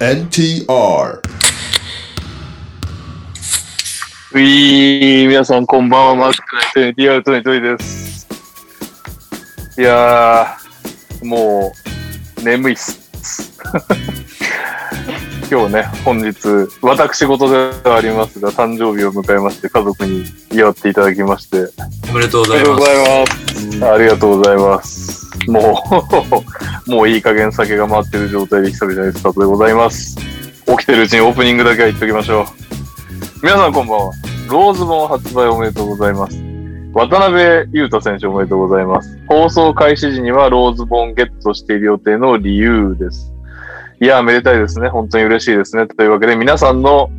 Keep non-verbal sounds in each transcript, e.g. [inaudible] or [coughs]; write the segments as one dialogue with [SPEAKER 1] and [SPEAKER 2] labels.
[SPEAKER 1] NTR
[SPEAKER 2] ういー、皆さんこんばんは、マックナイトにリアルトニトリです。いやー、もう、眠いっす。 [laughs] 今日ね、本日、私事ではありますが、誕生日を迎えまして、家族に祝っていただきまして、
[SPEAKER 3] おめでとうご
[SPEAKER 2] お
[SPEAKER 3] ざいます。
[SPEAKER 2] ます。ありがとうございます。もう、 [laughs] もういい加減酒が回ってる状態で久々にスタートでございます。起きてるうちにオープニングだけは言っておきましょう。皆さんこんばんは。ローズ本発売おめでとうございます。渡辺裕太選手おめでとうございます。放送開始時にはローズ本ゲットしている予定の理由です。いやー、めでたいですね。本当に嬉しいですね。というわけで皆さんの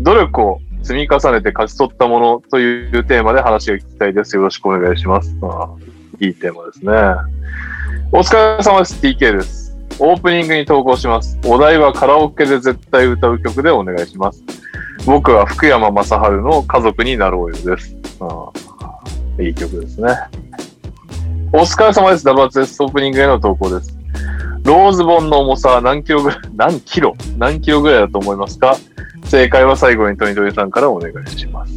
[SPEAKER 2] 努力を積み重ねて勝ち取ったものというテーマで話が聞きたいです。よろしくお願いします。ああいいテーマですね。お疲れ様です。TK です。オープニングに投稿します。お題はカラオケで絶対歌う曲でお願いします。僕は福山雅治の家族になろうよです。ああいい曲ですね。お疲れ様です。ダブアツです。オープニングへの投稿です。ローズ本の重さは何キロぐらい、何キロ何キロぐらいだと思いますか正解は最後にトニトニさんからお願いします。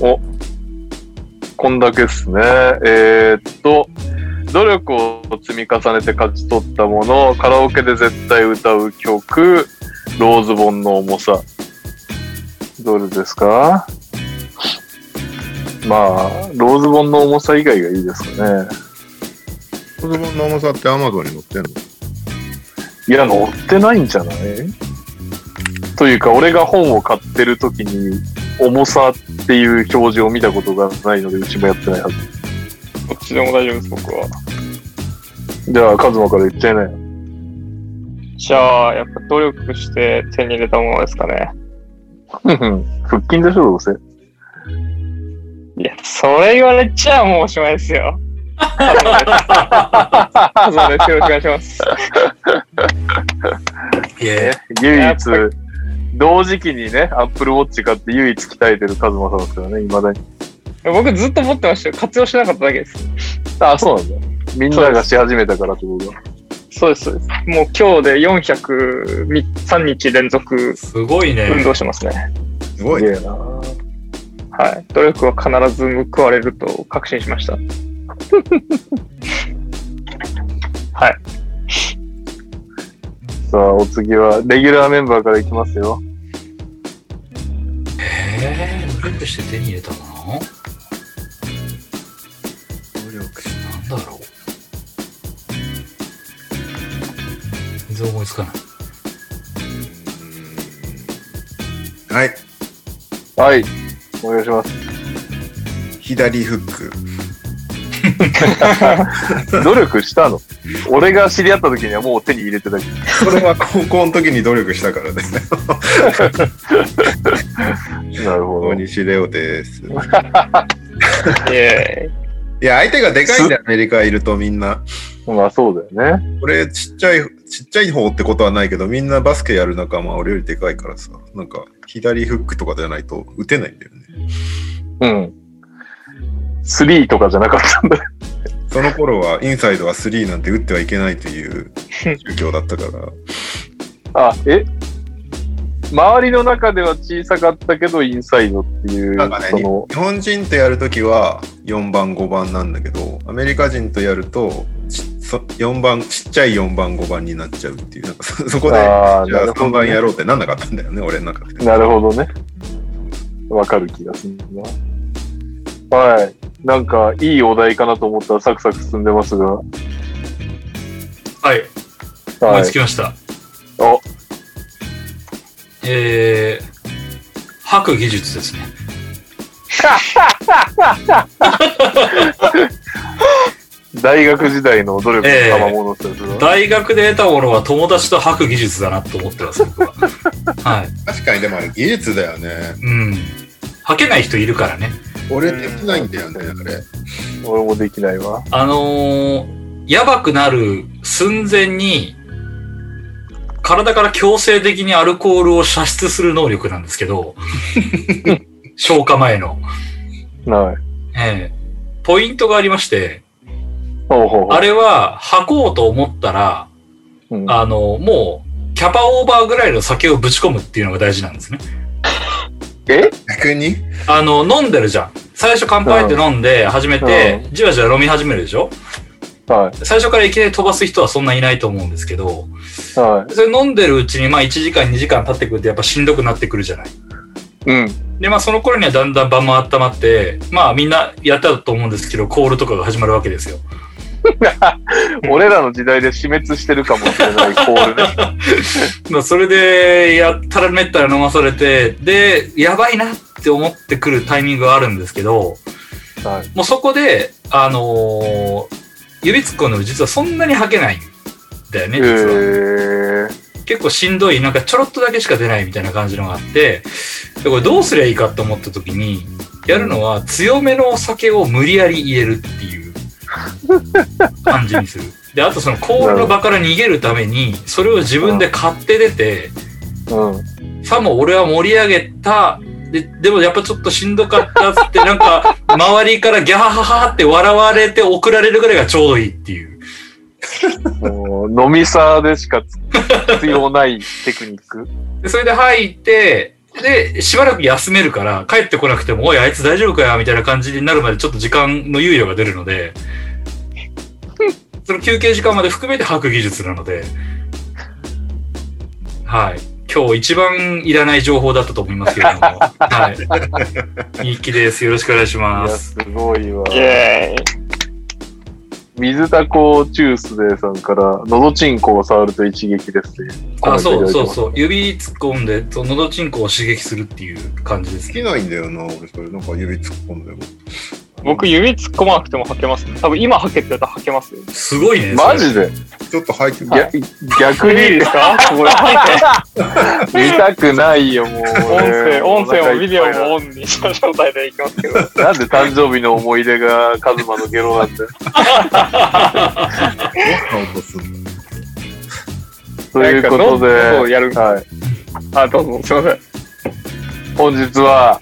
[SPEAKER 2] お、こんだけですね。えーっと、努力を積み重ねて勝ち取ったもの、カラオケで絶対歌う曲、ローズ本の重さ。どれですかまあ、ローズ本の重さ以外がいいですかね。
[SPEAKER 1] 子供の重さってアマゾンに載ってんの
[SPEAKER 2] いや、載ってないんじゃないというか、俺が本を買ってる時に、重さっていう表示を見たことがないので、うちもやってないはず。
[SPEAKER 4] どっちでも大丈夫です、僕は。
[SPEAKER 2] じゃあ、カズマから言っちゃいなよ。 [laughs]
[SPEAKER 4] じゃあ、やっぱ努力して手に入れたものですかね。
[SPEAKER 2] ふんふん腹筋でしょ、どう [laughs] せ。
[SPEAKER 4] いや、それ言われちゃもうおしまいですよ。そうです。よろしくお願いし [laughs] ます。
[SPEAKER 3] いえ、
[SPEAKER 2] 唯
[SPEAKER 4] や
[SPEAKER 2] 一
[SPEAKER 4] っぱ、
[SPEAKER 2] 同時期にね、Apple Watch 買って唯一鍛えてるカズマさんですからね、未だに。
[SPEAKER 4] 僕ずっと持ってましたよ。活用しなかっただけです。
[SPEAKER 2] あ、そうなんだ。みんながし始めたからってことだ。
[SPEAKER 4] そうです、そうです。もう今日で403日連続
[SPEAKER 3] すごい
[SPEAKER 4] 運
[SPEAKER 3] ね。
[SPEAKER 4] 動してますね。
[SPEAKER 1] すごい
[SPEAKER 2] す
[SPEAKER 1] ね
[SPEAKER 2] げえな。
[SPEAKER 4] はい。努力は必ず報われると確信しました。はい。
[SPEAKER 2] さあ、お次は、レギュラーメンバーからいきますよ。
[SPEAKER 3] えー、努力して手に入れたもの
[SPEAKER 1] 努力し
[SPEAKER 3] なんだろう。全然思いつかない。
[SPEAKER 1] うんはい
[SPEAKER 2] はい。お願いします。
[SPEAKER 1] 左フック
[SPEAKER 2] 努力したの俺が知り合った時にはもう手に入れてたけど。
[SPEAKER 1] それは高校の時に努力したからね
[SPEAKER 2] なるほど。
[SPEAKER 1] 大西レオですい
[SPEAKER 4] イエ
[SPEAKER 1] や相手がでかいんだよアメリカいるとみんな
[SPEAKER 2] まあそうだよね。
[SPEAKER 1] 俺ちっちゃいちっちゃい方ってことはないけどみんなバスケやる仲間は俺よりでかいからさなんか左フックとかじゃないと打てないんだよね
[SPEAKER 2] うん。スリーとかじゃなかったんだよ。
[SPEAKER 1] その頃はインサイドは3なんて打ってはいけないという宗教だったから
[SPEAKER 2] あ、え周りの中では小さかったけど、インサイドっていう、
[SPEAKER 1] なんかね、
[SPEAKER 2] そ
[SPEAKER 1] に
[SPEAKER 2] の、
[SPEAKER 1] 日本人とやるときは4番、5番なんだけど、アメリカ人とやると、ちそ4番、ちっちゃい4番、5番になっちゃうっていう、なんか [laughs] そそこで、じ
[SPEAKER 2] あー
[SPEAKER 1] ゃ
[SPEAKER 2] な
[SPEAKER 1] あ
[SPEAKER 2] る
[SPEAKER 1] 3
[SPEAKER 2] ほど
[SPEAKER 1] 番
[SPEAKER 2] ね
[SPEAKER 1] やろうってなんなかったんだよね、俺の中で。
[SPEAKER 2] なるほどね。わかる気がするな。はい。なんか、いいお題かなと思ったらサクサク進んでますが。は
[SPEAKER 3] はい、思いつきました。
[SPEAKER 2] お
[SPEAKER 3] えー、吐く技術ですね。
[SPEAKER 2] い。大学時代の努力の賜物というか
[SPEAKER 3] 大学で得たものは友達と吐く技術だなと思ってます、 [laughs] 僕は。はい。
[SPEAKER 1] 確かに、でもあれ技術だよね。
[SPEAKER 3] うん。吐けない人いるからね。
[SPEAKER 1] 俺
[SPEAKER 4] でき
[SPEAKER 1] ない
[SPEAKER 2] んだよね
[SPEAKER 1] あれ。
[SPEAKER 2] 俺もできないわ。
[SPEAKER 3] あのー、やばくなる寸前に、体から強制的にアルコールを射出する能力なんですけど、消化前の。
[SPEAKER 2] はい。
[SPEAKER 3] ええポイントがありまして、
[SPEAKER 2] ほうほうほう
[SPEAKER 3] あれは吐こうと思ったら、
[SPEAKER 2] うん
[SPEAKER 3] あの、もう、キャパオーバーぐらいの酒をぶち込むっていうのが大事なんですね。
[SPEAKER 2] え
[SPEAKER 1] 逆に
[SPEAKER 3] あの、飲んでるじゃん。最初乾杯って飲んで始めて、じわじわ飲み始めるでしょ
[SPEAKER 2] は
[SPEAKER 3] 最初からいきなり飛ばす人はそんないないと思うんですけど、
[SPEAKER 2] い。は
[SPEAKER 3] それ飲んでるうちにまあ1時間2時間経ってくるとやっぱしんどくなってくるじゃない。
[SPEAKER 2] い。うん。
[SPEAKER 3] でまあその頃にはだんだん場も温まって、まあみんなやったと思うんですけど、コールとかが始まるわけですよ。
[SPEAKER 2] 俺らの時代で死滅してるかもしれないコールね。
[SPEAKER 3] まあそれでやったらめったら飲まされて、で、やばいなって思ってくるタイミングがあるんですけど、
[SPEAKER 2] はい。
[SPEAKER 3] もうそこで、あのー指突っ込んでも実はそんなに吐けないんだよね、
[SPEAKER 2] え
[SPEAKER 3] 実は。
[SPEAKER 2] ー、
[SPEAKER 3] 結構しんどい、なんかちょろっとだけしか出ないみたいな感じのがあって、でこれどうすりゃいいかと思った時に、やるのは強めのお酒を無理やり入れるっていう感じにする。で、あとそのコールの場から逃げるために、それを自分で買って出て、
[SPEAKER 2] うん。
[SPEAKER 3] さも俺は盛り上げた、ででもやっぱちょっとしんどかったっつって、なんか周りからギャハハハって笑われて送られるぐらいがちょうどいいっていう。
[SPEAKER 2] もう飲みさでしか必要ないテクニック。
[SPEAKER 3] で、それで吐いて、で、しばらく休めるから、帰ってこなくても、おい、あいつ大丈夫かよみたいな感じになるまでちょっと時間の猶予が出る
[SPEAKER 2] [laughs]
[SPEAKER 3] ので、その休憩時間まで含めて吐く技術なので、はい。今日一番いらない情報だったと思いますけれど
[SPEAKER 2] [laughs]
[SPEAKER 3] も、はい。人気です。よろしくお願いし
[SPEAKER 2] いや、
[SPEAKER 3] ます。
[SPEAKER 2] すごいわ。
[SPEAKER 4] イエーイ。
[SPEAKER 2] 水田コチュースデーさんから、喉チンコを触ると一撃ですっていうコメ
[SPEAKER 3] あ、
[SPEAKER 2] ントいただい
[SPEAKER 3] そう
[SPEAKER 2] て
[SPEAKER 3] そ
[SPEAKER 2] ま
[SPEAKER 3] う
[SPEAKER 2] す。
[SPEAKER 3] そう。指突っ込んで、そう喉チンコを刺激するっていう感じです
[SPEAKER 1] 好
[SPEAKER 3] ね。
[SPEAKER 1] きないんだよな、俺それ。なんか指突っ込んでも。
[SPEAKER 4] 僕、指突っ込まなくても履けます。多分今履けってやったら履けますよ。
[SPEAKER 3] すごいね。
[SPEAKER 2] マ
[SPEAKER 3] それ
[SPEAKER 2] ジで
[SPEAKER 1] ちょっと入ってみ
[SPEAKER 2] ぎゃ逆
[SPEAKER 4] いい
[SPEAKER 2] に
[SPEAKER 4] ですかこれ履いて。
[SPEAKER 2] 見たくないよ、もう。
[SPEAKER 4] 音声、音声もビデオ
[SPEAKER 2] も
[SPEAKER 4] もオンにした状態でいきますけど。
[SPEAKER 2] なんで誕生日の思い出がカズマのゲロなんだ
[SPEAKER 1] 顔とすんの
[SPEAKER 2] ということで、
[SPEAKER 4] なんかどうやる
[SPEAKER 2] はい、
[SPEAKER 4] あ、どうぞ、すいません。
[SPEAKER 2] 本日は、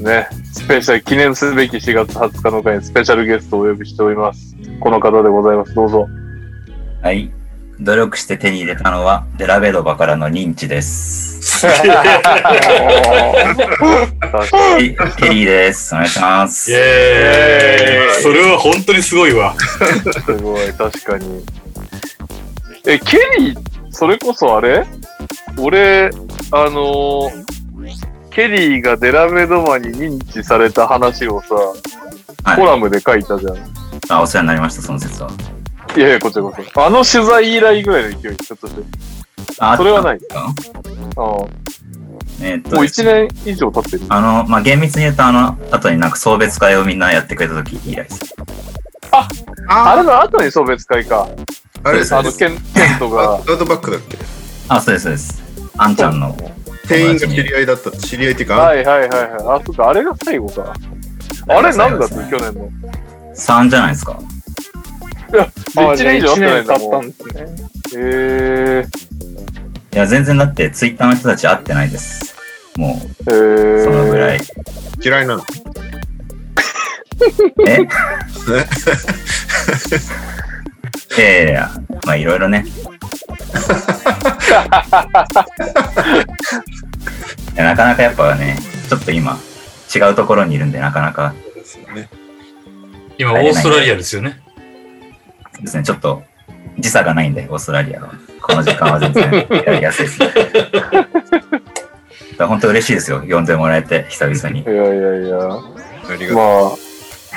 [SPEAKER 2] ね、スペシャル、記念すべき4月20日の会にスペシャルゲストをお呼びしております。この方でございます。どうぞ。
[SPEAKER 5] はい。努力して手に入れたのは、デラベドバからの認知です。
[SPEAKER 3] すげえ
[SPEAKER 5] テリテリーです。お願いします。
[SPEAKER 3] イエー
[SPEAKER 2] イ
[SPEAKER 3] イそれは本当にすごいわ。
[SPEAKER 2] すごい、確かに。え、ケリー、それこそあれ俺、あのーケリーがデラメドマに認知された話をさ、
[SPEAKER 5] はい
[SPEAKER 2] コラムで書いたじゃん。
[SPEAKER 5] あ、お世話になりました、その説は。
[SPEAKER 2] いやいや、こちらこそ。あの取材以来ぐらいの勢い、ちょっとして。
[SPEAKER 5] あ
[SPEAKER 2] それはない。
[SPEAKER 5] あ
[SPEAKER 2] ああも
[SPEAKER 5] えー
[SPEAKER 2] う
[SPEAKER 5] っと、
[SPEAKER 2] 1年以上経ってる。
[SPEAKER 5] あの、まあ、厳密に言うと、あの、後になんか送別会をみんなやってくれた時以来です。
[SPEAKER 2] あ
[SPEAKER 1] あ
[SPEAKER 2] れの後に送別会か。
[SPEAKER 1] あれ
[SPEAKER 5] そう
[SPEAKER 2] あ
[SPEAKER 5] で
[SPEAKER 2] の、
[SPEAKER 5] す
[SPEAKER 2] ケン、ケント
[SPEAKER 5] [laughs]
[SPEAKER 1] ア
[SPEAKER 2] が
[SPEAKER 1] ウ。トバックだっけ
[SPEAKER 5] あ、そうです、そうです。あんちゃんの。
[SPEAKER 1] 店員が知り合いだった。知り合いっていうか、
[SPEAKER 2] はいはいはいはい。あ、そっか、あれが最後か。あれなんだって、去年の。
[SPEAKER 5] 3じゃないですか。
[SPEAKER 2] 1年以上会ってないんだ
[SPEAKER 4] 経った
[SPEAKER 2] もん。
[SPEAKER 4] んですね。
[SPEAKER 2] へえ
[SPEAKER 5] いや、全然だって、ツイッターの人たち会ってないです。も
[SPEAKER 2] ー。へ
[SPEAKER 5] う、
[SPEAKER 2] ー。
[SPEAKER 5] そのぐらい。
[SPEAKER 1] 嫌いなの。
[SPEAKER 5] えいやいやいや、まあ、いろいろね。いやなかなかやっぱね、ちょっと今、違うところにいるんで、なかなか
[SPEAKER 1] ですよね。
[SPEAKER 3] 今、オーストラリアですよね。
[SPEAKER 5] ですね、ちょっと時差がないんで、オーストラリアは。この時間は全然やりやすいです。だから本当嬉しいですよ、呼んでもらえて、久々に
[SPEAKER 2] い。やいやいや、
[SPEAKER 1] ありがとう。
[SPEAKER 2] まあ、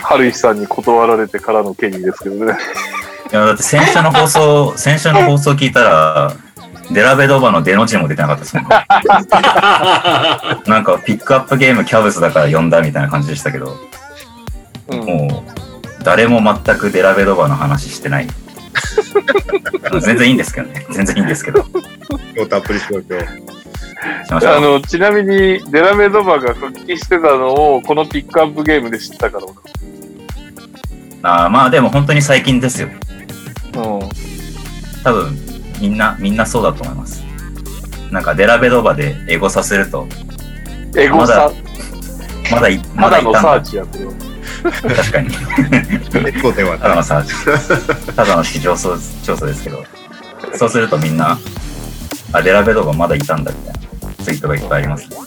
[SPEAKER 2] 春日さんに断られてからの権利ですけどね。
[SPEAKER 5] いや、だって先週の
[SPEAKER 2] [laughs]
[SPEAKER 5] 放送、先週の放送聞いたら、デラベドバの出の字も出てなかったですも
[SPEAKER 2] [laughs]
[SPEAKER 5] ん。なんか、ピックアップゲームキャブスだから呼んだみたいな感じでしたけど、
[SPEAKER 2] うん。
[SPEAKER 5] もう、誰も全くデラベドバの話してない。全然いいんですけどね。全然いいんですけど。し
[SPEAKER 1] 今日たっぷりしよう今日。
[SPEAKER 5] ましょう
[SPEAKER 2] あの、ちなみに、デラメドバが復帰してたのを、このピックアップゲームで知ったから。う
[SPEAKER 5] あーまあ、でも本当に最近ですよ。
[SPEAKER 2] ん。
[SPEAKER 5] 多分、みんな、みんなそうだと思います。なんか、デラベドバでエゴさせると、
[SPEAKER 2] エゴサ、
[SPEAKER 5] まだい、
[SPEAKER 2] ただ
[SPEAKER 5] いた
[SPEAKER 2] の
[SPEAKER 5] ん
[SPEAKER 2] サー
[SPEAKER 5] だ。
[SPEAKER 2] チやけど。
[SPEAKER 5] 確かに。
[SPEAKER 1] 結構では
[SPEAKER 5] た
[SPEAKER 1] な
[SPEAKER 5] だの
[SPEAKER 1] い。
[SPEAKER 5] サーチ。ただの市場調査ですけど。そうするとみんな、あ、デラベドバまだいたんだみたいなツイートがいっぱいありますね。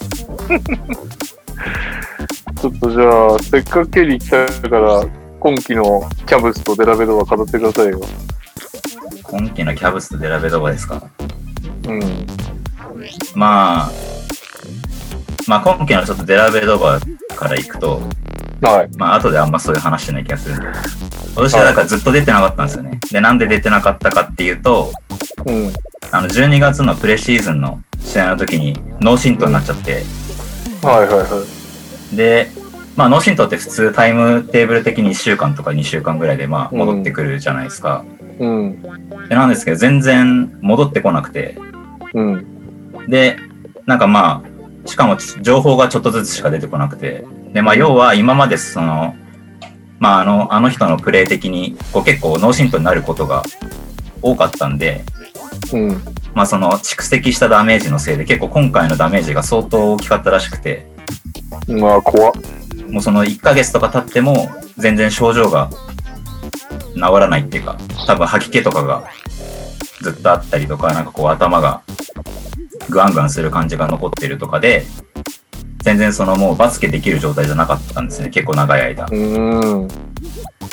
[SPEAKER 2] ちょっとじゃあ、せっかくケリー来たから、今期のキャブスとデラベドは語ってくださいよ。
[SPEAKER 5] 今期のキャブスとデラベドバですか
[SPEAKER 2] うん。
[SPEAKER 5] まあ、まあ今期のちょっとデラベドバから行くと、
[SPEAKER 2] はい。
[SPEAKER 5] まあ後であんまそういう話しない気がするんで。私はなんかずっと出てなかったんですよね。で、なんで出てなかったかっていうと、
[SPEAKER 2] うん。
[SPEAKER 5] あの、12月のプレシーズンの試合の時に脳震盪になっちゃって、
[SPEAKER 2] はいはいはい。
[SPEAKER 5] で、まあ脳震盪って普通タイムテーブル的に1週間とか2週間ぐらいでまあ戻ってくるじゃないですか。
[SPEAKER 2] うん。
[SPEAKER 5] でなんですけど、全然戻ってこなくて、
[SPEAKER 2] うん。
[SPEAKER 5] で、なんかまあ、しかもち情報がちょっとずつしか出てこなくて、で、まあ要は今までその、まああの、あの人のプレイ的に、こう結構脳震盪になることが多かったんで、
[SPEAKER 2] うん。
[SPEAKER 5] まあその蓄積したダメージのせいで結構今回のダメージが相当大きかったらしくて、
[SPEAKER 2] まあ、怖っ。
[SPEAKER 5] もうその1ヶ月とか経っても全然症状が治らないっていうか、多分吐き気とかがずっとあったりとか、なんかこう頭がグワングワンする感じが残ってるとかで、全然そのもうバスケできる状態じゃなかったんですね、結構長い間。
[SPEAKER 2] うーん。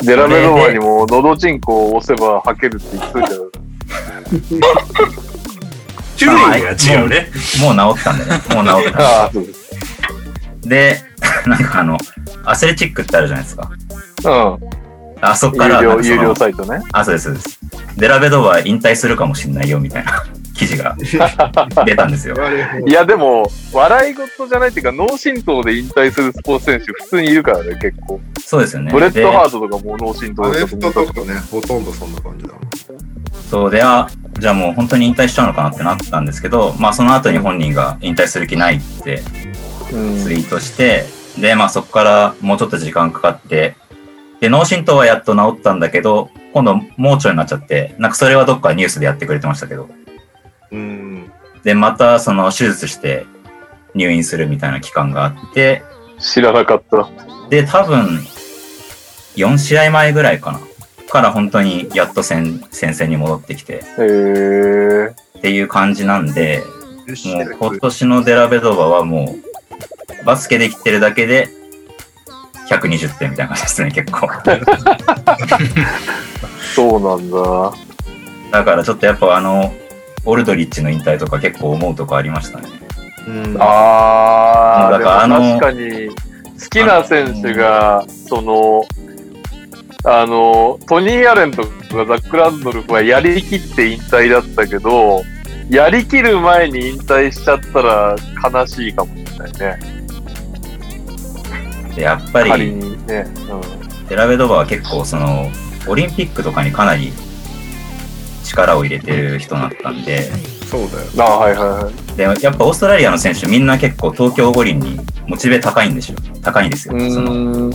[SPEAKER 2] デラメロワにも、喉チンコを押せば吐けるって言ってたけど。
[SPEAKER 3] 種類が違うね。
[SPEAKER 5] もう治ったんでね、もう治った。
[SPEAKER 2] ああ、そうです。
[SPEAKER 5] で、 [laughs] なんかあの、アスレチックってあるじゃないですか。
[SPEAKER 2] うん。
[SPEAKER 5] あそこか
[SPEAKER 2] 有
[SPEAKER 5] らなん
[SPEAKER 2] 料、
[SPEAKER 5] かそ
[SPEAKER 2] 有
[SPEAKER 5] の
[SPEAKER 2] 料サイトね。
[SPEAKER 5] あ、そうです、そうです。デラベドは引退するかもしんないよ、みたいな記事が出たんですよ。
[SPEAKER 2] [laughs] いや、でも、笑い事じゃないっていうか、脳震盪で引退するスポーツ選手、普通にいるからね、結構。
[SPEAKER 5] そうですよね。
[SPEAKER 2] ブレッド・ハ
[SPEAKER 5] で
[SPEAKER 2] ートとかも脳震
[SPEAKER 1] ア
[SPEAKER 2] 盪
[SPEAKER 1] メ
[SPEAKER 2] で
[SPEAKER 1] フトとかね、ほとんどそんな感じだ。
[SPEAKER 5] そうで、あ、じゃあもう本当に引退しちゃうのかなってなったんですけど、まあその後に本人が引退する気ないって
[SPEAKER 2] うん
[SPEAKER 5] ツイートして、で、まあそこからもうちょっと時間かかって、で、脳震盪はやっと治ったんだけど、今度盲腸になっちゃって、なんかそれはどっかニュースでやってくれてましたけど、
[SPEAKER 1] うん。
[SPEAKER 5] で、またその手術して入院するみたいな期間があって、
[SPEAKER 2] 知らなかった。
[SPEAKER 5] で、多分、4試合前ぐらいかな。から本当にやっと戦、戦線に戻ってきて、
[SPEAKER 2] へえー。
[SPEAKER 5] っていう感じなんで、
[SPEAKER 1] よし
[SPEAKER 5] もう今年のデラベドバはもう、バスケできてるだけで、120点みたいな感じですね、結構。
[SPEAKER 2] そうなんだ。
[SPEAKER 5] だからちょっとやっぱあの、オルドリッチの引退とか結構思うとこありましたね。
[SPEAKER 1] うん、
[SPEAKER 2] ああ、
[SPEAKER 5] もうだ
[SPEAKER 2] で
[SPEAKER 5] からあの
[SPEAKER 2] も確かに、好きな選手が、その、あの、トニー・アレンとかザック・ランドルフはやりきって引退だったけど、やりきる前に引退しちゃったら悲しいかもしれないね。
[SPEAKER 5] で、やっぱ
[SPEAKER 2] 仮
[SPEAKER 5] り、
[SPEAKER 2] にね。
[SPEAKER 5] デラベドバは結構その、オリンピックとかにかなり力を入れてる人だったんで、
[SPEAKER 1] そうだよ。
[SPEAKER 2] うん、ああ、はいはいはい。
[SPEAKER 5] でやっぱオーストラリアの選手みんな結構東京五輪にモチベ高いんですよ高いんですよ
[SPEAKER 2] う
[SPEAKER 5] その
[SPEAKER 2] ーん。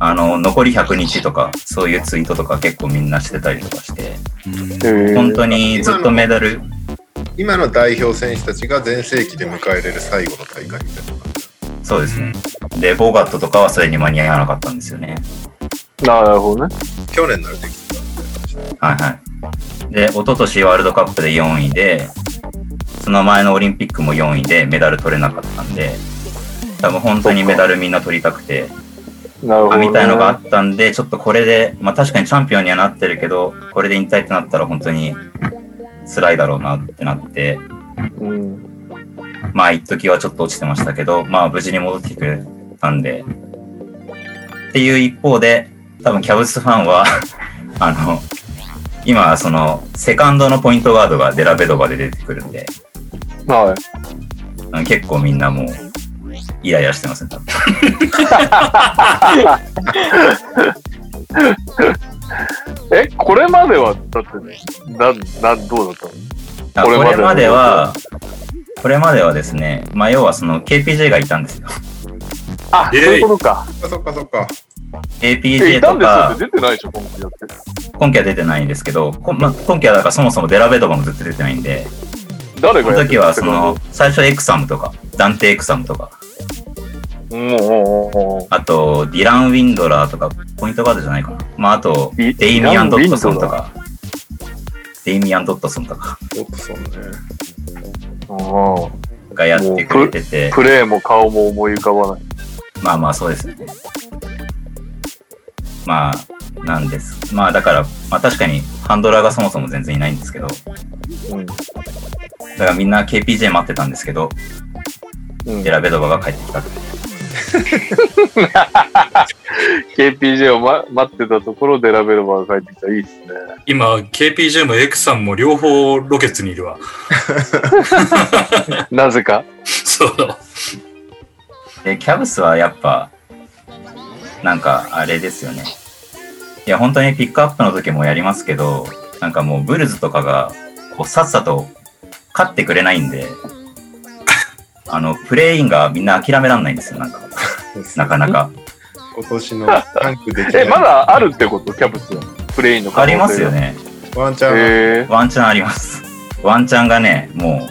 [SPEAKER 5] あの残り100日とかそういうツイートとか結構みんなしてたりとかして
[SPEAKER 2] へえ
[SPEAKER 5] 本当にずっとメダル
[SPEAKER 1] 今の代表選手たちが全盛期で迎えれる最後の大会みたいな感じ。
[SPEAKER 5] そうですねでボーガットとかはそれに間に合わなかったんですよね
[SPEAKER 2] なるほどね。
[SPEAKER 1] 去年ならできてたみたいな感じだ。
[SPEAKER 5] はいはいで一昨年ワールドカップで4位でその前のオリンピックも4位でメダル取れなかったんで多分本当にメダルみんな取りたくて
[SPEAKER 2] なるほど、ね。
[SPEAKER 5] みたいのがあったんで、ちょっとこれで、まあ確かにチャンピオンにはなってるけど、これで引退ってなったら本当に辛いだろうなってなって、
[SPEAKER 2] うん。
[SPEAKER 5] まあ一時はちょっと落ちてましたけど、まあ無事に戻ってきてくれたんで。っていう一方で、多分キャブスファンは、 [laughs] あの、今そのセカンドのポイントガードがデラベドバで出てくるんで、
[SPEAKER 2] はい。
[SPEAKER 5] うん結構みんなもうイライラしてますね、多分
[SPEAKER 2] え、これまでは、だって、な、な、どうだったの
[SPEAKER 5] あ
[SPEAKER 2] こ
[SPEAKER 5] こ
[SPEAKER 2] れまで
[SPEAKER 5] れまでは、これまではですね、まあ要はその KPJ がいたんですよ。
[SPEAKER 2] あ、
[SPEAKER 3] え
[SPEAKER 2] そう
[SPEAKER 3] い
[SPEAKER 2] いうことか。
[SPEAKER 1] そっかそっかそっか。
[SPEAKER 2] え、
[SPEAKER 5] KPJ
[SPEAKER 2] いたん
[SPEAKER 5] と
[SPEAKER 2] ですよって、出
[SPEAKER 5] か
[SPEAKER 2] てないでしょ、今期だって。
[SPEAKER 5] 今季は出てないんですけど、こまあ、今季はだからそもそもデラベドバもずっと出てないんで、
[SPEAKER 2] 誰
[SPEAKER 5] こ
[SPEAKER 2] が
[SPEAKER 5] の
[SPEAKER 2] やって
[SPEAKER 5] 時
[SPEAKER 2] る
[SPEAKER 5] はその、最初エクサムとか、ダンテエクサムとか、
[SPEAKER 2] うんうんうんうん。
[SPEAKER 5] あとディラン・ウィンドラーとか、ポイントガードじゃないかな。まああと、
[SPEAKER 2] デ
[SPEAKER 5] デ
[SPEAKER 2] ィ
[SPEAKER 5] イミアン・ドットソ
[SPEAKER 2] デ
[SPEAKER 5] ン
[SPEAKER 2] ィ
[SPEAKER 5] と
[SPEAKER 2] ラ
[SPEAKER 5] か、デイミアン・ドットソンとか、
[SPEAKER 1] おっとそうね。
[SPEAKER 2] うん。
[SPEAKER 5] がやってくれてて、
[SPEAKER 2] プレーも顔も思い浮かばない。
[SPEAKER 5] まあまあそうですね。まあ、なんです。まあだから、まあ確かにハンドラーがそもそも全然いないんですけど、だからみんな KPJ 待ってたんですけど、
[SPEAKER 2] うん。うん
[SPEAKER 5] デ、ラベドバが帰ってきたって。
[SPEAKER 2] KPJ を、ま、待ってたところでラベルバーが帰ってきた。いいっす
[SPEAKER 5] [laughs]
[SPEAKER 2] ね。
[SPEAKER 3] 今、KPJ も X さんも両方ロケッツにいるわ。 [laughs]
[SPEAKER 2] なぜか。
[SPEAKER 3] そう。
[SPEAKER 5] で、キャブスはやっぱ、なんかあれですよね。いや、本当にピックアップの時もやりますけど、なんかもうブルズとかが、こう、さっさと勝ってくれない
[SPEAKER 2] [laughs]
[SPEAKER 5] んで、あの、プレイインがみんな諦めらんないんですよ、なんか。なかなか。
[SPEAKER 1] 今年のタンクできな
[SPEAKER 2] え、
[SPEAKER 1] い
[SPEAKER 2] まだあるってことキャブスは。プレイの可
[SPEAKER 5] あ
[SPEAKER 2] 能性
[SPEAKER 5] り
[SPEAKER 2] が
[SPEAKER 5] ますよ。ね。
[SPEAKER 1] ワンチャン、
[SPEAKER 2] へえ
[SPEAKER 5] ワンチャンあります。ワンチャンがね、も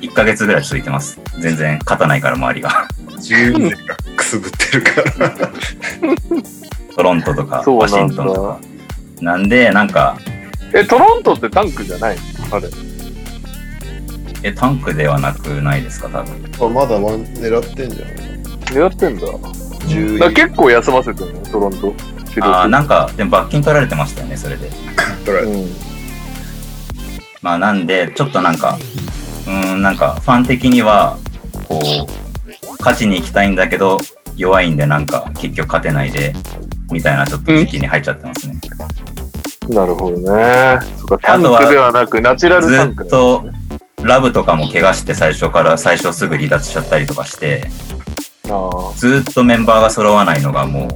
[SPEAKER 5] う、1ヶ月ぐらい続いてます。全然勝たないから、周りが。 [laughs]
[SPEAKER 1] 12年がくすぶってるから。
[SPEAKER 5] トロントとか、
[SPEAKER 2] そうな
[SPEAKER 5] ワ
[SPEAKER 2] んだ
[SPEAKER 5] シントンとか。なんで、なんか、
[SPEAKER 2] え、トロントってタンクじゃないあれ。
[SPEAKER 5] え、タンクではなくないですか、多分。
[SPEAKER 1] まだワン狙ってんじゃん。
[SPEAKER 2] 狙ってんだ。だか
[SPEAKER 1] 10
[SPEAKER 2] ら結構休ませてるね、トロント。
[SPEAKER 5] ああ、なんか、でも罰金取られてましたよね、それで。
[SPEAKER 1] ら
[SPEAKER 2] うん。
[SPEAKER 5] まあ、なんで、ちょっとなんか、うーん、なんか、ファン的には、こう、勝ちに行きたいんだけど、弱いんで、なんか、結局勝てないで、みたいな、ちょっと時期に入っちゃってますね。
[SPEAKER 2] なるほどね。そっか、タン
[SPEAKER 5] あとは
[SPEAKER 2] クではなく、ナチュラル
[SPEAKER 5] ず
[SPEAKER 2] タンク
[SPEAKER 5] っ。と、ラブとかも怪我して、最初から、最初すぐ離脱しちゃったりとかして、
[SPEAKER 2] あ
[SPEAKER 5] ずっとメンバーが揃わないのがもう、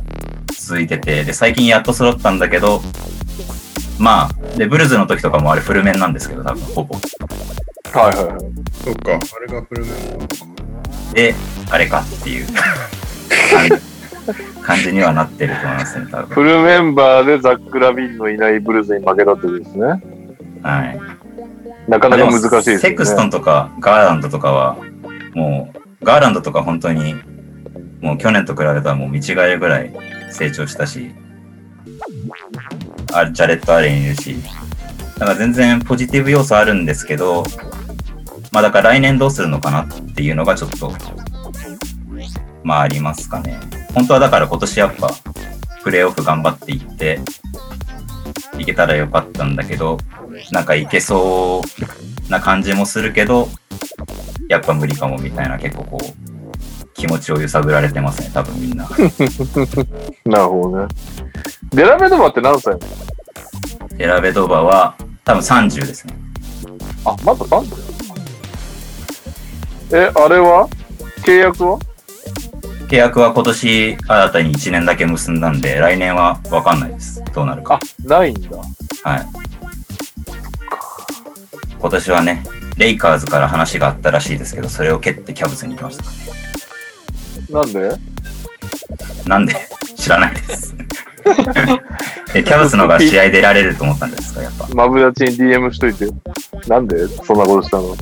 [SPEAKER 5] 続いてて、で、最近やっと揃ったんだけど、まあ、で、ブルズの時とかもあれフル面なんですけど、多分、ほぼ。
[SPEAKER 2] あ。はいはいはい。
[SPEAKER 1] そうか。あれがフルメンバーか。
[SPEAKER 5] で、あれかっていう感じ感じにはなってると思いますね、多
[SPEAKER 2] フ
[SPEAKER 5] 分。
[SPEAKER 2] ルメンバーでザック・ラビンのいないブルーズに負けたってことですね。
[SPEAKER 5] はい。
[SPEAKER 2] なかなか難しいですよね。
[SPEAKER 5] セクストンとかガーランドとかは、もう、ガーランドとか本当に、もう去年と比べたらもう見違えるぐらい成長したし、あジャレット・アレンいるし、だから全然ポジティブ要素あるんですけど、まあだから来年どうするのかなっていうのがちょっと、まあありますかね。本当はだから今年やっぱ、プレーオフ頑張っていって、いけたらよかったんだけど、なんかいけそうな感じもするけど、やっぱ無理かもみたいな、結構こう、気持ちを揺さぶられてますね、多分みんな。
[SPEAKER 2] なるほどね。デラベドバって何歳なの
[SPEAKER 5] エラベドバは、多分30ですね。
[SPEAKER 2] あ、まだ何歳え、あれは契約は
[SPEAKER 5] 契約は今年新たに1年だけ結んだんで、来年は分かんないです。どうなるか
[SPEAKER 2] あ。、ないんだ。
[SPEAKER 5] はい。今年はね、レイカーズから話があったらしいですけど、それを蹴ってキャブスに行きました。
[SPEAKER 2] なんで
[SPEAKER 5] なんで [laughs] 知らないです。 [laughs] えキャブスの方が試合出られると思ったんですか、やっぱ。
[SPEAKER 2] マブダチに DM しといて。なんでそんなことしたの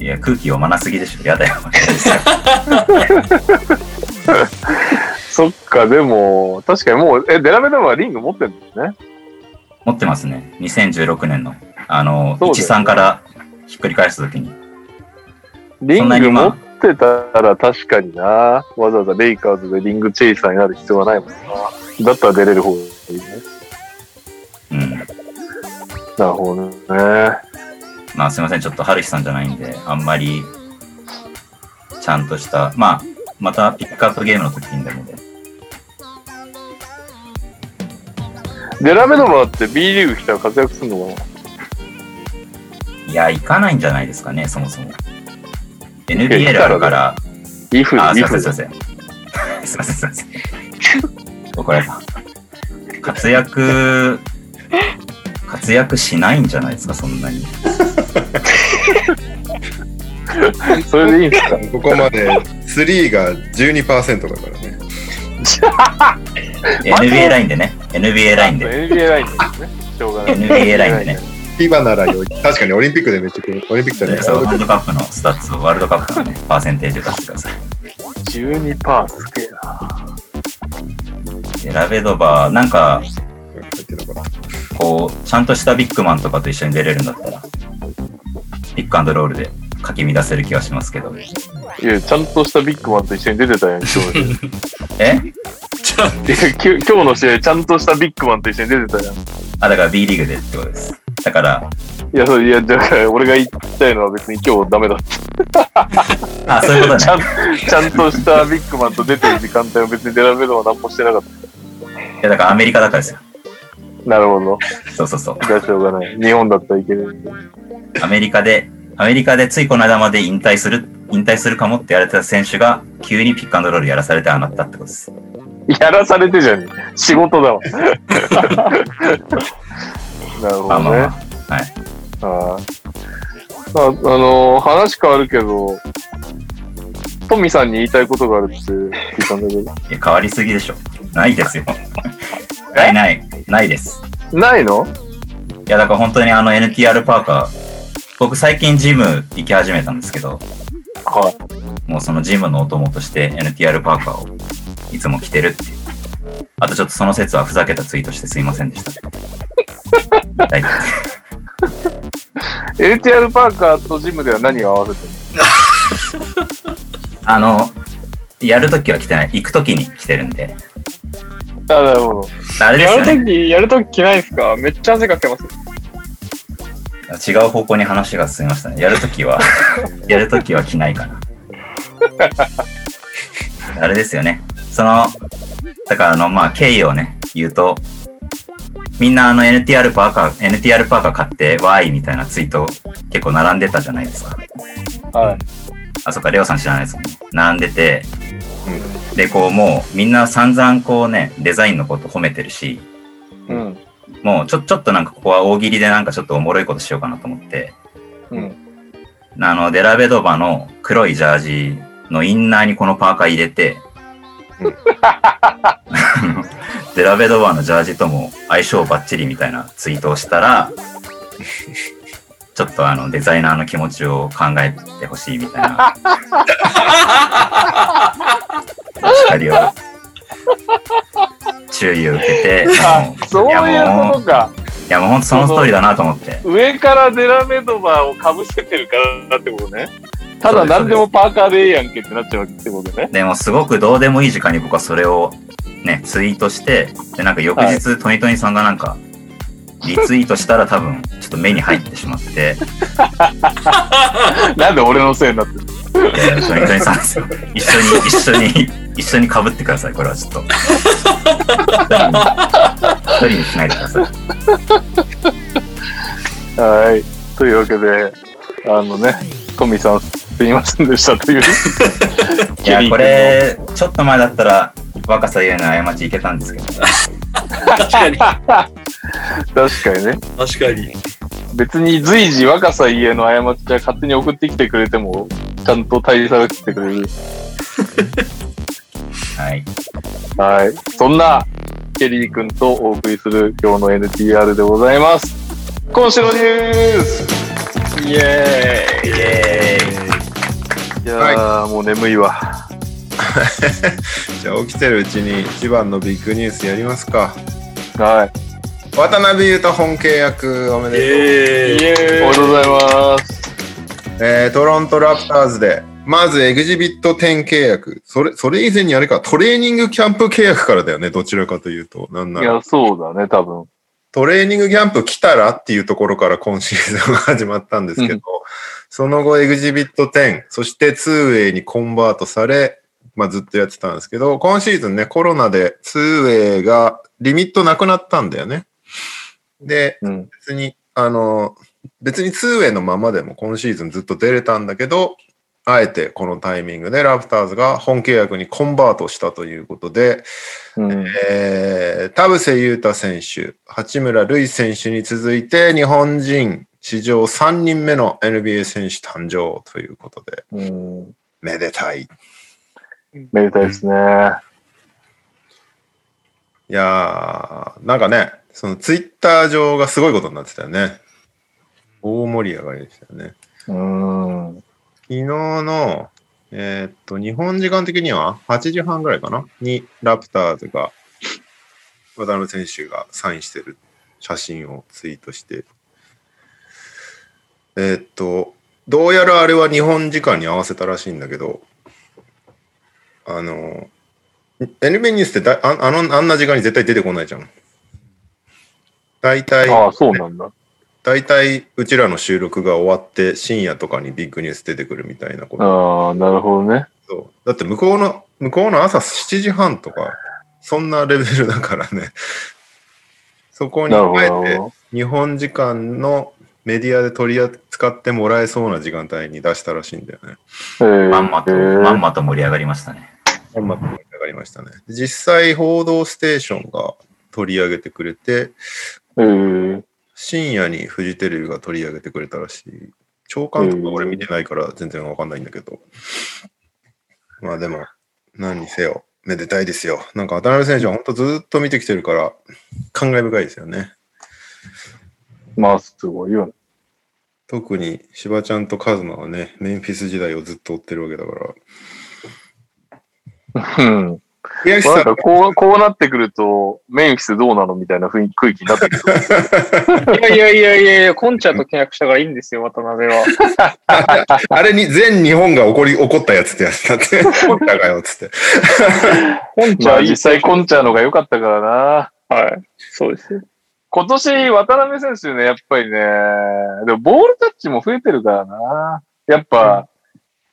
[SPEAKER 5] いや、空気読まなすぎでしょ。やだよ。
[SPEAKER 2] そっか、でも、確かにもう、え、デラベドバはリング持ってるんですね。
[SPEAKER 5] 持ってますね。2016年の。あの、
[SPEAKER 2] そうだよね
[SPEAKER 5] 13からひっくり返すときに。
[SPEAKER 2] リ
[SPEAKER 5] そ
[SPEAKER 2] ン
[SPEAKER 5] んなに
[SPEAKER 2] グ
[SPEAKER 5] ま
[SPEAKER 2] 持
[SPEAKER 5] あ
[SPEAKER 2] っ、てたら確かにな。わざわざレイカーズでリングチェイサーになる必要はないもんな。だったら出れる方がいいね。
[SPEAKER 5] うん。
[SPEAKER 2] なるほどね。
[SPEAKER 5] まあすいません。ちょっと春日さんじゃないんで、あんまり、ちゃんとした、まあ、またピックアップゲームの時にでもね。
[SPEAKER 2] デラメドバって B リーグ来たら活躍するのか
[SPEAKER 5] いや、行かないんじゃないですかね、そもそも。
[SPEAKER 2] いや
[SPEAKER 5] NBA
[SPEAKER 2] 行っ
[SPEAKER 5] だ
[SPEAKER 2] たらね
[SPEAKER 5] から、
[SPEAKER 2] なイフ
[SPEAKER 5] あ、すい
[SPEAKER 2] イ
[SPEAKER 5] ませ
[SPEAKER 2] フ
[SPEAKER 5] ん、すいません。すいません、すいません。怒られた。活躍、活躍しないんじゃないですか、そ
[SPEAKER 2] [laughs]
[SPEAKER 5] んなに。
[SPEAKER 2] それでいいんですか
[SPEAKER 1] ここまで3が12%だからね。
[SPEAKER 5] NBA ラインでね。NBA ラインで。
[SPEAKER 2] NBA ラインですね。しょうがない。
[SPEAKER 5] NBA ラインでね。
[SPEAKER 1] フィバならより、確かにオリンピックでめっちゃ来る、オリンピックじゃない
[SPEAKER 5] でそうワールドカップのスタッツをワールドカップのね、パーセンテージを出してください。
[SPEAKER 2] 12パーすげえな。
[SPEAKER 5] で、ラベドバー、なんか、
[SPEAKER 1] 入ってなかった
[SPEAKER 5] こう、ちゃんとしたビッグマンとかと一緒に出れるんだったら、ピックアンドロールでかき乱せる気がしますけど。
[SPEAKER 2] いや、ちゃんとしたビッグマンと一緒に出てたやん、今日。
[SPEAKER 5] え
[SPEAKER 3] ちゃん
[SPEAKER 2] いやきゅ今日の試合、ちゃんとしたビッグマンと一緒に出てたやん。い
[SPEAKER 5] あ、だから B リーグでってことです。だから、
[SPEAKER 2] や、そういや、だから俺が言いたいのは別に今日ダメだって。
[SPEAKER 5] あ、そういうことね
[SPEAKER 2] ち。ゃんちゃんとしたビッグマンと出てる時間帯は別にデラベドは何もしてなかっ
[SPEAKER 5] いや、だからアメリカだからですよ。
[SPEAKER 2] た。なるほど。
[SPEAKER 5] そうそうそう。
[SPEAKER 2] じゃあしょうがない。日本だったらいける。
[SPEAKER 5] アメリカで、アメリカでついこの間まで引退する、引退するかもって言われてた選手が、急にピックアンドロールやらされてああなったってことです。
[SPEAKER 2] やらされてじゃん。仕事 [laughs] だわ。なるほ
[SPEAKER 5] まあま
[SPEAKER 2] ど
[SPEAKER 5] あ
[SPEAKER 2] ね。
[SPEAKER 5] まあ。はい。
[SPEAKER 2] はいあ、あのー話変わるけど、トミさんに言いたいことがあるって聞いたんだけど。
[SPEAKER 5] いや、変わりすぎでしょ。ないですよ。ないない。ないです。
[SPEAKER 2] ないの
[SPEAKER 5] いや、だから本当にあの NTR パーカー、僕最近ジム行き始めたんですけど、
[SPEAKER 2] はい。
[SPEAKER 5] もうそのジムのお供として NTR パーカーをいつも着てるっていう。あとちょっとその説はふざけたツイートしてすいませんでした。はい、
[SPEAKER 2] LTR パーカーとジムでは何を合わせてる
[SPEAKER 5] あの、やるときは着てない。行くときに着てるんで。
[SPEAKER 2] のあ、なるほど。
[SPEAKER 5] あれです
[SPEAKER 4] や
[SPEAKER 5] よ
[SPEAKER 4] る
[SPEAKER 5] ね。
[SPEAKER 4] とき、やるとき着ないですかめっちゃ汗かけます。
[SPEAKER 5] 違う方向に話が進みましたね。やる
[SPEAKER 2] [laughs]
[SPEAKER 5] ときは、やるときは着ないかな。あれですよね。その、だからあの、まあ、経緯をね、言うと、みんなあの NTR パーカー、NTR パーカー買って、わーいみたいなツイート結構並んでたじゃないですか。
[SPEAKER 2] はい。
[SPEAKER 5] あ、そっか、レオさん知らないですもんね。並んでて、で、こう、もう、みんな散々こうね、デザインのこと褒めてるし、
[SPEAKER 2] うん。
[SPEAKER 5] もう、ちょ、ちょっとなんかここは大喜利でなんかちょっとおもろいことしようかなと思って、
[SPEAKER 2] うん。
[SPEAKER 5] あの、デラベドバの黒いジャージのインナーにこのパーカー入
[SPEAKER 2] [laughs]
[SPEAKER 5] れて、デラベドバのジャージとも相性バッチリみたいなツイートをしたら、ちょっとあのデザイナーの気持ちを考えてほしいみたいな。光を注意を受けて、
[SPEAKER 2] あ
[SPEAKER 5] も、
[SPEAKER 2] そう
[SPEAKER 5] い
[SPEAKER 2] い
[SPEAKER 5] や
[SPEAKER 2] う
[SPEAKER 5] も
[SPEAKER 2] こと
[SPEAKER 5] う、
[SPEAKER 2] か。
[SPEAKER 5] いやもう本当そのストーリーだなと思って。
[SPEAKER 2] 上からデラメドバーをかぶせてるからってことね。ただ何でもパーカーでええやんけってなっちゃうわけってことね。
[SPEAKER 5] でもすごくどうでもいい時間に僕はそれをね、ツイートして、で、なんか翌
[SPEAKER 2] は
[SPEAKER 5] 日、トニトニさんがなんか、リツイートしたら多分、ちょっと目に入ってしまって、
[SPEAKER 2] なんで俺のせいになってる
[SPEAKER 5] でトニト
[SPEAKER 2] [laughs]
[SPEAKER 5] ニさん、一緒に、一緒に、一緒に被ってください、これはちょっと。一人にしないでください。
[SPEAKER 2] はい。というわけで、あのね、トミさんすいませんでしたという。
[SPEAKER 5] いや、これ、ちょっと前だったら、若さゆえの過ちいけたんですけど、
[SPEAKER 3] 確
[SPEAKER 5] [laughs]
[SPEAKER 3] かに。
[SPEAKER 2] 確かにね。
[SPEAKER 3] 確かに。
[SPEAKER 2] 別に随時若さ家の過ちは勝手に送ってきてくれても、ちゃんと対策してくれる。
[SPEAKER 5] はい。
[SPEAKER 2] はい。そんな、ケリー君とお送りする今日の NTR でございます。今週のニュースイエ
[SPEAKER 5] イエ
[SPEAKER 2] ーイいやー、もう眠いわ。
[SPEAKER 1] じゃあ起きてるうちに一番のビッグニュースやりますか。
[SPEAKER 2] はい。
[SPEAKER 1] 渡辺裕太本契約おめでとう。
[SPEAKER 3] え
[SPEAKER 4] イ
[SPEAKER 3] ー、
[SPEAKER 4] エ
[SPEAKER 2] おめでとうございます。
[SPEAKER 1] えートロントラプターズで、まずエグジビット10契約。それ、それ以前にあれか、トレーニングキャンプ契約からだよね、どちらかというと。なんないら。
[SPEAKER 2] や、そうだね、多分。
[SPEAKER 1] トレーニングキャンプ来たらっていうところから今シーズンが始まったんですけど、
[SPEAKER 2] うん
[SPEAKER 1] その後エグジビット10、そして 2way にコンバートされ、まあずっとやってたんですけど、今シーズンね、コロナで 2way がリミットなくなったんだよね。で、
[SPEAKER 2] うん。
[SPEAKER 1] 別に、あの、別に 2way のままでも今シーズンずっと出れたんだけど、あえてこのタイミングでラプターズが本契約にコンバートしたということで、
[SPEAKER 2] うん。
[SPEAKER 1] えー田臥勇太選手、八村塁選手に続いて日本人史上3人目の NBA 選手誕生ということで、
[SPEAKER 2] うん。
[SPEAKER 1] めでたい。い
[SPEAKER 2] めでたいですね。
[SPEAKER 1] やー、なんかね、そのツイッター上がすごいことになってたよね。大盛り上がりでしたよね。
[SPEAKER 2] うん。
[SPEAKER 1] 昨日の、えーっと、日本時間的には8時半ぐらいかなに、ラプターズが、渡辺選手がサインしてる写真をツイートして、えーっと、どうやらあれは日本時間に合わせたらしいんだけど、あの、NB ニュースってだああのあんな時間に絶対出てこないじゃん。大体、
[SPEAKER 2] ああ、そうなんだ。
[SPEAKER 1] 大体うちらの収録が終わって深夜とかにビッグニュース出てくるみたいなこと。
[SPEAKER 2] ああ、なるほどね。
[SPEAKER 1] そうだって向こうの、向こうの朝7時半とか、そんなレベルだからね。 [laughs] そこに
[SPEAKER 2] なるほ
[SPEAKER 1] あえ
[SPEAKER 2] どなる
[SPEAKER 1] て
[SPEAKER 2] ほ
[SPEAKER 1] 日本時間のメディアで取り扱ってもらえそうな時間帯に出したらしいんだよね。
[SPEAKER 2] ど。ええ
[SPEAKER 5] まんまと、まんまと盛り上がりましたね。
[SPEAKER 1] うまく盛り上がりましたね。実際、報道ステーションが取り上げてくれて、
[SPEAKER 2] ええ
[SPEAKER 1] 深夜にフジテレビが取り上げてくれたらしい。長官とか俺見てないから全然わかんないんだけど。まあでも、何にせよ、めでたいですよ。なんか渡辺選手は本当ずっと見てきてるから、感慨深いですよね。
[SPEAKER 2] まあ、すごいよね。
[SPEAKER 1] 特に芝ちゃんとカズマはね、メンフィス時代をずっと追ってるわけだから。
[SPEAKER 2] うん。
[SPEAKER 1] 悔し
[SPEAKER 2] まあな
[SPEAKER 1] さ
[SPEAKER 2] んか、こう、こうなってくると、メインフィスどうなのみたいな雰囲気区域になってくる。
[SPEAKER 4] いやいやいやいやいや、コンチャと契約したからいいんですよ、渡辺は。
[SPEAKER 1] あれに全日本が怒り、怒ったやつってやつだって。怒ったかよっつって。
[SPEAKER 4] コンチ
[SPEAKER 2] ま
[SPEAKER 4] ャ
[SPEAKER 2] あ、
[SPEAKER 4] いい
[SPEAKER 2] 実際コンチャーのが良かったからな。
[SPEAKER 4] はい。そうですよ。
[SPEAKER 2] 今年、渡辺選手ね、やっぱりね、でもボールタッチも増えてるからな。やっぱ、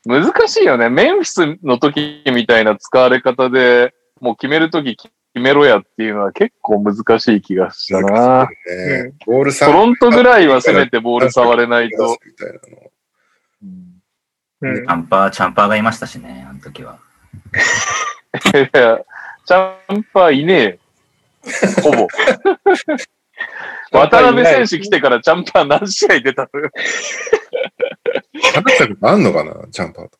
[SPEAKER 2] 難しいよね。メンフィスの時みたいな使われ方で、もう決める時決めろやっていうのは結構難しい気がしたな。
[SPEAKER 1] ねボール
[SPEAKER 2] ト
[SPEAKER 1] 3
[SPEAKER 2] ロントぐらいはせめてボール触れないと。
[SPEAKER 1] みたいなの。
[SPEAKER 4] うん
[SPEAKER 5] チャンパー、チャンパーがいましたしね、あの時は。
[SPEAKER 2] いやいや、チャンパーいねえよ。ほぼ。渡辺選手来てからチャンパー何試合出たのよ。
[SPEAKER 1] 話したことあんのかなチャンパーと。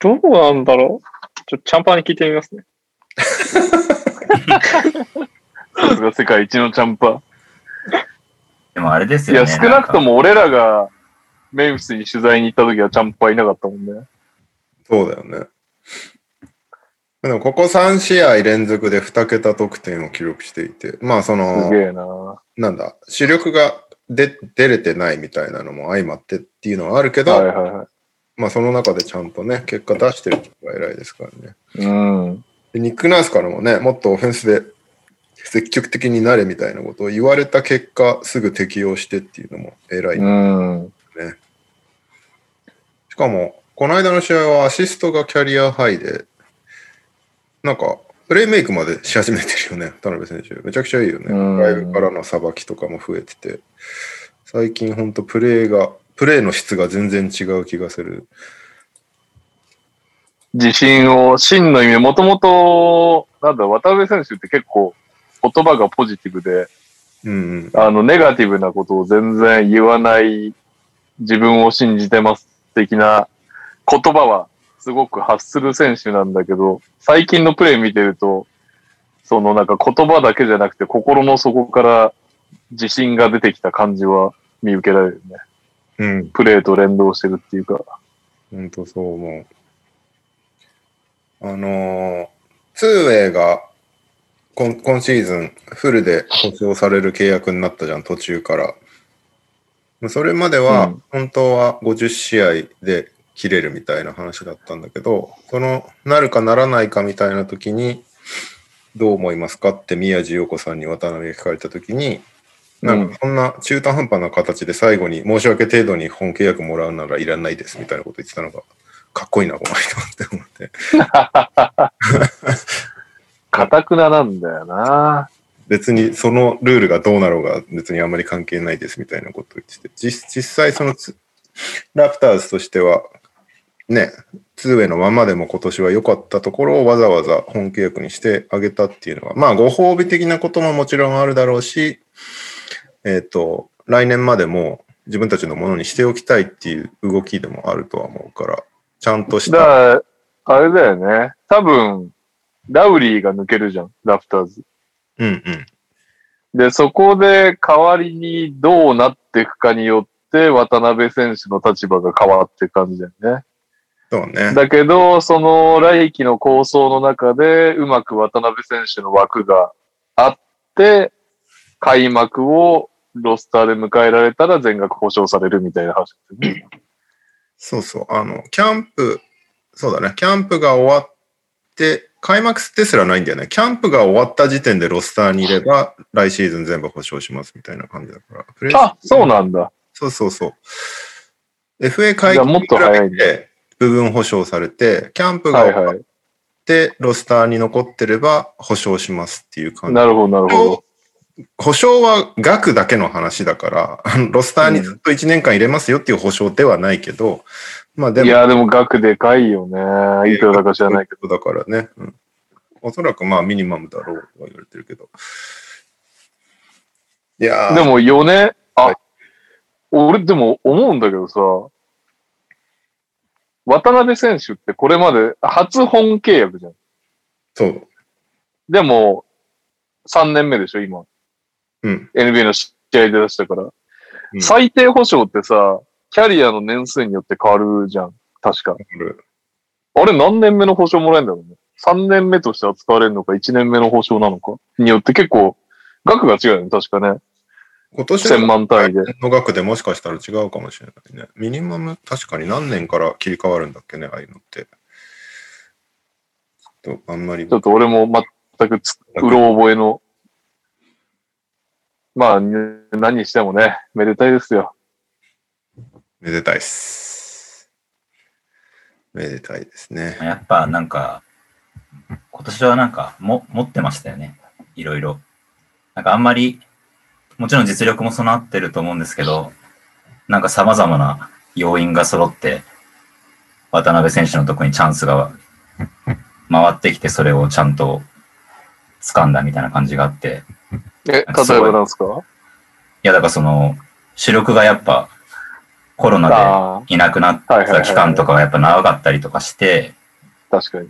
[SPEAKER 4] どうなんだろうちょっとチャンパーに聞いてみますね。
[SPEAKER 2] さすが世界一のチャンパ
[SPEAKER 5] でもあれです
[SPEAKER 2] ー。い
[SPEAKER 5] よ
[SPEAKER 2] や、
[SPEAKER 5] ね。
[SPEAKER 2] 少なくと
[SPEAKER 5] んか。
[SPEAKER 2] も俺らがメンフィスに取材に行った時はチャンパーいなかったもんね。
[SPEAKER 1] そうだよね。でもここ3試合連続で2桁得点を記録していて、まあそ
[SPEAKER 2] す
[SPEAKER 1] の、
[SPEAKER 2] げえな。
[SPEAKER 1] なんだ、主力が出出れてないみたいなのも相まってっていうのはあるけど、
[SPEAKER 2] はいはいは
[SPEAKER 1] まあその中でちゃんとね、結果出してる人が偉いですからね。
[SPEAKER 2] い。うん。
[SPEAKER 1] でニック・ナースからもね、もっとオフェンスで積極的になれみたいなことを言われた結果、すぐ適用してっていうのも偉い。
[SPEAKER 2] うん。
[SPEAKER 1] しかも、この間の試合はアシストがキャリアハイで、なんか、プレイメイクまでし始めてるよね、田辺選手。めちゃくちゃいいよね。
[SPEAKER 2] うん
[SPEAKER 1] ライブからのさばきとかも増えてて、最近ほんとプレーが、プレーの質が全然違う気がする。
[SPEAKER 2] 自信を、真の意味、もともと、なんだ、渡辺選手って結構言葉がポジティブで、
[SPEAKER 1] うんうん。
[SPEAKER 2] あの、ネガティブなことを全然言わない、自分を信じてます的な言葉はすごく発する選手なんだけど、最近のプレー見てると、そのなんか言葉だけじゃなくて心の底から自信が出てきた感じは見受けられるね。
[SPEAKER 1] うん、
[SPEAKER 2] プレーと連動してるっていうか。
[SPEAKER 1] ほんとそう思う。あのー、ツーウェイが今今シーズンフルで補償される契約になったじゃん、途中から。それまで
[SPEAKER 2] う
[SPEAKER 1] は
[SPEAKER 2] ん
[SPEAKER 1] 本当は50試合で切れるみたいな話だったんだけど、そのなるかならないかみたいな時に、どう思いますかって宮地洋子さんに渡辺が聞かれた時に、なんかそんな中途半端な形で最後に申し訳程度に本契約もらうならいらないですみたいなこと言ってたのが、かっこいいな、この人って思って。
[SPEAKER 2] かたくななんだよな。
[SPEAKER 1] 別にそのルールがどうなろうが別にあんまり関係ないですみたいなことを言ってて、実実際そのツラプターズとしては、ね、ツーウェイのままでも今年は良かったところをわざわざ本契約にしてあげたっていうのは、まあご褒美的なことももちろんあるだろうし、えっ、と、来年までも自分たちのものにしておきたいっていう動きでもあるとは思うから、ちゃんとし
[SPEAKER 2] だ
[SPEAKER 1] た、
[SPEAKER 2] から、あれだよね。多分、ラウリーが抜けるじゃん。ラプターズ。
[SPEAKER 1] うんうん、
[SPEAKER 2] で、そこで代わりにどうなっていくかによって、渡辺選手の立場が変わっていく感じだよね。
[SPEAKER 1] そうね。
[SPEAKER 2] だけど、その来季の構想の中で、うまく渡辺選手の枠があって、開幕をロスターで迎えられたら全額保証されるみたいな話ですね。
[SPEAKER 1] そうそう。あの、キャンプ、そうだね。キャンプが終わって、開幕ですらないんだよね。キャンプが終わった時点でロスターにいれば、来シーズン全部保証しますみたいな感じだから。プレ
[SPEAKER 2] あ、そうなんだ。
[SPEAKER 1] そうそうそう。FA 会議
[SPEAKER 2] じゃあもっと早いね
[SPEAKER 1] で部分保証されて、キャンプが
[SPEAKER 2] は
[SPEAKER 1] 終
[SPEAKER 2] い
[SPEAKER 1] わ
[SPEAKER 2] は
[SPEAKER 1] っ
[SPEAKER 2] い。
[SPEAKER 1] て、ロスターに残ってれば保証しますっていう感じ。
[SPEAKER 2] なるほど、なるほど。
[SPEAKER 1] 保証は額だけの話だから、あのロスターにずっと1年間入れますよっていう保証ではないけど、まあでも、
[SPEAKER 2] いや、でも額でかいよね。いくらだか知らないけ
[SPEAKER 1] けど。だからね、うんおそらくまあミニマムだろうとは言われてるけど。いや
[SPEAKER 2] ど。
[SPEAKER 1] ー
[SPEAKER 2] でも4年、
[SPEAKER 1] は
[SPEAKER 2] あ
[SPEAKER 1] い、
[SPEAKER 2] 俺でも思うんだけどさ、渡辺選手ってこれまで初本契約じゃん。
[SPEAKER 1] そう。
[SPEAKER 2] でも、3年目でしょ、今。
[SPEAKER 1] うん。
[SPEAKER 2] NBA の試合で出したから。
[SPEAKER 1] ん
[SPEAKER 2] 最低保証ってさ、キャリアの年数によって変わるじゃん。確か。あれ何年目の保証もらえるんだろうね。3年目として扱われるのか、1年目の保証なのかによって結構、額が違うよね、確かね。
[SPEAKER 1] 今年
[SPEAKER 2] 1000万単位で。
[SPEAKER 1] の額でもしかしたら違うかもしれないね。ミニマム、確かに何年から切り替わるんだっけね、ああいうのって。ちょっとあんまり
[SPEAKER 2] ちょっと俺も全くつ、うろ覚えの。まあ、ね何にしてもね、めでたいですよ。
[SPEAKER 1] めでたいっす。めでたいですね。
[SPEAKER 5] やっぱなんか、今年はなんかも持ってましたよね。いろいろ。なんかあんまり、もちろん実力も備わってると思うんですけど、なんか様々な要因が揃って、渡辺選手のとこにチャンスが回ってきて、それをちゃんと掴んだみたいな感じがあって、
[SPEAKER 2] え、例えばなんですか
[SPEAKER 5] いやだからその、主力がやっぱコロナ
[SPEAKER 2] ああ、
[SPEAKER 5] でいなくなった期間とかがやっぱ長かったりとかして、
[SPEAKER 2] 確かに。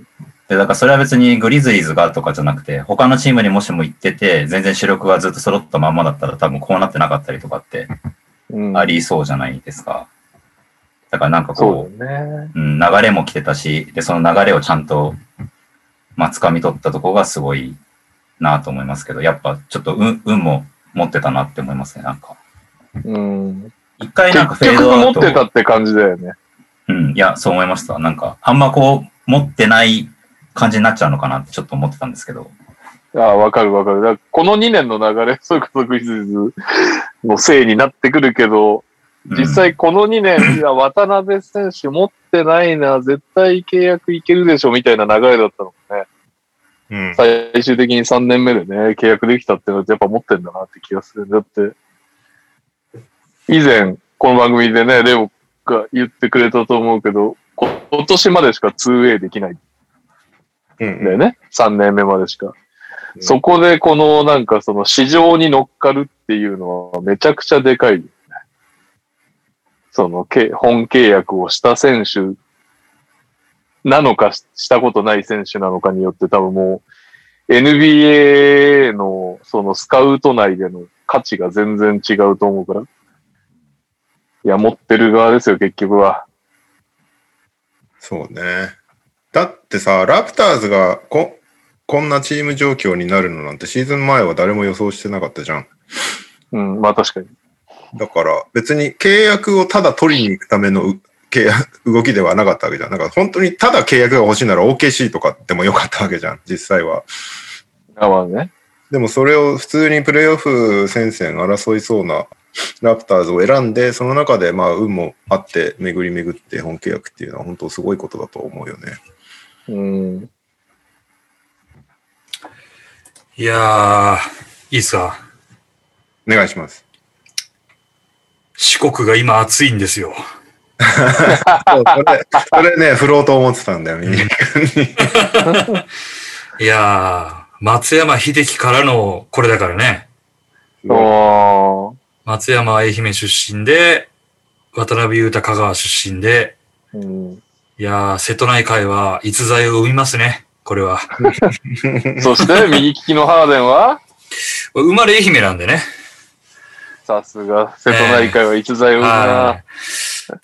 [SPEAKER 5] で、だからそれは別にグリズリーズがとかじゃなくて、他のチームにもしも行ってて、全然主力がずっと揃ったまんまだったら多分こうなってなかったりとかって
[SPEAKER 2] うん。
[SPEAKER 5] ありそうじゃないですか。だからなんか
[SPEAKER 2] そ
[SPEAKER 5] こ
[SPEAKER 2] うだよね。
[SPEAKER 5] う、うん、流れも来てたし、で、その流れをちゃんと、まあ、掴み取ったとこがすごいなと思いますけど、やっぱちょっと運、運も持ってたなって思いますね、なんか。
[SPEAKER 2] うん。
[SPEAKER 5] 一回なんかフェ
[SPEAKER 2] 結
[SPEAKER 5] ード
[SPEAKER 2] 局
[SPEAKER 5] ア
[SPEAKER 2] 持
[SPEAKER 5] ウ
[SPEAKER 2] っ
[SPEAKER 5] ト。
[SPEAKER 2] てたって感じだよね。
[SPEAKER 5] うん、いや、そう思いました。なんか、あんまこう、持ってない感じになっちゃうのかなってちょっと思ってたんですけど。
[SPEAKER 2] ああ、わかるわかる。だからこの2年の流れ、 [laughs] それこそクイズのせいになってくるけど、
[SPEAKER 5] うん
[SPEAKER 2] 実際この2年、いや渡辺選手持ってないな、絶対契約いけるでしょ、みたいな流れだったのもね。
[SPEAKER 1] うん。
[SPEAKER 2] 最終的に3年目でね、契約できたってのはやっぱ持ってんだなって気がする。だって、以前、この番組でね、レオが言ってくれたと思うけど、こ今年までしか 2way できない
[SPEAKER 1] うん
[SPEAKER 2] だよね。3年目までしか。
[SPEAKER 1] うん
[SPEAKER 2] そこでこのなんかその市場に乗っかるっていうのはめちゃくちゃでかいよね。そのけ本契約をした選手なのかししたことない選手なのかによって多分もう NBA のそのスカウト内での価値が全然違うと思うから。いや、持ってる側ですよ、結局は。
[SPEAKER 1] そうね。だってさ、ラプターズがここんなチーム状況になるのなんてシーズン前は誰も予想してなかったじゃん。
[SPEAKER 2] うん、まあ確かに。
[SPEAKER 1] だから別に契約をただ取りに行くためのう契約動きではなかったわけじゃん。だから本当にただ契約が欲しいなら OKC とかでもよかったわけじゃん、実際は。
[SPEAKER 2] あまあね。
[SPEAKER 1] でもそれを普通にプレーオフ戦線争いそうなラプターズを選んで、その中でまあ運もあって巡り巡って本契約っていうのは本当すごいことだと思うよね。
[SPEAKER 2] うん。
[SPEAKER 3] いやー、いいっすか。
[SPEAKER 1] お願いします。
[SPEAKER 3] 四国が今暑いんですよ。
[SPEAKER 1] そうそれそれね、振ろうと思ってたんだよ、ミニ君に。
[SPEAKER 3] いやー、松山秀樹からのこれだからね。
[SPEAKER 2] あ
[SPEAKER 3] 松山愛媛出身で、渡辺裕太香川出身で、
[SPEAKER 2] あ、うん。
[SPEAKER 3] いやー、瀬戸内海は逸材を生みますね。これは。
[SPEAKER 2] そして、
[SPEAKER 3] [laughs]
[SPEAKER 2] 右利きのハーデンは、
[SPEAKER 3] 生まれ愛媛なんでね。
[SPEAKER 2] さすが、瀬戸内海は逸材を生むな。
[SPEAKER 3] はい。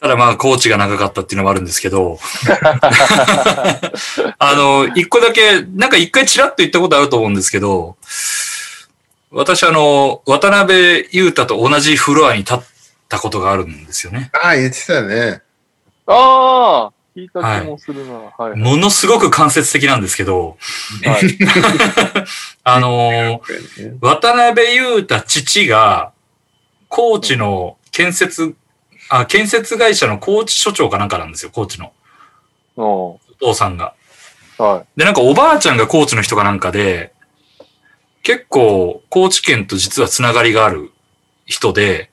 [SPEAKER 3] ただまあ、コーチが長かったっていうのもあるんですけど。あの、一個だけ、なんか一回ちらっと言ったことあると思うんですけど、私あの、渡辺裕太と同じフロアに立ったことがあるんですよね。
[SPEAKER 1] ああ、言ってたね。
[SPEAKER 2] ああ聞いた気もするな。はい。はい
[SPEAKER 3] ものすごく間接的なんですけど、 [laughs] あの、渡辺裕太父が、高知の建設、あ、建設会社の高知所長かなんかなんですよ、高知の。
[SPEAKER 2] うん
[SPEAKER 3] お父さんが。
[SPEAKER 2] はい。
[SPEAKER 3] で、なんかおばあちゃんが高知の人かなんかで、結構高知県と実はつながりがある人で、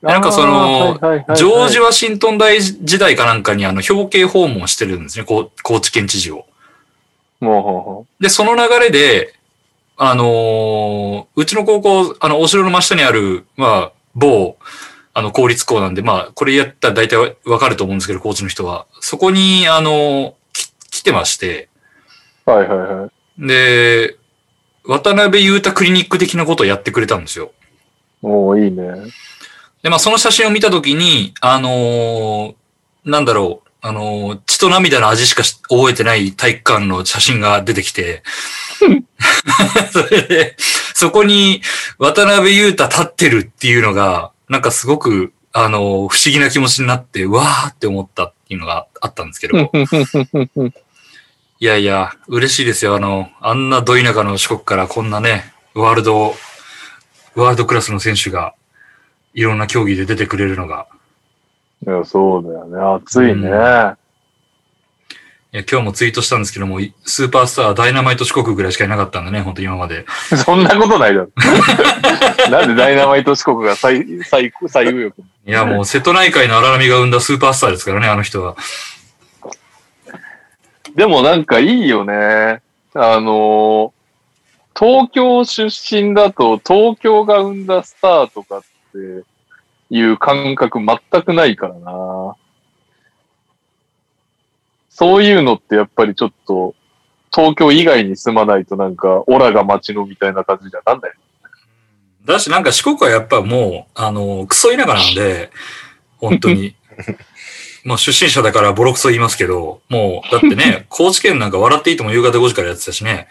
[SPEAKER 3] なんかその
[SPEAKER 2] あー、はいはいはいはい
[SPEAKER 3] ジョージ・ワシントン大時代かなんかにあの表敬訪問してるんですね、こう高知県知事を。
[SPEAKER 2] も
[SPEAKER 3] で、その流れで、あのーうちの高校、あの、お城の真下にある、まあ、某、あの、公立校なんで、まあ、これやったら大体わわかると思うんですけど、高知の人は。そこに、あのーき来てまして、
[SPEAKER 2] うはいはいはい。
[SPEAKER 3] で、渡辺裕太クリニック的なことをやってくれたんですよ。
[SPEAKER 2] もういいね。
[SPEAKER 3] で、まあ、その写真を見たときに、あのーなんだろう、あのー血と涙の味しかし覚えてない体育館の写真が出てき [laughs] て、それで、そこに渡辺裕太立ってるっていうのが、なんかすごく、あのー不思議な気持ちになって、うわーって思ったっていうのがあったんですけど、いやいや、嬉しいですよ。あの、あんなど田舎の四国からこんなね、ワールド、ワールドクラスの選手が、いろんな競技で出てくれるのが、
[SPEAKER 2] いや、そうだよね。暑いね。
[SPEAKER 3] うんいや今日もツイートしたんですけども、いスーパースター、ダイナマイト四国ぐらいしかいなかったんでね、本当今まで。
[SPEAKER 2] [laughs] そんなことないだろ。 [laughs] なんでダイナマイト四国が最、最、最右翼
[SPEAKER 3] いや、もう瀬戸内海の荒波が生んだスーパースターですからね、あの人は。
[SPEAKER 2] でもなんかいいよね。あのー、東京出身だと東京が生んだスターとかっていう感覚全くないからな。そういうのってやっぱりちょっと東京以外に住まないとなんかオラが街のみたいな感じじゃなんだよ。
[SPEAKER 3] だし、なんか四国はやっぱもう、あの、クソ田舎なんで、本当に。もう出身者だからボロクソ言いますけど、もう、だってね、高知県なんか笑っていいとも夕方5時からやってたしね。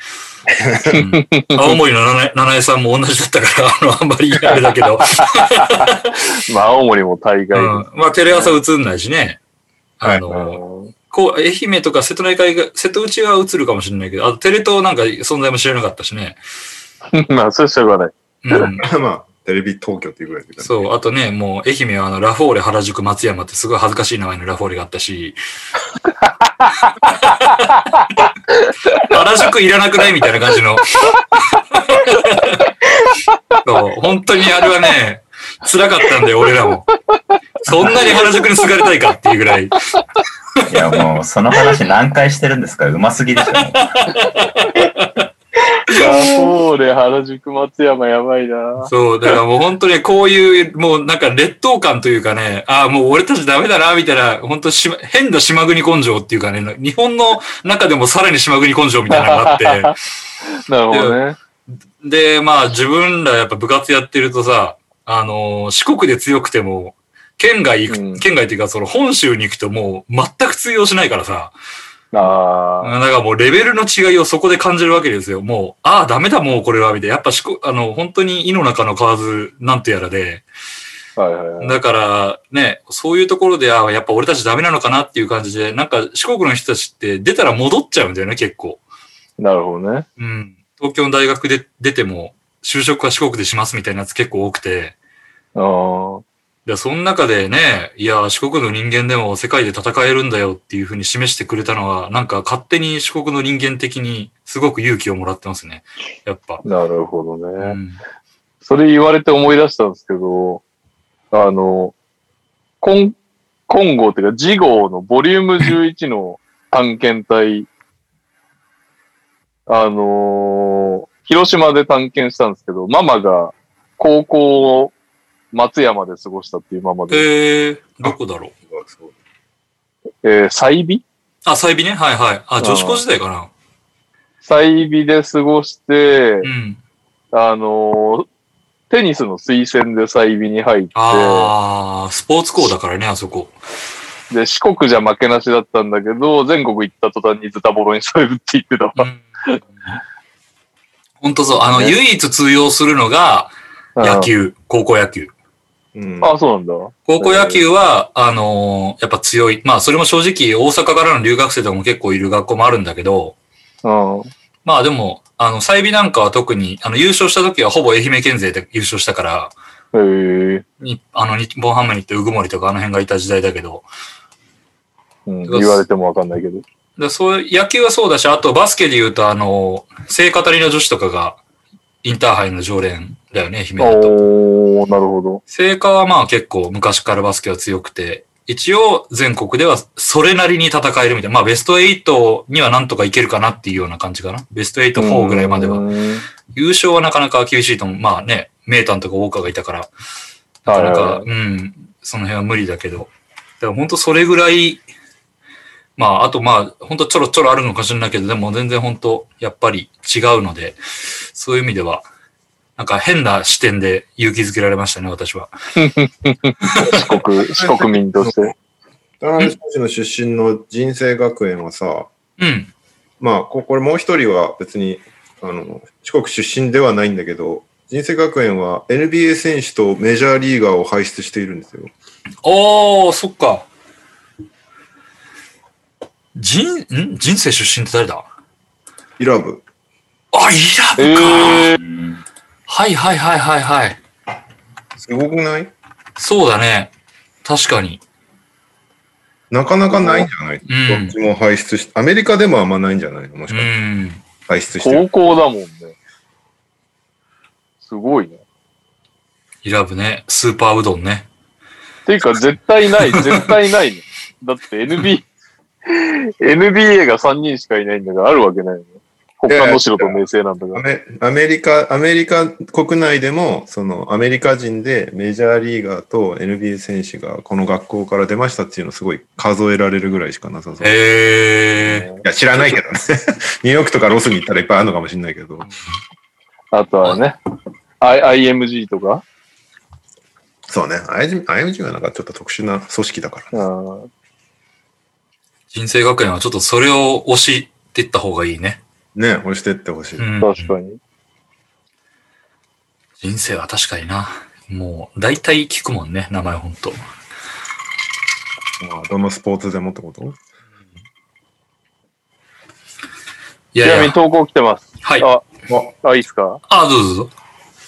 [SPEAKER 3] うん青森の七七重さんも同じだったから、あの、あんまりあれだけど。
[SPEAKER 2] まあ青森も大
[SPEAKER 3] う
[SPEAKER 2] 概。
[SPEAKER 3] ん、まあ、テレ朝映んないしね。あの、
[SPEAKER 2] うん
[SPEAKER 3] こう、愛媛とか瀬戸内海が、瀬戸内は映るかもしれないけど、あとテレ東なんか存在も知らなかったしね。
[SPEAKER 2] まあ、それしょうがない。
[SPEAKER 3] うん。
[SPEAKER 1] まあ、テレビ東京っていうぐらいだから
[SPEAKER 3] そう、あとね、もう愛媛はあの、ラフォーレ原宿松山ってすごい恥ずかしい名前のラフォーレがあったし。原宿いらなくないみたいな感じの。そう、本当にあれはね、辛かったんだよ、俺らも。そんなに原宿にすがりたいかっていうぐらい。
[SPEAKER 5] いや、もう、その話何回してるんですかうますぎでしょ。も
[SPEAKER 2] ラフォーレ、原宿、松山、やばいな。
[SPEAKER 3] そう、だからもう本当にこういう、もうなんか劣等感というかね、ああ、もう俺たちダメだな、みたいな、本当しま、変な島国根性っていうかね、日本の中でもさらに島国根性みたいなのがあって、
[SPEAKER 2] [laughs] なるほどね。
[SPEAKER 3] で、まあ自分らやっぱ部活やってるとさ、あのー四国で強くても、県外行く、
[SPEAKER 2] うん
[SPEAKER 3] 県外っていうかその本州に行くともう全く通用しないからさ、
[SPEAKER 2] ああ。
[SPEAKER 3] だからもうレベルの違いをそこで感じるわけですよ。もう、ああ、ダメだもうこれは、みたいな。やっぱ四国、あの、本当に井の中の蛙なんてやらで、
[SPEAKER 2] はいはいはい。
[SPEAKER 3] だから、ね、そういうところで、あやっぱ俺たちダメなのかなっていう感じで、なんか四国の人たちって出たら戻っちゃうんだよね、結構。
[SPEAKER 2] なるほどね。
[SPEAKER 3] うん。東京の大学で出ても、就職は四国でしますみたいなやつ結構多くて。
[SPEAKER 2] あ
[SPEAKER 3] で、その中でね、いや、四国の人間でも世界で戦えるんだよっていうふうに示してくれたのは、なんか勝手に四国の人間的にすごく勇気をもらってますね。やっぱ。
[SPEAKER 2] あ、なるほど
[SPEAKER 3] う
[SPEAKER 2] ね。
[SPEAKER 3] ん。
[SPEAKER 2] それ言われて思い出したんですけど、あの、コン、コンゴっていうか、次号のボリューム11の探検隊、あのー広島で探検したんですけど、ママが高校を松山で過ごしたっていうママで、
[SPEAKER 3] えー、どこだろう。
[SPEAKER 1] そう
[SPEAKER 2] えー、祭美
[SPEAKER 3] あ、サイビね。はいはい。あ、女子校時代かな。
[SPEAKER 2] 祭美で過ごして、
[SPEAKER 3] うん。
[SPEAKER 2] あのーテニスの推薦で済美に入って、
[SPEAKER 3] ああ、スポーツ校だからね、あそこ。
[SPEAKER 2] で、四国じゃ負けなしだったんだけど、全国行った途端にズタボロにされるって言ってたわ。
[SPEAKER 3] うん本当そう。あの、
[SPEAKER 2] ね
[SPEAKER 3] 唯一通用するのが野球、高校野球。
[SPEAKER 1] うん
[SPEAKER 2] あ、そうなんだ。
[SPEAKER 3] 高校野球は、あのーやっぱ強い。まあ、それも正直、大阪からの留学生とかも結構いる学校もあるんだけど、
[SPEAKER 2] うん。
[SPEAKER 3] まあでも、あの、済美なんかは特に、あの、優勝した時はほぼ愛媛県勢で優勝したか
[SPEAKER 2] へ
[SPEAKER 3] ら、
[SPEAKER 2] え。
[SPEAKER 3] にあの、日本ハムに行って、うぐもりとかあの辺がいた時代だけど、
[SPEAKER 2] うん、言われてもわかんないけど。
[SPEAKER 3] でそういう野球はそうだし、あとバスケで言うと、あの、聖語りの女子とかが、インターハイの常連だよね、姫だと。
[SPEAKER 2] おー、なるほど。
[SPEAKER 3] 聖火はまあ結構昔からバスケは強くて、一応全国ではそれなりに戦えるみたいな。まあベスト8にはなんとかいけるかなっていうような感じかな。ベスト8、4ぐらいまでは。
[SPEAKER 2] うん
[SPEAKER 3] 優勝はなかなか厳しいと思う。まあね、メータンとかウォーカーがいたから、なかな
[SPEAKER 2] はいはい
[SPEAKER 3] か
[SPEAKER 2] は、
[SPEAKER 3] うん、その辺は無理だけど。だから本当それぐらい、まあ、あとまあ、本当ちょろちょろあるのかもしれないけど、でも全然本当やっぱり違うので、そういう意味では、なんか変な視点で勇気づけられましたね、私は。
[SPEAKER 2] 四
[SPEAKER 3] [laughs]
[SPEAKER 2] 国、四国民として。
[SPEAKER 1] 田辺市の出身の人生学園はさ、
[SPEAKER 3] うん。
[SPEAKER 1] まあ、ここれもう一人は別に、あの、四国出身ではないんだけど、人生学園は NBA 選手とメジャーリーガーを輩出しているんですよ。
[SPEAKER 3] おー、そっか。人、ん人生出身って誰だ
[SPEAKER 1] イラブ。
[SPEAKER 3] あ、イラブか、
[SPEAKER 2] ええ。
[SPEAKER 5] うん
[SPEAKER 3] はいはいはいはいはい。
[SPEAKER 1] すごくない
[SPEAKER 3] そうだね。確かに。
[SPEAKER 1] なかなかないんじゃない
[SPEAKER 3] うん
[SPEAKER 1] どっちも輩出し、アメリカでもあんまないんじゃないのもし
[SPEAKER 3] う
[SPEAKER 1] かして
[SPEAKER 3] ん。
[SPEAKER 1] 輩出してる。
[SPEAKER 2] 高校だもんね。すごいね。
[SPEAKER 3] イラブね。スーパーうどんね。
[SPEAKER 2] ていうか、絶対ない、絶対ない、ね。だって NB、NBA が3人しかいないんだから、あるわけないよね。他の白と明星なんだか
[SPEAKER 1] ア
[SPEAKER 2] ら。
[SPEAKER 1] メアメリカ、アメリカ国内でも、そのアメリカ人でメジャーリーガーと NBA 選手がこの学校から出ましたっていうのすごい数えられるぐらいしかなさそう。い
[SPEAKER 3] へえ。
[SPEAKER 1] や、知らないけど
[SPEAKER 3] [laughs]
[SPEAKER 1] ね。ニューヨークとかロスに行ったらいっぱいあるのかもしれないけど。
[SPEAKER 2] あとはね、I、IMG とか、
[SPEAKER 1] そうね。IMG IMG はなんかちょっと特殊な組織だから。
[SPEAKER 2] うん
[SPEAKER 3] 人生学園はちょっとそれを推していった方がいいね。
[SPEAKER 1] ね、押してってほしい。
[SPEAKER 3] うん。
[SPEAKER 2] 確かに。
[SPEAKER 3] 人生は確かにな。もう、大体聞くもんね、名前ほんと。
[SPEAKER 1] まあ、どのスポーツでもってこと
[SPEAKER 3] い
[SPEAKER 2] ち
[SPEAKER 3] や
[SPEAKER 2] ないみ
[SPEAKER 3] や
[SPEAKER 2] に、投稿来てます。
[SPEAKER 3] はい。
[SPEAKER 2] あ、
[SPEAKER 1] あ
[SPEAKER 2] あ、いいっすか
[SPEAKER 3] あ、どうぞどうぞ。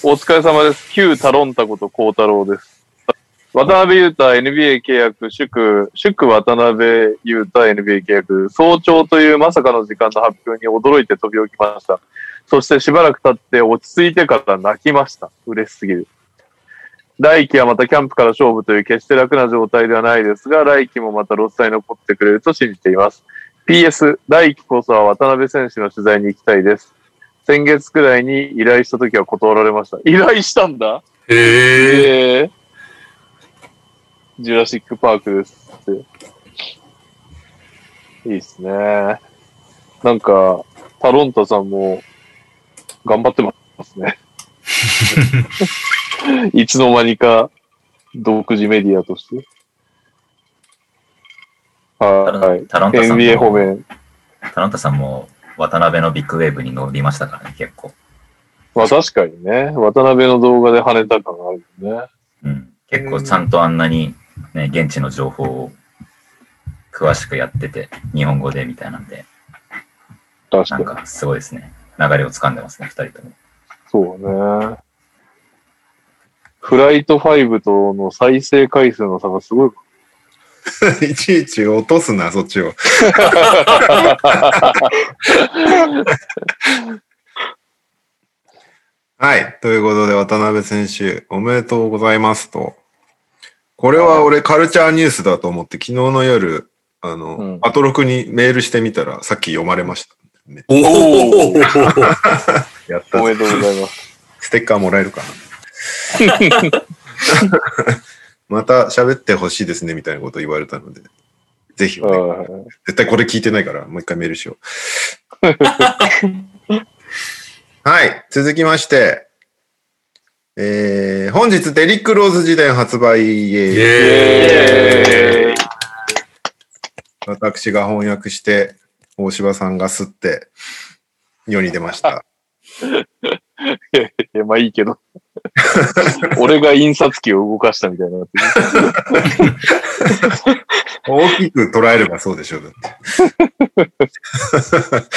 [SPEAKER 2] お疲れ様です。旧タロンタこと幸太郎です。渡辺裕太 NBA 契約、祝、祝渡辺裕太 NBA 契約、早朝というまさかの時間の発表に驚いて飛び起きました。そしてしばらく経って落ち着いてから泣きました。嬉しすぎる。来季はまたキャンプから勝負という決して楽な状態ではないですが、来季もまたロスタに残ってくれると信じています。PS、来季こそは渡辺選手の取材に行きたいです。先月くらいに依頼した時は断られました。依頼したんだ
[SPEAKER 3] へえ。
[SPEAKER 2] ええジュラシック・パークですって。いいっすね。なんか、タロンタさんも頑張ってます
[SPEAKER 5] [laughs]
[SPEAKER 2] ね。いつの間にか独自メディアとして。はい。
[SPEAKER 5] タランタさん
[SPEAKER 2] NBA 方
[SPEAKER 5] も、
[SPEAKER 2] 面、
[SPEAKER 5] タランタさんも渡辺のビッグウェーブに乗りましたからね、結構。
[SPEAKER 2] まあ確かにね、渡辺の動画で跳ねた感があるよね。
[SPEAKER 5] うん、結構ちゃんとあんなに、ね、現地の情報を詳しくやってて、日本語でみたいなんで、
[SPEAKER 2] 確
[SPEAKER 5] な
[SPEAKER 2] か
[SPEAKER 5] ん
[SPEAKER 2] に。
[SPEAKER 5] かすごいですね。流れを掴んでますね、二人とも。
[SPEAKER 2] そうね。フライト5との再生回数の差がすごい。
[SPEAKER 1] [laughs] いちいち落とすな、そっちを。 [laughs] はい。ということで、渡辺選手、おめでとうございますと。これは俺、カルチャーニュースだと思って、昨日の夜、あの、
[SPEAKER 2] うん
[SPEAKER 1] アトロクにメールしてみたら、さっき読まれました。
[SPEAKER 3] おお
[SPEAKER 1] やった
[SPEAKER 2] お
[SPEAKER 1] ぜ
[SPEAKER 2] めでとうございます。
[SPEAKER 1] ステッカーもらえる
[SPEAKER 2] [laughs]
[SPEAKER 1] かな。 [laughs] また喋ってほしいですね、みたいなこと言われたので。ぜひお願いします、
[SPEAKER 2] はい
[SPEAKER 1] 絶対これ聞いてないから、もう一回メールしよう。はい、続きまして。えー、本日、デリック・ローズ辞典発売、
[SPEAKER 3] イ
[SPEAKER 1] えー
[SPEAKER 3] エ
[SPEAKER 2] イ
[SPEAKER 3] ーイ。
[SPEAKER 2] ェーイ
[SPEAKER 1] 私が翻訳して、大柴さんが吸って、世に出ました。
[SPEAKER 2] いやいや、まあいいけ [laughs] ど。俺が印刷機を動かしたみたいになってる。
[SPEAKER 1] 大きく捉えればそうでしょう。だって [laughs]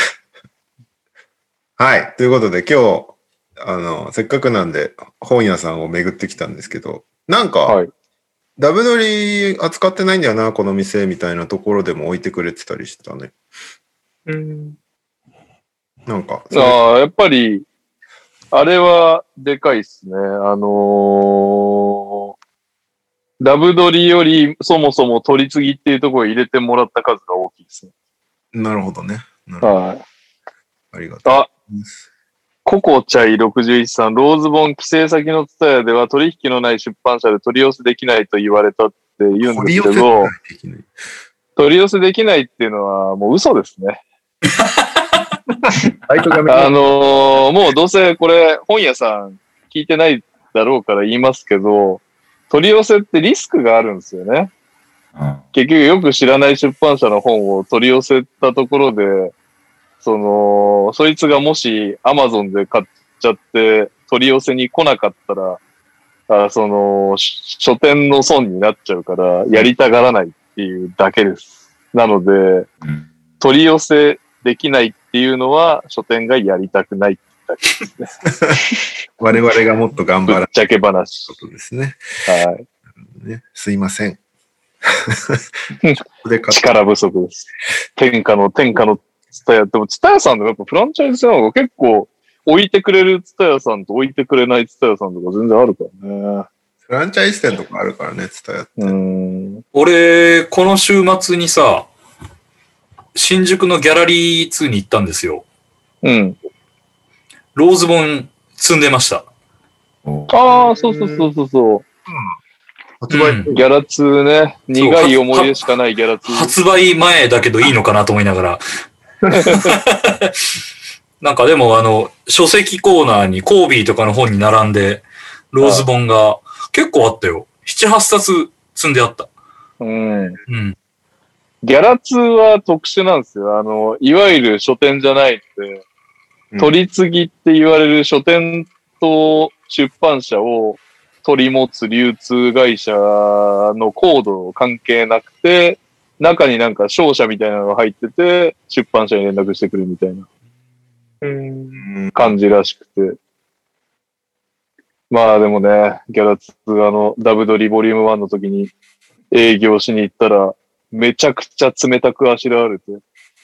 [SPEAKER 1] はい。ということで、今日、あの、せっかくなんで、本屋さんを巡ってきたんですけど、なんか、
[SPEAKER 2] はい
[SPEAKER 1] ダブドリ扱ってないんだよな、この店みたいなところでも置いてくれてたりしてたね。
[SPEAKER 4] うん。
[SPEAKER 1] なんか、それ
[SPEAKER 2] ああ、やっぱり、あれはでかいっすね。あのー、ダブドリよりそもそも取り次ぎっていうところを入れてもらった数が大きいですね。
[SPEAKER 1] なるほどね。なるほど
[SPEAKER 2] はい。
[SPEAKER 1] ありがとう。
[SPEAKER 2] あ、ココチャイ61さん、ローズ本帰省先のツタヤでは取引のない出版社で取り寄せできないと言われたって言うんですけど、
[SPEAKER 1] できない
[SPEAKER 2] 取り寄せできないっていうのはもう嘘ですね。
[SPEAKER 1] バイトが見
[SPEAKER 2] あ
[SPEAKER 1] た
[SPEAKER 2] のーもうどうせこれ本屋さん聞いてないだろうから言いますけど、取り寄せってリスクがあるんですよね。
[SPEAKER 5] うん
[SPEAKER 2] 結局よく知らない出版社の本を取り寄せたところで、その、そいつがもし Amazon で買っちゃって取り寄せに来なかったら、あその、し書店の損になっちゃうから、やりたがらないっていうだけです。なので、
[SPEAKER 5] うん
[SPEAKER 2] 取り寄せできないっていうのは、書店がやりたくない。
[SPEAKER 1] 我々がもっと頑
[SPEAKER 2] ぶ
[SPEAKER 1] 張ら
[SPEAKER 2] っ
[SPEAKER 1] ない
[SPEAKER 2] ちゃけ話
[SPEAKER 1] こ。とですね。
[SPEAKER 2] はい。
[SPEAKER 1] ねすいませ
[SPEAKER 2] [laughs]
[SPEAKER 1] ん。 [laughs] で買った
[SPEAKER 2] 力不足です。天下の、天下のツタヤ。でも、ツタヤさんとかやっぱフランチャイズなのが結構、置いてくれるツタヤさんと置いてくれないツタヤさんとか全然あるからね。
[SPEAKER 1] フランチャイズ店とかあるからね、ツタヤ。
[SPEAKER 2] うーん。
[SPEAKER 3] 俺、この週末にさ、新宿のギャラリー2に行ったんですよ。
[SPEAKER 2] うん。
[SPEAKER 3] ローズ本積んでました。
[SPEAKER 5] お
[SPEAKER 2] ああ、そうそうそうそうそう。
[SPEAKER 1] 発売、
[SPEAKER 3] うん
[SPEAKER 2] ギャラ2ね。苦い思い出しかないギャラ2。
[SPEAKER 3] 発売前だけどいいのかなと思いなが [laughs] ら。なんかでもあの、書籍コーナーにコービーとかの本に並んで、ローズ本が結構あったよ。7、8冊積んであった。
[SPEAKER 2] うん。
[SPEAKER 3] うん。
[SPEAKER 2] ギャラ2は特殊なんですよ。あの、いわゆる書店じゃないって
[SPEAKER 1] うん、
[SPEAKER 2] 取り次ぎって言われる書店と出版社を取り持つ流通会社のコード関係なくて、中になんか商社みたいなのが入ってて、出版社に連絡してくるみたいな
[SPEAKER 4] うん。
[SPEAKER 1] うん
[SPEAKER 2] 感じらしくて。まあでもね、ギャラツあの、ダブドリボリューム1の時に営業しに行ったら、めちゃくちゃ冷たくあしらわれて、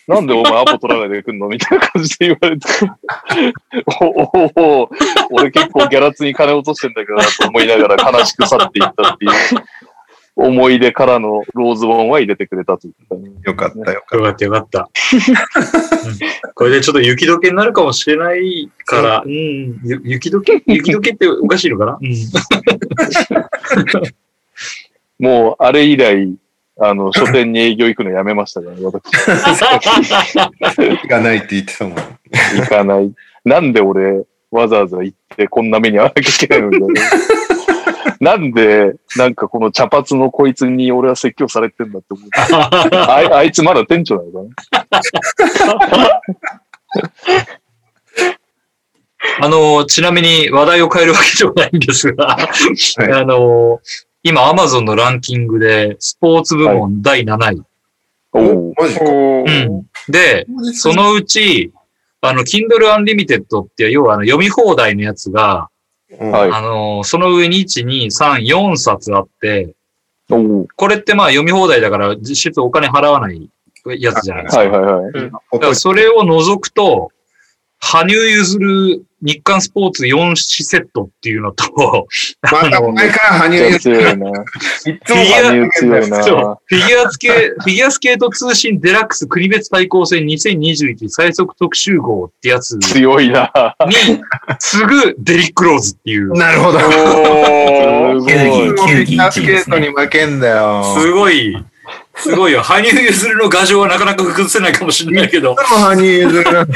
[SPEAKER 2] なんでお前アポ取らないでくんのみたいな感じで言われて、おおお俺結構ギャラツに金落としてんだけどなと思いながら悲しく去っていったっていう思い出からのローズボンは入れてくれたというかね、
[SPEAKER 1] よかったよかっ
[SPEAKER 3] よかったよか [laughs] った。うんこれでちょっと雪解けになるかもしれないから、うん、ゆ雪解け雪解けっておかしいのかな、
[SPEAKER 2] もうあれ以来、あの、書店に営業行くのやめましたから、ね、私。
[SPEAKER 1] た。がないって言ってたもん。
[SPEAKER 2] 行かない。なんで俺、わざわざ行ってこんな目に遭わなきゃいけないのみたいな。なんで、なんかこの茶髪のこいつに俺は説教されてんだって思う。あいあいつまだ店長なのかな
[SPEAKER 3] あの、ちなみに話題を変えるわけじゃないんですが、あの、今 Amazon のランキングでスポーツ部門第7位。
[SPEAKER 2] おう
[SPEAKER 1] マジか。
[SPEAKER 4] おー
[SPEAKER 3] うん。で、そのうち、あの、Kindle Unlimited って、要はあの読み放題のやつが、
[SPEAKER 1] うん
[SPEAKER 2] はい
[SPEAKER 3] あの、その上に1、2、3、4冊あって、
[SPEAKER 2] おう
[SPEAKER 3] これってまあ読み放題だから実質お金払わないやつじゃないですか。
[SPEAKER 2] はいはいはい。
[SPEAKER 1] お
[SPEAKER 3] だからそれを除くと、羽生結弦日刊スポーツ4セットっていうのと、
[SPEAKER 1] [laughs] また前から羽
[SPEAKER 2] じゃ
[SPEAKER 1] 生結
[SPEAKER 2] あ強いな。
[SPEAKER 1] 弦。いつ
[SPEAKER 3] フ
[SPEAKER 1] も
[SPEAKER 3] ィギュア
[SPEAKER 2] 羽生強い
[SPEAKER 3] そう
[SPEAKER 2] な。
[SPEAKER 3] フィギュアスケ、フィギュアスケート通信デラックス国別対抗戦2021最速特集号ってやつに、
[SPEAKER 2] 強いな。
[SPEAKER 3] すぐデリック・ローズっていう、
[SPEAKER 1] なるほど。
[SPEAKER 4] おー
[SPEAKER 2] すご
[SPEAKER 5] い
[SPEAKER 1] フ
[SPEAKER 2] い。
[SPEAKER 1] ィギュアスケートに負けんだよ。
[SPEAKER 3] すごい、すごいよ。羽生結弦の画像はなかなか崩せないかもしれないけど、
[SPEAKER 1] いつも羽生 [laughs] 結弦なんだ。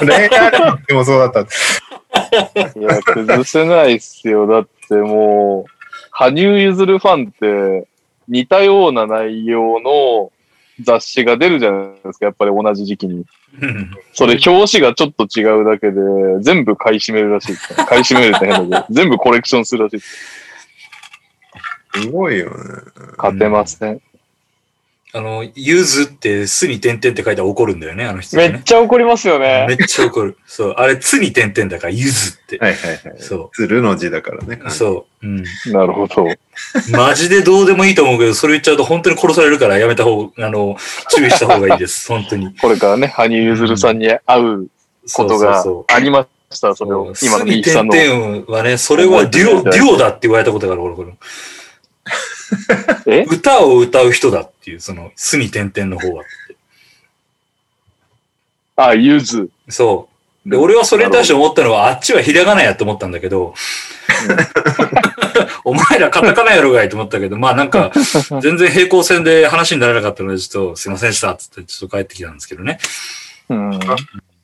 [SPEAKER 1] 恋愛の時もそうだったって。
[SPEAKER 2] いや、崩せないっすよ。だってもう、羽生結弦ファンって、似たような内容の雑誌が出るじゃないですか、やっぱり同じ時期に。
[SPEAKER 3] うん
[SPEAKER 2] それ表紙がちょっと違うだけで、全部買い占めるらしいですね。買い占めるって変だ
[SPEAKER 3] [laughs]
[SPEAKER 2] けど、全部コレクションするらしいです。
[SPEAKER 1] すごいよね。
[SPEAKER 2] 勝てません。
[SPEAKER 3] あの、ゆずって、すに点々って書いたら怒るんだよね、あの人、
[SPEAKER 4] め
[SPEAKER 3] ね。
[SPEAKER 4] っちゃ怒りますよ
[SPEAKER 3] め
[SPEAKER 4] ね。
[SPEAKER 3] っちゃ怒る。そう。あれ、つに点々だから、ゆずって。
[SPEAKER 1] はいはいはい。
[SPEAKER 3] そ
[SPEAKER 1] 鶴の字だからね。
[SPEAKER 3] う。そう。うん。
[SPEAKER 2] なるほど。
[SPEAKER 3] マジでどうでもいいと思うけど、それ言っちゃうと本当に殺されるからやめた方、あの、注意した方がいいです。本当に。
[SPEAKER 2] これからね、羽生結弦さんに会うことが
[SPEAKER 3] そう
[SPEAKER 2] ありました、それ
[SPEAKER 3] そうそ
[SPEAKER 2] を
[SPEAKER 3] う。。
[SPEAKER 2] 今の
[SPEAKER 3] ミ
[SPEAKER 2] ミキさんの。
[SPEAKER 3] はね、それはデュオ、デュオだって言われたことがある、俺、これ。
[SPEAKER 2] え
[SPEAKER 3] 歌を歌う人だっていう、その、すに点々の方は。
[SPEAKER 2] あ、ゆず。
[SPEAKER 3] そう。で、俺はそれに対して思ったのは、あっちはひらがなやと思ったんだ
[SPEAKER 2] [laughs]
[SPEAKER 3] けど、お前らカタカナやろがいと思ったけど、まあな
[SPEAKER 2] [laughs]
[SPEAKER 3] んか、全然平行線で話にならなかったので、ちょっとすいませんでした、つってちょっと帰ってきたんですけどね。
[SPEAKER 2] うん。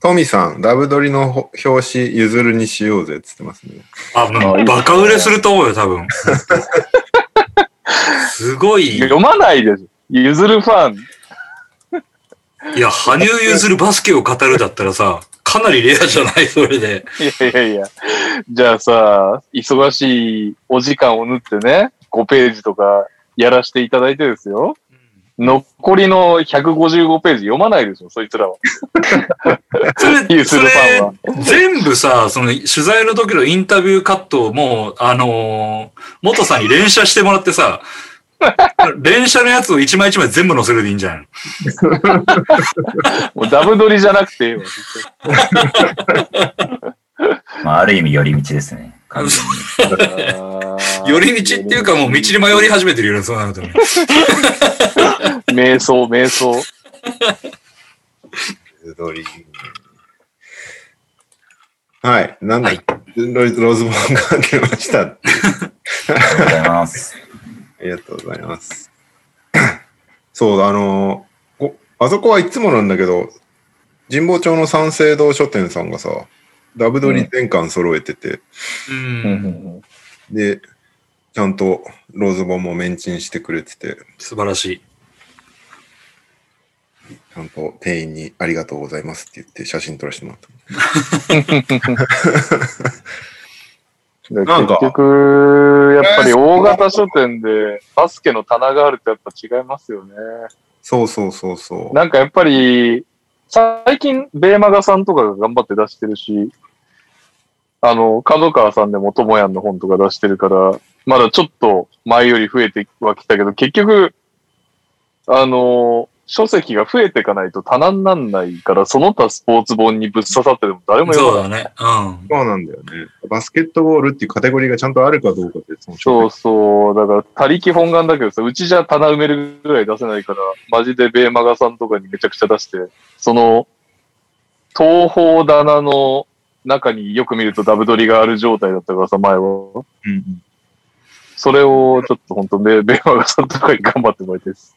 [SPEAKER 1] トミさん、ダブドリの表紙、ゆずるにしようぜって言ってますね。
[SPEAKER 3] あ、も
[SPEAKER 2] あいうい
[SPEAKER 3] バカ売れすると思うよ、
[SPEAKER 2] [laughs]
[SPEAKER 3] 多分。すごい。い
[SPEAKER 2] 読まないです。ゆずるファン。
[SPEAKER 3] や、羽生結弦バスケを語るだったらさ、かなりレアじゃない、そ
[SPEAKER 2] [laughs]
[SPEAKER 3] れで。
[SPEAKER 2] いやいやいや。じゃあさ、忙しいお時間を縫ってね、5ページとかやらせていただいてですよ。残りの155ページ読まないでしょ、そいつらは。
[SPEAKER 3] それ、
[SPEAKER 2] 結
[SPEAKER 3] そ
[SPEAKER 2] 弦
[SPEAKER 3] れ
[SPEAKER 2] ファンは。
[SPEAKER 3] 全部さ、その取材の時のインタビューカットをもう、あのー元さんに連写してもらって
[SPEAKER 2] [laughs]
[SPEAKER 3] さ、連写のやつを一枚一枚全部載せるでいいんじゃん。
[SPEAKER 2] もうダブドリじゃなくていいわ。
[SPEAKER 5] まあ、ある意味寄り道ですね。完全に
[SPEAKER 3] [laughs] 寄り道っていうかもう道に迷い始めてるよね、そうなるとね。
[SPEAKER 2] 瞑想、瞑想。
[SPEAKER 1] ゆずどり。はい。なんだ、
[SPEAKER 3] はい
[SPEAKER 1] ロイローズボーンが出ました。あ
[SPEAKER 5] ありがとうございます。
[SPEAKER 1] りがとうございます。 [coughs] そうだ、あのーこあそこはいつもなんだけど、神保町の三省堂書店さんがさ、ダブドリ全巻揃えてて、
[SPEAKER 3] うん。
[SPEAKER 1] で、ちゃんとローズボンもメンチンしてくれてて、
[SPEAKER 3] 素晴らしい。
[SPEAKER 1] ちゃんと店員にありがとうございますって言って写真撮らせてもらった。なんか
[SPEAKER 2] 結局、やっぱり大型書店でバスケの棚があるとやっぱ違いますよね。
[SPEAKER 1] そうそうそうそう。
[SPEAKER 2] なんかやっぱり、最近、ベーマガさんとかが頑張って出してるし、あの、角川さんでもともやんの本とか出してるから、まだちょっと前より増えてはきたけど、結局、あの、書籍が増えていかないと棚になんないから、その他スポーツ本にぶっ刺さってでも誰も読まない
[SPEAKER 3] そうだね。うん。
[SPEAKER 1] そうなんだよね。バスケットボールっていうカテゴリーがちゃんとあるかどうかって、その
[SPEAKER 2] そうそう。だから、他力本願だけどさ、うちじゃ棚埋めるぐらい出せないから、マジでベーマガさんとかにめちゃくちゃ出して、その、東方棚の中によく見るとダブ取りがある状態だったからさ、前は。
[SPEAKER 1] うん
[SPEAKER 2] それを、ちょっと本当ベベーマガさんとかに頑張ってもらいたいです。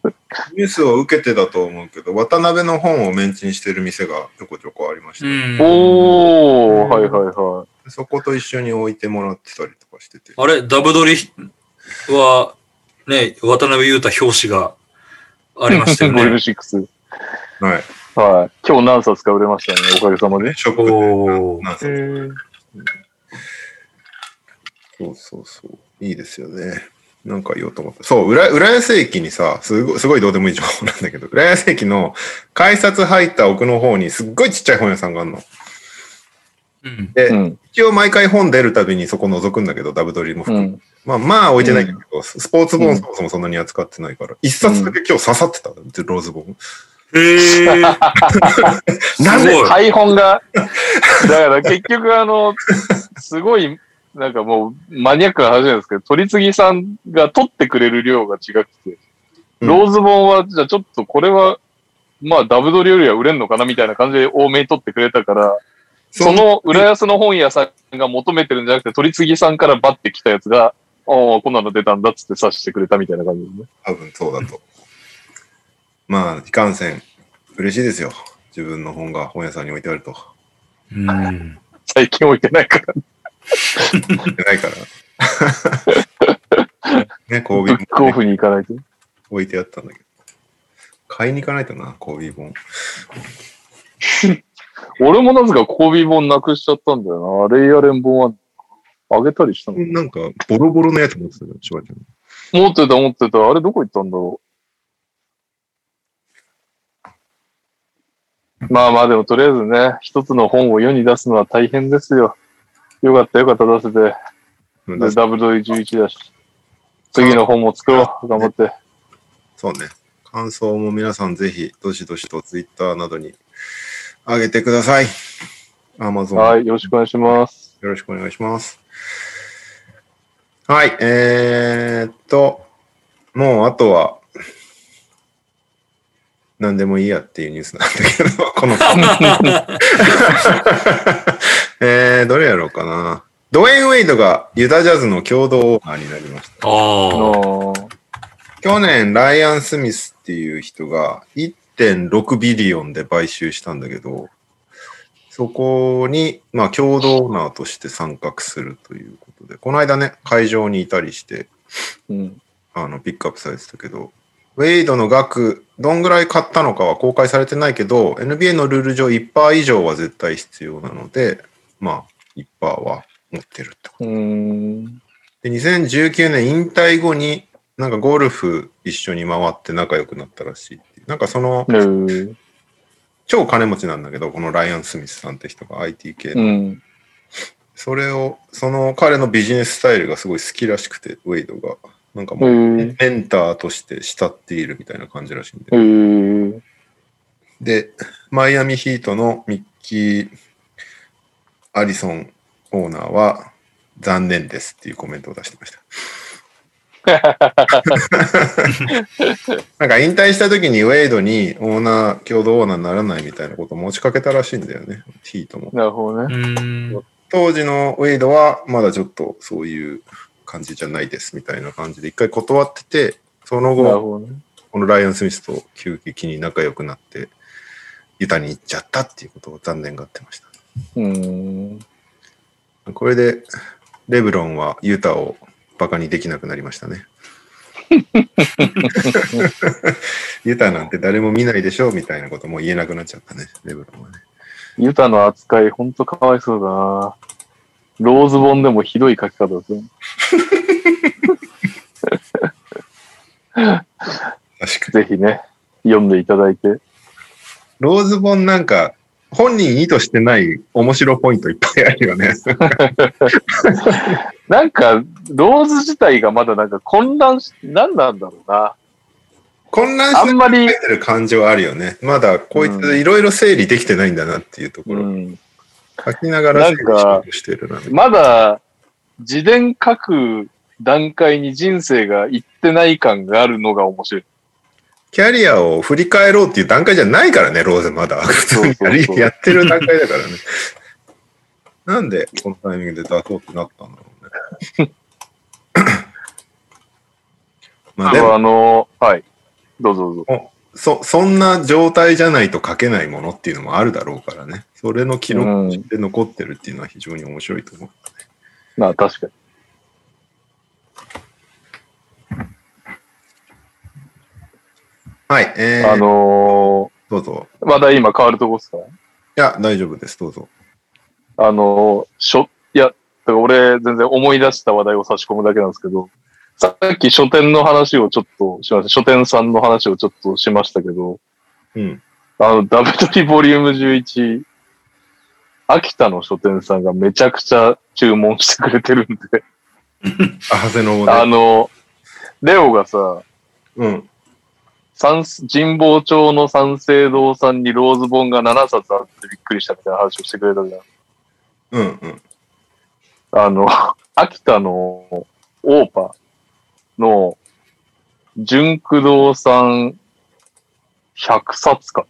[SPEAKER 1] ニュースを受けてだと思うけど、渡辺の本をメンチンしてる店がちょこちょこありました。
[SPEAKER 3] うん、
[SPEAKER 2] おー、はいはいは
[SPEAKER 1] そこと一緒に置いてもらってたりとかしてて。
[SPEAKER 3] あれ、ダブドリは、ね、渡辺裕太表紙がありました
[SPEAKER 2] い。[laughs]
[SPEAKER 3] よ
[SPEAKER 2] ボリューム
[SPEAKER 3] ね。
[SPEAKER 2] 6。
[SPEAKER 1] はい。
[SPEAKER 2] はい。今日何冊か売れましたね、おかげさまで。
[SPEAKER 1] ショップで。
[SPEAKER 3] おー。
[SPEAKER 1] なんせそうそうそう。いいですよね。なんか言おうと思った。そう、浦浦安駅にさ、すごい、すごいどうでもいい情報なんだけど、浦安駅の改札入った奥の方にすっごいちっちゃい本屋さんがあるの。
[SPEAKER 3] うん。
[SPEAKER 1] で、
[SPEAKER 2] うん。
[SPEAKER 1] 一応毎回本出るたびにそこ覗くんだけど、ダブドリも
[SPEAKER 2] う
[SPEAKER 1] 含め。
[SPEAKER 2] ん。
[SPEAKER 1] まあまあ置いてないんだけど、スポーツ本そもそもそんなに扱ってないから、一冊だけ今日刺さってた、ローズ本。
[SPEAKER 3] [laughs] へえ。ー。
[SPEAKER 1] な
[SPEAKER 3] す
[SPEAKER 1] ぜ
[SPEAKER 3] ごい。
[SPEAKER 2] 大本が、だから結局あの、すごい、なんかもうマニアックな話なんですけど、取り次ぎさんが取ってくれる量が違くて、
[SPEAKER 1] うん
[SPEAKER 2] ローズ本は、じゃあちょっとこれは、まあダブドリよりは売れんのかなみたいな感じで多めに取ってくれたから、その浦安の本屋さんが求めてるんじゃなくて、取り次ぎさんからバッて来たやつが、ああ、こんなの出たんだっつって刺してくれたみたいな感じですね。
[SPEAKER 1] 多分そうだと。まあ、いかんせん、嬉しいですよ。自分の本が本屋さんに置いてあると。
[SPEAKER 3] うん。
[SPEAKER 2] 最近置いてないから。
[SPEAKER 1] 置いてないから。ね、神
[SPEAKER 2] ブ
[SPEAKER 1] 戸
[SPEAKER 2] ックオ
[SPEAKER 1] [laughs] も、ね、
[SPEAKER 2] フに行かないと。
[SPEAKER 1] 置いてあったんだけど。買いに行かないとな、コービー本。
[SPEAKER 2] 俺もなぜかコービー本なくしちゃったんだよな。レイアレン本はあげたりしたの。
[SPEAKER 1] なんか、ボロボロのやつ持ってたよ、しばちゃん。
[SPEAKER 2] 持ってた持ってた。あれどこ行ったんだろう。まあまあでもとりあえずね、一つの本を世に出すのは大変ですよ。よかったよかった出せて。
[SPEAKER 1] うん
[SPEAKER 2] で
[SPEAKER 1] だ
[SPEAKER 2] ダブル11だし。次の本も作ろう。頑張って。
[SPEAKER 1] そうね。感想も皆さんぜひ、どしどしとツイッターなどに上げてください。アマゾン。
[SPEAKER 2] はい。よろしくお願いします。
[SPEAKER 1] よろしくお願いします。はい、えー、っと、もうあとは、何でもいいやっていうニュースなんだけど、 [laughs] この。 [laughs] えー、どれやろうかな。ドウェイン・ウェイドがユタジャズの共同オーナーになりました。
[SPEAKER 2] あ
[SPEAKER 3] ああ。
[SPEAKER 2] の
[SPEAKER 1] 去年、ライアン・スミスっていう人が1.6ビリオンで買収したんだけど、そこに、まあ、共同オーナーとして参画するということで、この間ね、会場にいたりして、
[SPEAKER 2] うん。
[SPEAKER 1] あの、ピックアップされてたけど、ウェイドの額、どんぐらい買ったのかは公開されてないけど、NBA のルール上1%以上は絶対必要なので、まあ、1%は持ってるってこと。
[SPEAKER 2] うん。
[SPEAKER 1] で、2019年引退後に、なんかゴルフ一緒に回って仲良くなったらしいっていう。なんかその、
[SPEAKER 2] うん。
[SPEAKER 1] 超金持ちなんだけど、このライアン・スミスさんって人が IT 系の。
[SPEAKER 2] うん。
[SPEAKER 1] それを、その彼のビジネススタイルがすごい好きらしくて、ウェイドが。なんかもう、
[SPEAKER 2] うん。
[SPEAKER 1] メンターとして慕っているみたいな感じらしいんで。
[SPEAKER 2] うん。
[SPEAKER 1] で、マイアミヒートのミッキー・アリソンオーナーは、残念ですっていうコメントを出してました。なんか引退した時にウェイドにオーナー、共同オーナーにならないみたいなことを持ちかけたらしいんだよね、ヒートも。
[SPEAKER 2] なるほど
[SPEAKER 3] う
[SPEAKER 2] ね。
[SPEAKER 3] ーん。
[SPEAKER 1] 当時のウェイドはまだちょっとそういう感じじゃないですみたいな感じで一回断ってて、その
[SPEAKER 2] な
[SPEAKER 1] 後、
[SPEAKER 2] るほどね。
[SPEAKER 1] このライアン・スミスと急激に仲良くなって、ユタに行っちゃったっていうことを残念がってまし
[SPEAKER 2] うん。
[SPEAKER 1] た。これで、レブロンはユタをバカにできなくなりましたね。ユタなんて誰も見ないでしょみたいなことも言えなくなっちゃったね、レブロンはね。
[SPEAKER 2] ユタの扱い、ほんとかわいそうだな。ローズ本でもひどい書き方ですね。
[SPEAKER 1] 確かに。
[SPEAKER 2] ぜひね、読んでいただいて。
[SPEAKER 1] ローズ本なんか、本人意図してない面白ポイントいっぱいあるよね。
[SPEAKER 2] なんか、ローズ自体がまだなんか混乱し、なんなんだろうな。
[SPEAKER 1] 混乱
[SPEAKER 2] あ
[SPEAKER 1] して
[SPEAKER 2] んまり、
[SPEAKER 1] てる感じはあるよね。まだこいついろいろ整理できてないんだなっていうとこ
[SPEAKER 2] う
[SPEAKER 1] ろ。
[SPEAKER 2] ん、
[SPEAKER 1] 書きながら整理しようとしてるな。
[SPEAKER 2] まだ、自伝書く段階に人生がいってない感があるのが面白い。
[SPEAKER 1] キャリアを振り返ろうっていう段階じゃないからね、ローゼまだ。普通
[SPEAKER 2] う
[SPEAKER 1] に
[SPEAKER 2] そうそ
[SPEAKER 1] [laughs]
[SPEAKER 2] う
[SPEAKER 1] やってる段階だからね。なんでこのタイミングで出そうってなったんだろうね。
[SPEAKER 2] [laughs]
[SPEAKER 1] まあで
[SPEAKER 2] でも
[SPEAKER 1] も
[SPEAKER 2] あの、はい。どうぞどうぞ。
[SPEAKER 1] そ、そんな状態じゃないと書けないものっていうのもあるだろうからね。それの記
[SPEAKER 2] う
[SPEAKER 1] 録
[SPEAKER 2] ん。
[SPEAKER 1] で残ってるっていうのは非常に面白いと思う。
[SPEAKER 2] まあ確かに。
[SPEAKER 1] はい、えー、
[SPEAKER 2] あの
[SPEAKER 1] どうぞ。
[SPEAKER 2] ー、話題今変わるとこですか
[SPEAKER 1] いや、大丈夫です、どうぞ。
[SPEAKER 2] あの、しょ、いや、だから俺全然思い出した話題を差し込むだけなんですけど、さっき書店の話をちょっとしました。書店さんの話をちょっとしましたけど、
[SPEAKER 1] うん。
[SPEAKER 2] あの、ダブトリボリューム11、秋田の書店さんがめちゃくちゃ注文してくれてるんで、
[SPEAKER 1] あ、長谷の
[SPEAKER 2] あ
[SPEAKER 1] ね。
[SPEAKER 2] の、レオがさ、
[SPEAKER 1] うん。
[SPEAKER 2] 三神保町の三省堂さんにローズ本が7冊あってびっくりしたみたいな話をしてくれたじゃん。
[SPEAKER 1] うんうん。
[SPEAKER 2] あの、 [laughs] 秋田のオーパの純駆動さん100冊か。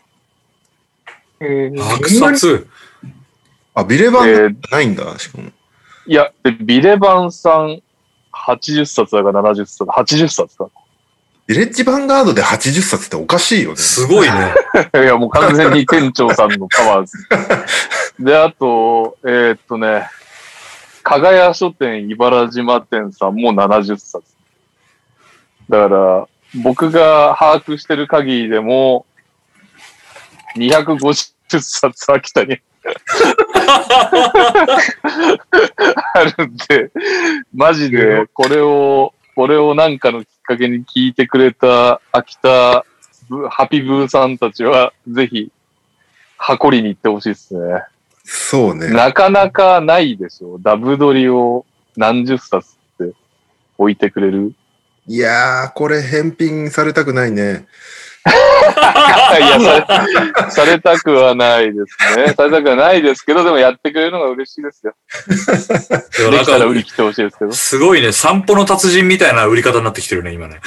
[SPEAKER 4] えー
[SPEAKER 3] 白札。
[SPEAKER 1] あ、ビレバン
[SPEAKER 2] え
[SPEAKER 1] じ
[SPEAKER 2] ー
[SPEAKER 1] ゃないんだ、しかも。
[SPEAKER 2] いや、でビレバンさん80冊だから70冊、80冊か。
[SPEAKER 1] ビレッジヴァンガードで80冊っておかしいよね。
[SPEAKER 3] すごいね。
[SPEAKER 2] [laughs] いや、もう完全に店長さんのパワーです。で、あと、えーっとね、加賀屋書店、茨島店さんも70冊。だから、僕が把握してる限りでも、250冊秋田に [laughs] あるんで、マジでこれを、これをなんかのきっかけに聞いてくれた秋田ブハピブーさんたちは、ぜひ、箱りに行ってほしいですね。
[SPEAKER 1] そうね。
[SPEAKER 2] なかなかないでしょ。ダブドリを何十冊って置いてくれる。
[SPEAKER 1] いやー、これ返品されたくないね。
[SPEAKER 2] いや、され、されたくはないですね。されたくはないですけど、でもやってくれるのが嬉しいですよ。できたら売り切ってほしいですけど。
[SPEAKER 3] すごいね、散歩の達人みたいな売り方になってきてるね、今ね。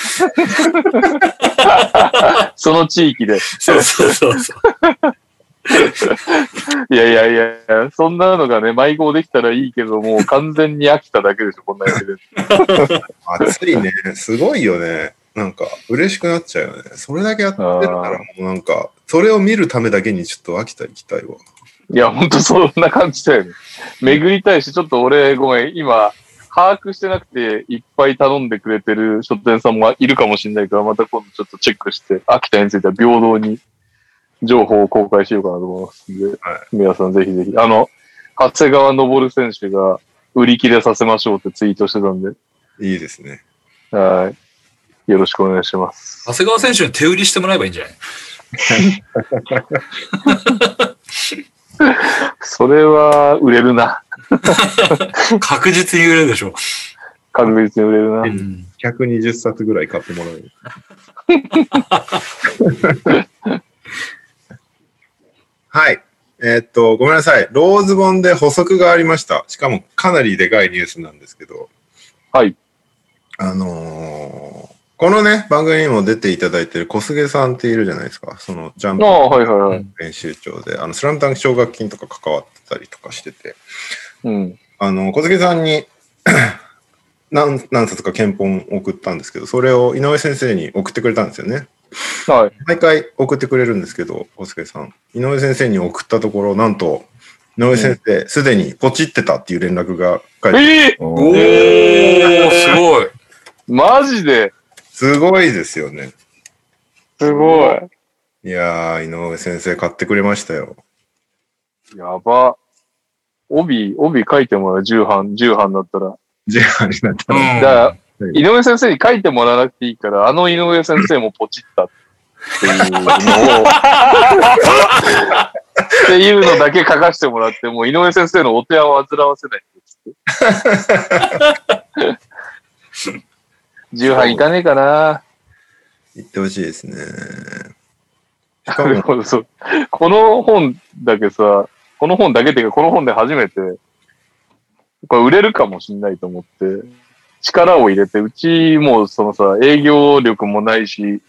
[SPEAKER 2] その地域で。
[SPEAKER 3] そうそうそうそう。
[SPEAKER 2] いやいやいやいや、そんなのがね、迷子できたらいいけど、もう完全に飽きただけでしょ、こんなやつで。
[SPEAKER 1] 熱いね。すごいよね。なんか、嬉しくなっちゃうよね。それだけやってるなら、もうなんか、それを見るためだけにちょっと秋田行きたいわ。
[SPEAKER 2] いや、ほんとそんな感じだよね。巡りたいし、ちょっと俺、ごめん、今、把握してなくて、いっぱい頼んでくれてる書店さんもいるかもしれないから、また今度ちょっとチェックして、秋田については平等に情報を公開しようかなと思いますんで、皆さんぜひぜひ、あの、長谷川昇選手が売り切れさせましょうってツイートしてたんで、
[SPEAKER 1] いいですね。
[SPEAKER 2] はい。よろしくお願いします。
[SPEAKER 3] [laughs] 長谷川選手に手売りしてもらえばいいんじゃない
[SPEAKER 2] [laughs] それは売れるな。
[SPEAKER 3] 確実に売れるでしょ。
[SPEAKER 2] 確実に売れるな。
[SPEAKER 3] うん
[SPEAKER 1] 120冊ぐらい買っても
[SPEAKER 2] [laughs]
[SPEAKER 1] らえる。はい。えーっと、ごめんなさい。ローズ本で補足がありました。しかもかなりでかいニュースなんですけど。
[SPEAKER 2] はい。
[SPEAKER 1] あのーこのね、番組にも出ていただいてる小菅さんっているじゃないですか。そのジャンプ
[SPEAKER 2] ああ、はいはいはい。
[SPEAKER 1] 編集長で、あの、スラムダンク奨学金とか関わってたりとかしてて。
[SPEAKER 2] うん。
[SPEAKER 1] あの小杉さんに [coughs] 何何冊か憲本を送ったんですけどそれを井上先生に送ってくれたんですよね
[SPEAKER 2] はい。
[SPEAKER 1] 毎回送ってくれるんですけど小杉さん井上先生に送ったところなんと井上先生すで、にポチってたっていう連絡が返って
[SPEAKER 2] ええ
[SPEAKER 3] お
[SPEAKER 5] お
[SPEAKER 3] ー、すごい。
[SPEAKER 2] マジです
[SPEAKER 1] ごいですよね
[SPEAKER 4] すごい。
[SPEAKER 1] いやー井上先生買ってくれましたよ
[SPEAKER 2] やば。帯、帯書いてもらう。重版、重版だったら。
[SPEAKER 1] じゃあありがと
[SPEAKER 3] う
[SPEAKER 1] う、
[SPEAKER 2] だか
[SPEAKER 3] ん。
[SPEAKER 2] ら、井上先生に書いてもらわなくていいから、あの井上先生もポチったっていうのを、っていうのだけ書かせてもらって、もう井上先生のお手を煩わせないですって。重版いかねえかな。
[SPEAKER 1] 言ってほしいですねしか
[SPEAKER 2] なる
[SPEAKER 1] も
[SPEAKER 2] ほど [laughs] そうこの本だけさ、この本だけっていうか、この本で初めて、これ売れるかもしんないと思って、力を入れて、うちもうそのさ、営業力もないし、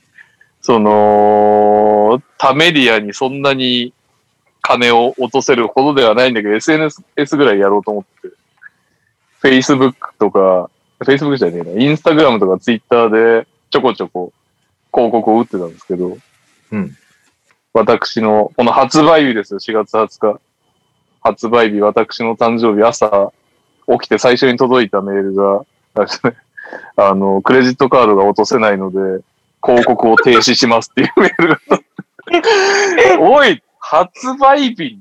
[SPEAKER 2] その、他メディアにそんなに金を落とせるほどではないんだけど、SNS ぐらいやろうと思って、Facebook とか、Facebook じゃねえな、Instagram とか Twitter でちょこちょこ広告を打ってたんですけど、私の、この発売日ですよ、4月20日。発売日、私の誕生日、朝起きて最初に届いたメールが、 [laughs] あれですねあの、クレジットカードが落とせないので、広告を停止しますっていうメールが届いて。おい、発売日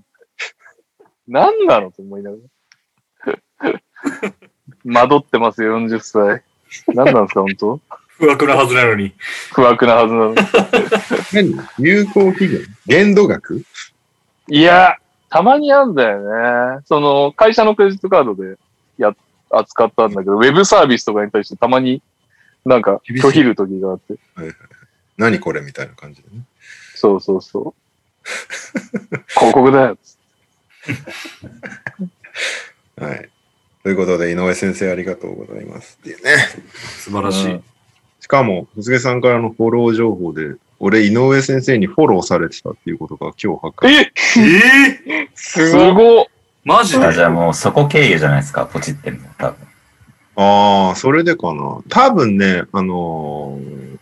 [SPEAKER 2] 何なのと思いながら。 [laughs] 惑ってますよ、40歳。何なんですか、本当
[SPEAKER 3] 不惑なはずなのに。
[SPEAKER 2] 不惑なはずなのに
[SPEAKER 1] 何有効期限限度額
[SPEAKER 2] いや、たまにあんだよね。その、会社のクレジットカードでや、扱ったんだけど、ウェブサービスとかに対してたまに、なんか、
[SPEAKER 1] 厳しい
[SPEAKER 2] 拒否る時があって。
[SPEAKER 1] 何これみたいな感じでね
[SPEAKER 2] そうそうそう。
[SPEAKER 1] [laughs]
[SPEAKER 2] 広告だよ。
[SPEAKER 1] はいということで井上先生ありがとうございますっていうね
[SPEAKER 3] 素晴らしい。
[SPEAKER 1] しかも、小菅さんからのフォロー情報で、俺、井上先生にフォローされてたっていうことが今日発覚。
[SPEAKER 2] え
[SPEAKER 3] ええ
[SPEAKER 2] す
[SPEAKER 4] すごい。
[SPEAKER 2] ごっ
[SPEAKER 3] マジで
[SPEAKER 5] あじゃあもうそこ経由じゃないですか、ポチってんの、多分。
[SPEAKER 1] ああ、それでかな。多分ね、あのー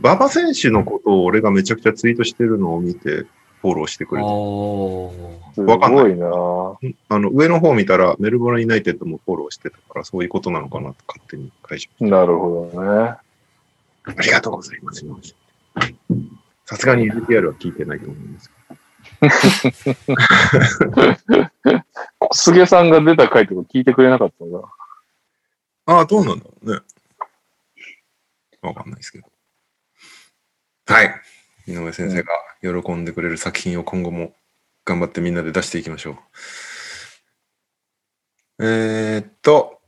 [SPEAKER 1] 馬場選手のことを俺がめちゃくちゃツイートしてるのを見て、フォローしてくれた。
[SPEAKER 3] おー
[SPEAKER 2] す
[SPEAKER 1] わかん
[SPEAKER 2] ごいなぁ
[SPEAKER 1] あの、上の方見たら、メルボルンユナイテッドもフォローしてたから、そういうことなのかなと勝手に解釈。
[SPEAKER 2] なるほどね。
[SPEAKER 1] ありがとうございます。さすがに NTR は聞いてないと思います。
[SPEAKER 2] 小菅さんが出た回とか聞いてくれなかったんだ。
[SPEAKER 1] ああ、どうなんだろうね。わかんないですけど。はい。井上先生が喜んでくれる作品を今後も頑張ってみんなで出していきましょう。えー、っと、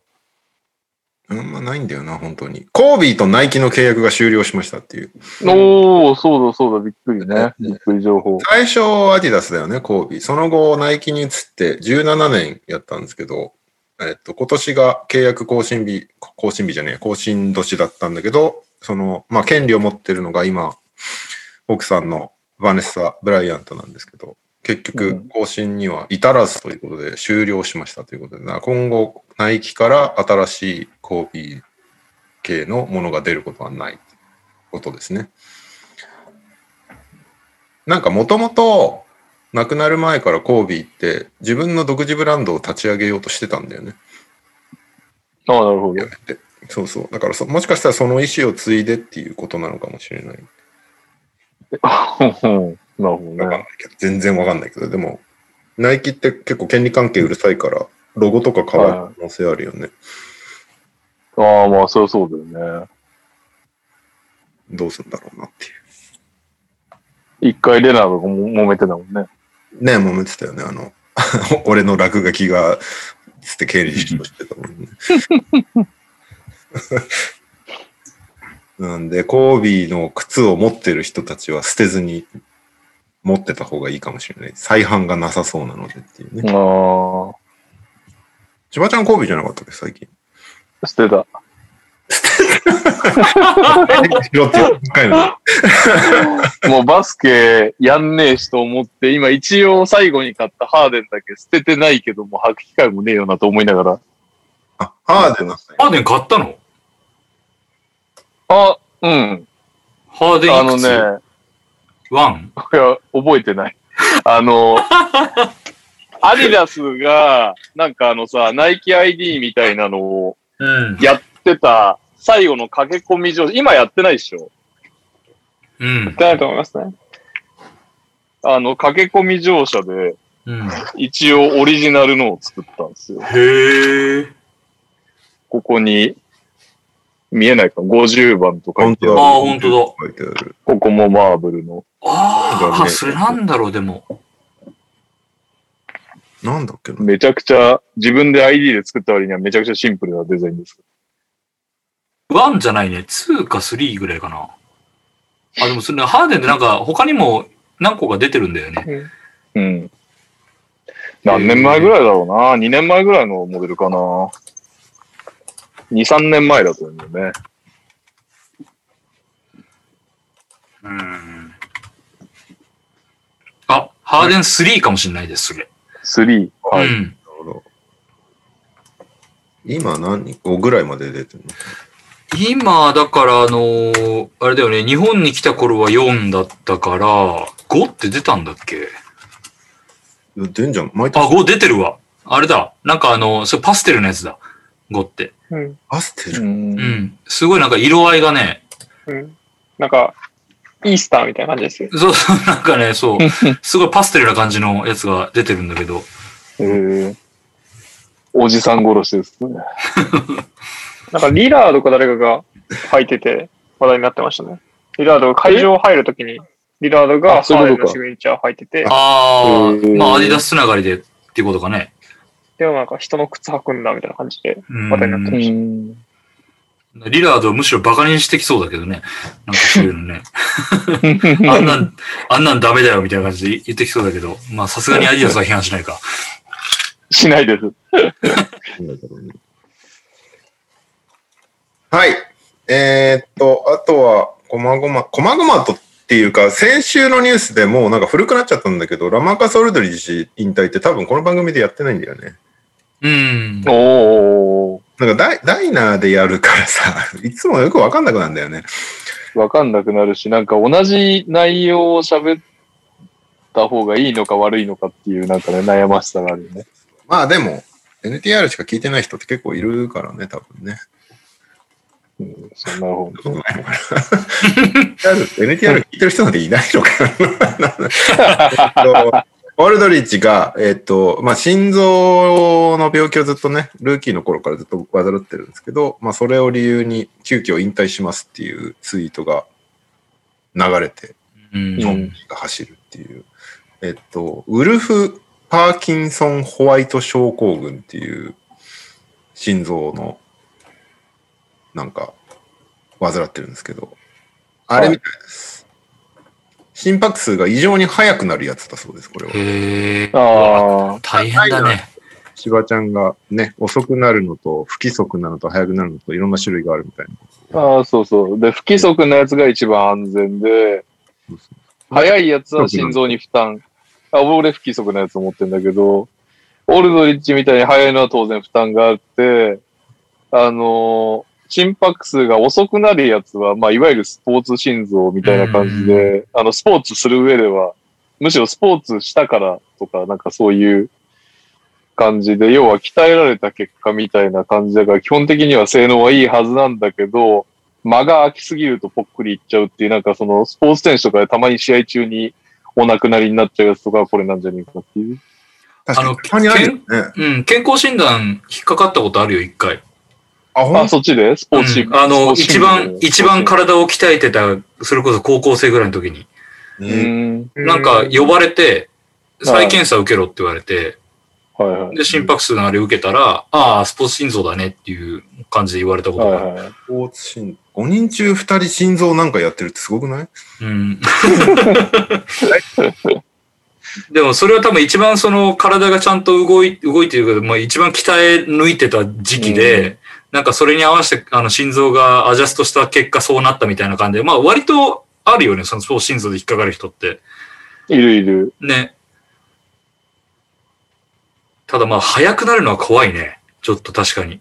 [SPEAKER 1] あんまないんだよな、本当に。コービーとナイキの契約が終了しましたっていう。
[SPEAKER 2] おー、そうだそうだ、びっくりね。びっくり情報。
[SPEAKER 1] 最初アディダスだよね、コービー。その後、ナイキに移って17年やったんですけど、えっと、今年が契約更新日、更新日じゃねえ、更新年だったんだけど、その、まあ、権利を持ってるのが今、奥さんのバネッサ・ブライアントなんですけど、結局、更新には至らずということで終了しましたということで、な今後、ナイキから新しいコービー系のものが出ることはないということですね。なんかもともと亡くなる前からコービーって自分の独自ブランドを立ち上げようとしてたんだよね。
[SPEAKER 2] ああ、なるほど。
[SPEAKER 1] そうそう。だからそもしかしたらその意思を継いでっていうことなのかもしれない。
[SPEAKER 2] うんな
[SPEAKER 1] わ
[SPEAKER 2] るほど
[SPEAKER 1] かん
[SPEAKER 2] ね。
[SPEAKER 1] ないけど、全然わかんないけど、でも、ナイキって結構権利関係うるさいから、ロゴとか変わる可能性あるよね。
[SPEAKER 2] ああ、まあ、そりゃそうだよね。
[SPEAKER 1] どうするんだろうなってい
[SPEAKER 2] 一回レナードがも揉めてたもんね。
[SPEAKER 1] う。ねえ、揉めてたよね。あの、 [laughs] 俺の落書きが、つって権利主張してたもんね。なんで、コービーの靴を持ってる人たちは捨てずに持ってた方がいいかもしれない。再販がなさそうなのでっていうね。
[SPEAKER 2] あ
[SPEAKER 1] 千葉ちゃんコービーじゃなかったっけ、最
[SPEAKER 3] [laughs]
[SPEAKER 1] 近。
[SPEAKER 2] あ、捨てた。
[SPEAKER 1] しろって言う回の
[SPEAKER 2] もうバスケやんねえしと思って、今一応最後に買ったハーデンだけ捨ててないけど、もう履く機会もねえよなと思いながら。
[SPEAKER 1] あ、ハーデンなんだ
[SPEAKER 3] ハーデン買ったの
[SPEAKER 2] あ、うん。
[SPEAKER 3] ハーデン
[SPEAKER 2] あ
[SPEAKER 3] い
[SPEAKER 2] の
[SPEAKER 3] くつ
[SPEAKER 2] ね、
[SPEAKER 3] ワン
[SPEAKER 2] これは覚えてない。あ
[SPEAKER 3] [laughs]
[SPEAKER 2] の、アディダスが、なんかあのさ、ナイキ ID みたいなのを
[SPEAKER 3] うん。
[SPEAKER 2] やってた最後の駆け込み上、今やってないでしょ
[SPEAKER 3] うん。
[SPEAKER 4] だと思いますね。
[SPEAKER 2] あの、駆け込み乗車で、
[SPEAKER 3] うん。
[SPEAKER 2] 一応オリジナルのを作ったんですよ。
[SPEAKER 3] へえ。
[SPEAKER 2] ここに、見えないか ?50 番とか言ってあ
[SPEAKER 3] あ
[SPEAKER 2] る
[SPEAKER 3] あ、本当だ。
[SPEAKER 1] 書いてある。
[SPEAKER 2] ここもマーブルの。
[SPEAKER 3] あ
[SPEAKER 1] だ
[SPEAKER 3] あ、
[SPEAKER 1] ね
[SPEAKER 3] それなんだろう、でも。
[SPEAKER 1] なんだっけな。
[SPEAKER 2] めちゃくちゃ、自分で ID で作った割にはめちゃくちゃシンプルなデザインです。
[SPEAKER 3] ワンじゃないね。ツーかスリーぐらいかな。あ、でもそれ、ハーデンってなんか他にも何個か出てるんだよね。
[SPEAKER 2] うん。何年前ぐらいだろうな。2年前ぐらいのモデルかな。2、3年前だと思うね。
[SPEAKER 3] うん。あ、ハーデン3かもしれないです、それ。
[SPEAKER 2] 3。は
[SPEAKER 3] う
[SPEAKER 2] い。
[SPEAKER 3] ん。
[SPEAKER 1] なるほど今何個ぐらいまで出てるの
[SPEAKER 3] 今、だから、あのーあれだよね、日本に来た頃は4だったから、5って出たんだっけ
[SPEAKER 1] いや出んじゃん。毎
[SPEAKER 3] あ、
[SPEAKER 1] 年
[SPEAKER 3] 5出てるわ。あれだ。なんかあの、それパステルのやつだ。5って。
[SPEAKER 4] うん。
[SPEAKER 1] パステル。
[SPEAKER 2] う。
[SPEAKER 3] うんん。すごいなんか色合いがね、
[SPEAKER 4] うん。なんか、イースターみたいな感じですよ。
[SPEAKER 3] そうそう、なんかね、そう、すごいパステルな感じのやつが出てるんだけど。
[SPEAKER 2] えーおじさん殺しですね。
[SPEAKER 4] なんか、リラードか誰かが履いてて話題になってましたね。リラードが会場入るときに、リラードが
[SPEAKER 2] あ
[SPEAKER 4] ハ
[SPEAKER 2] そう
[SPEAKER 4] ー
[SPEAKER 2] い
[SPEAKER 4] レ
[SPEAKER 2] うこ
[SPEAKER 4] ー
[SPEAKER 2] と
[SPEAKER 4] の
[SPEAKER 2] か
[SPEAKER 4] シグニチャー履いてて、
[SPEAKER 2] へ
[SPEAKER 3] ああ、
[SPEAKER 2] ー
[SPEAKER 3] まあ、アディダスつながりでっていうことかね。
[SPEAKER 4] でもなんか人の靴履くんだみたいな感じで。
[SPEAKER 3] うん
[SPEAKER 4] 話題になってまし
[SPEAKER 2] ん。
[SPEAKER 3] リラードをむしろバカにしてきそうだけどね。なんかそういうのね。あんなん、あんなんダメだよみたいな感じで言ってきそうだけど。まあ、さすがにアディダスは批判しないか。
[SPEAKER 2] しないです。
[SPEAKER 1] はい。えーっと、あとは、こまごま、こまごまとっていうか、先週のニュースでもうなんか古くなっちゃったんだけど、ラマカソルドリッジ引退って多分この番組でやってないんだよね。
[SPEAKER 3] うん。
[SPEAKER 2] おー。
[SPEAKER 1] なんかダイダイナーでやるからさ、 [laughs] いつもよくわかんなくなるんだよね。
[SPEAKER 2] わかんなくなるし、なんか同じ内容を喋った方がいいのか悪いのかっていう、なんかね、悩ましさがあるよね。
[SPEAKER 1] まあでも、NTR しか聞いてない人って結構いるからね、多分ね。
[SPEAKER 2] そうなるほ
[SPEAKER 1] ことないのかな。NTR 聞いてる人なんていないのかな。 [laughs] オールドリッチが、えっと、まあ、心臓の病気をずっとね、ルーキーの頃からずっと患ってるんですけど、まあ、それを理由に急遽引退しますっていうツイートが流れて、
[SPEAKER 3] うん
[SPEAKER 1] ゾンビが走るっていう。えっと、ウルフ・パーキンソン・ホワイト症候群っていう心臓のなんか患ってるんですけど、あれみたいです。心拍数が異常に速くなるやつだそうです、これは。
[SPEAKER 3] へえ
[SPEAKER 2] ど。ああ。
[SPEAKER 3] 大変だね。
[SPEAKER 1] 千葉ちゃんがね、遅くなるのと不規則なのと速くなるのといろんな種類があるみたいな。
[SPEAKER 2] ああ、そうそう。で、不規則なやつが一番安全で
[SPEAKER 1] そうそ、
[SPEAKER 2] 速いやつは心臓に負担。あ、俺不規則なやつ持ってんだけど、オールドリッチみたいに速いのは当然負担があって、あのー心拍数が遅くなるやつは、まあ、いわゆるスポーツ心臓みたいな感じで、あの、スポーツする上では、むしろスポーツしたからとか、なんかそういう感じで、要は鍛えられた結果みたいな感じだから、基本的には性能はいいはずなんだけど、間が空きすぎるとぽっくりいっちゃうっていう、なんかそのスポーツ選手とかでたまに試合中にお亡くなりになっちゃうやつとかはこれなんじゃねえかっていう。
[SPEAKER 1] 確か
[SPEAKER 3] あの
[SPEAKER 1] に、たまにあるよね。
[SPEAKER 3] うん、健康診断引っかかったことあるよ、一回。
[SPEAKER 1] あ、ほん
[SPEAKER 2] あ、そっちでスポーツチーム、
[SPEAKER 3] うんあの、
[SPEAKER 2] スポーツチ
[SPEAKER 3] 一
[SPEAKER 2] ーム
[SPEAKER 3] 番、一番体を鍛えてた、それこそ高校生ぐらいの時に、
[SPEAKER 2] う
[SPEAKER 1] ね
[SPEAKER 2] ん。
[SPEAKER 3] なんか呼ばれて、再検査受けろって言われて、
[SPEAKER 2] はいはい。
[SPEAKER 3] で、心拍数のあれ受けたら、ああ、スポーツ心臓だねっていう感じで言われたことがある。
[SPEAKER 2] はいはい。
[SPEAKER 1] スポーツ心5人中2人心臓なんかやってるってすごくない
[SPEAKER 3] うん。 [laughs] でもそれは多分一番その体がちゃんと動い動いてるけど、まあ、一番鍛え抜いてた時期で、
[SPEAKER 2] う
[SPEAKER 3] なんかそれに合わせてあの心臓がアジャストした結果そうなったみたいな感じで、まあ割とあるよね、そのそう心臓で引っかかる人って。
[SPEAKER 2] いるいる。
[SPEAKER 3] ね。ただまあ速くなるのは怖いね。ちょっと確かに。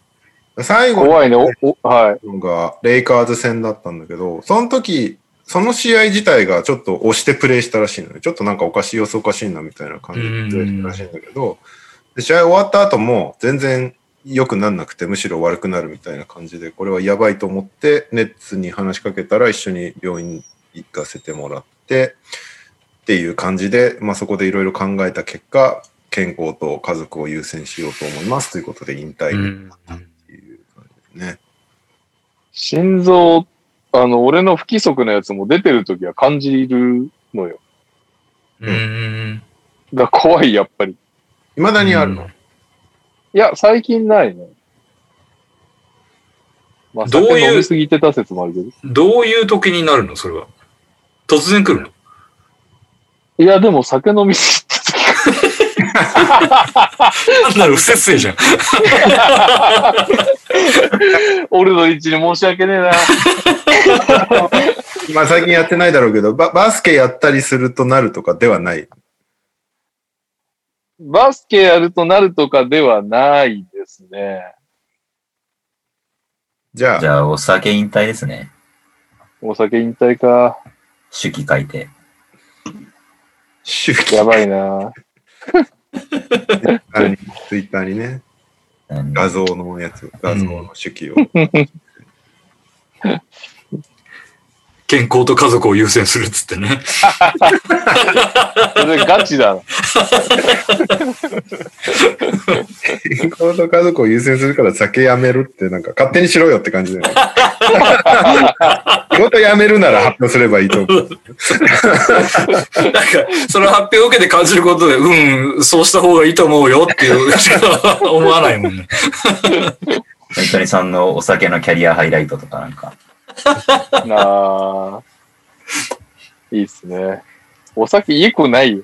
[SPEAKER 1] 最後に
[SPEAKER 2] 怖いね。おおはい。
[SPEAKER 1] のがレイカーズ戦だったんだけど、その時、その試合自体がちょっと押してプレイしたらしいので、ちょっとなんかおかしい様子おかしいなみたいな感じでプレイしたらしいんだけど、で試合終わった後も全然良くなんなくて、むしろ悪くなるみたいな感じで、これはやばいと思って、ネッツに話しかけたら一緒に病院行かせてもらって、っていう感じで、まあ、そこでいろいろ考えた結果、健康と家族を優先しようと思いますということで引退
[SPEAKER 3] う
[SPEAKER 1] っ
[SPEAKER 3] ん
[SPEAKER 1] ていう感じですね。
[SPEAKER 2] 心臓、あの、俺の不規則なやつも出てるときは感じるのよ。
[SPEAKER 3] うん。
[SPEAKER 2] が怖い、やっぱり。
[SPEAKER 1] 未だにあるの、
[SPEAKER 2] いや、最近ないね。まあ、
[SPEAKER 3] どういう
[SPEAKER 2] 酒飲みすぎてた説もあるけど。
[SPEAKER 3] どういう時になるのそれは。突然来るの
[SPEAKER 2] いや、でも酒飲みすぎてた時
[SPEAKER 3] 単なる不節制じゃん。
[SPEAKER 2] [laughs] 俺の一に申し訳ねえな。
[SPEAKER 1] まあ最近やってないだろうけど、ババスケやったりするとなるとかではない。
[SPEAKER 2] バスケやるとなるとかではないですね。
[SPEAKER 1] じゃあ、
[SPEAKER 5] じゃあ、お酒引退ですね。
[SPEAKER 2] お酒引退か。
[SPEAKER 5] 手記書いて。
[SPEAKER 1] 周期
[SPEAKER 2] やばいな。
[SPEAKER 1] あに、ツイッターにね、
[SPEAKER 5] うん
[SPEAKER 1] 画像のやつ、画像の手記を。
[SPEAKER 3] 健康と家族を優先するっつってね。
[SPEAKER 2] それガチだな。
[SPEAKER 1] 健康と家族を優先するから酒やめるって、なんか勝手にしろよって感じだよね。仕事やめるなら発表すればいいと思う。
[SPEAKER 3] なんか、その発表を受けて感じることで、うん、そうした方がいいと思うよっていうしか思わないもんね。
[SPEAKER 5] 鳥取さんのお酒のキャリアハイライトとかなんか。 [laughs]
[SPEAKER 2] なあ。いいっすね。お酒、良くないよ。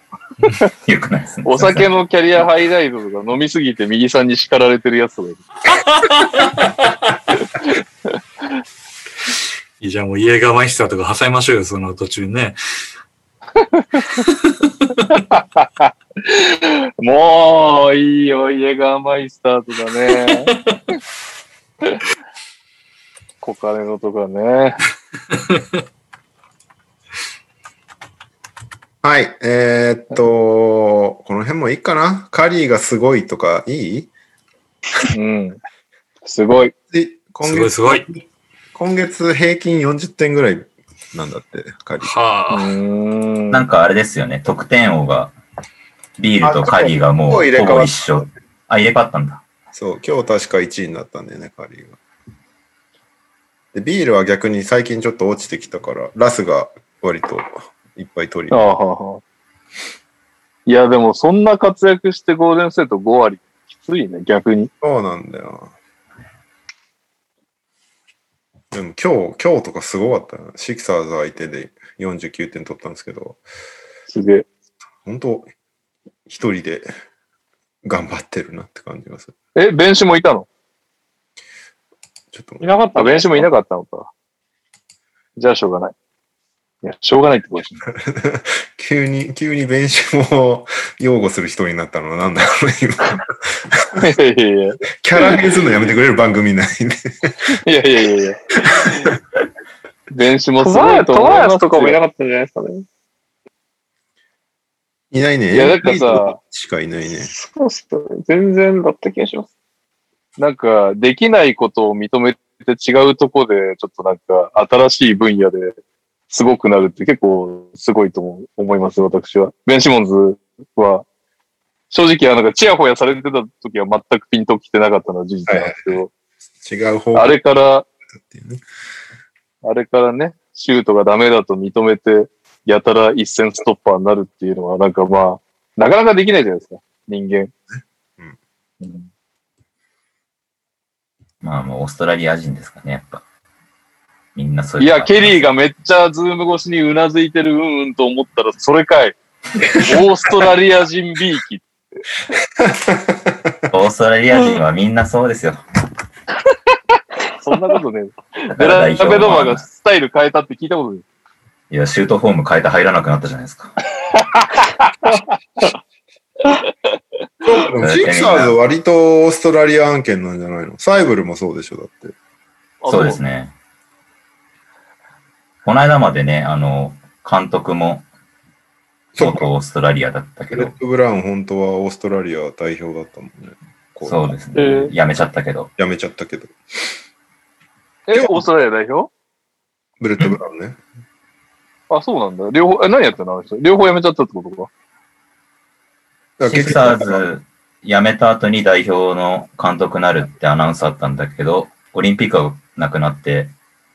[SPEAKER 5] よくないですね。
[SPEAKER 2] お酒のキャリアハイライトとか飲みすぎて右さんに叱られてるやつとかいる
[SPEAKER 3] いいじゃん、もう家がマイスターとか挟みましょうよ、その途中にね。
[SPEAKER 2] もう、いいよ、家がマイスターとかね。 [laughs] コカレノとかね。
[SPEAKER 1] はい、えーっと、この辺もいいかなカリーがすごいとかいい
[SPEAKER 2] うん。すごい。
[SPEAKER 1] で今
[SPEAKER 3] すごい
[SPEAKER 1] 月
[SPEAKER 3] すごい。
[SPEAKER 1] 今月平均40点ぐらいなんだって、カリー。
[SPEAKER 3] はあ。
[SPEAKER 2] ん
[SPEAKER 5] なんかあれですよね、得点王が、ビールとカリーがも
[SPEAKER 1] あそう
[SPEAKER 5] うほぼ
[SPEAKER 1] 入れ替わった
[SPEAKER 5] 一緒。あ、入れ替わったんだ。
[SPEAKER 1] そう、今日確か1位になったんだよね、カリーが。で、ビールは逆に最近ちょっと落ちてきたから、ラスが割といっぱい取り
[SPEAKER 2] あ。あはあいや、でもそんな活躍してゴールデンステート5割、きついね、逆に。
[SPEAKER 1] そうなんだよ。でも今日、今日とかすごかったよね。シクサーズ相手で49点取ったんですけど、
[SPEAKER 2] すげえ。
[SPEAKER 1] 本当一人で頑張ってるなって感じがする。
[SPEAKER 2] え、ベンシもいたの
[SPEAKER 1] ちょっと
[SPEAKER 4] いなかった
[SPEAKER 2] あ、ベンシもい
[SPEAKER 4] な
[SPEAKER 2] なかったのか。じゃあしょうがない。いや、しょうがないってことですね。
[SPEAKER 1] 急に、急に弁償を [laughs] 擁護する人になったのはなんだろうね、今。
[SPEAKER 2] いやいやいや。
[SPEAKER 1] キャラ変するのやめてくれる番組ないね。
[SPEAKER 2] いやいやいやいや。ベンシも
[SPEAKER 4] ト
[SPEAKER 2] す
[SPEAKER 4] バ
[SPEAKER 2] ごい
[SPEAKER 4] ヤ
[SPEAKER 2] と思いますよ
[SPEAKER 4] スとかもいなかったんじゃないですかね。
[SPEAKER 1] いないね。
[SPEAKER 2] いやだからさ、
[SPEAKER 1] しかいないね。
[SPEAKER 4] そうっすね。全然だった気がします。
[SPEAKER 2] なんか、できないことを認めて違うとこで、ちょっとなんか、新しい分野で、すごくなるって結構すごいと思う思います、私は。ベン・シモンズは、正直、なんか、チヤホヤされてた時は全くピンときてなかったのは事実なんですけど、
[SPEAKER 1] 違う方向
[SPEAKER 2] あれから、
[SPEAKER 1] っていうね。
[SPEAKER 2] あれからね、シュートがダメだと認めて、やたら一戦ストッパーになるっていうのは、なんかまあ、なかなかできないじゃないですか、人間。
[SPEAKER 5] まあもうオーストラリア人ですかね、やっぱ。みんなそうい。
[SPEAKER 2] いうや、ケリーがめっちゃズーム越しにうなずいてるうんうんと思ったら、それかい。オーストラリア人ビーキ。
[SPEAKER 5] オーストラリア人はみんなそうですよ。
[SPEAKER 2] そんなことね。
[SPEAKER 5] だか
[SPEAKER 2] ベ
[SPEAKER 5] ら
[SPEAKER 2] ラ
[SPEAKER 5] [laughs] 代表
[SPEAKER 2] ベドマ
[SPEAKER 5] は
[SPEAKER 2] がスタイル変えたって聞いたことない。
[SPEAKER 5] いや、シュートフォーム変えて入らなくなったじゃないですか。
[SPEAKER 1] そうシクサーズ割とオーストラリア案件なんじゃないのサイブルもそうでしょ、だって。
[SPEAKER 5] そうです
[SPEAKER 2] ね。
[SPEAKER 5] ね。この間までね、あの、監督も、
[SPEAKER 1] そうか
[SPEAKER 5] 元オーストラリアだったけ
[SPEAKER 1] エレ
[SPEAKER 5] ど
[SPEAKER 1] ッ、ト・ブラウン本当はオーストラリア代表だったもんね。こ
[SPEAKER 5] そうです
[SPEAKER 4] え
[SPEAKER 5] ね。
[SPEAKER 4] ー
[SPEAKER 5] やめちゃったけど。
[SPEAKER 1] やめちゃったけど。
[SPEAKER 2] え、オーストラリア代表
[SPEAKER 1] ブレット・ブラウンね。
[SPEAKER 2] あ、そうなんだ。両方、え、何やってたのあの人両方やめちゃったってことか。
[SPEAKER 1] だから
[SPEAKER 5] シクサーズ辞めた後に代表の監督になるってアナウンスあったんだけど、オリンピックがなくなって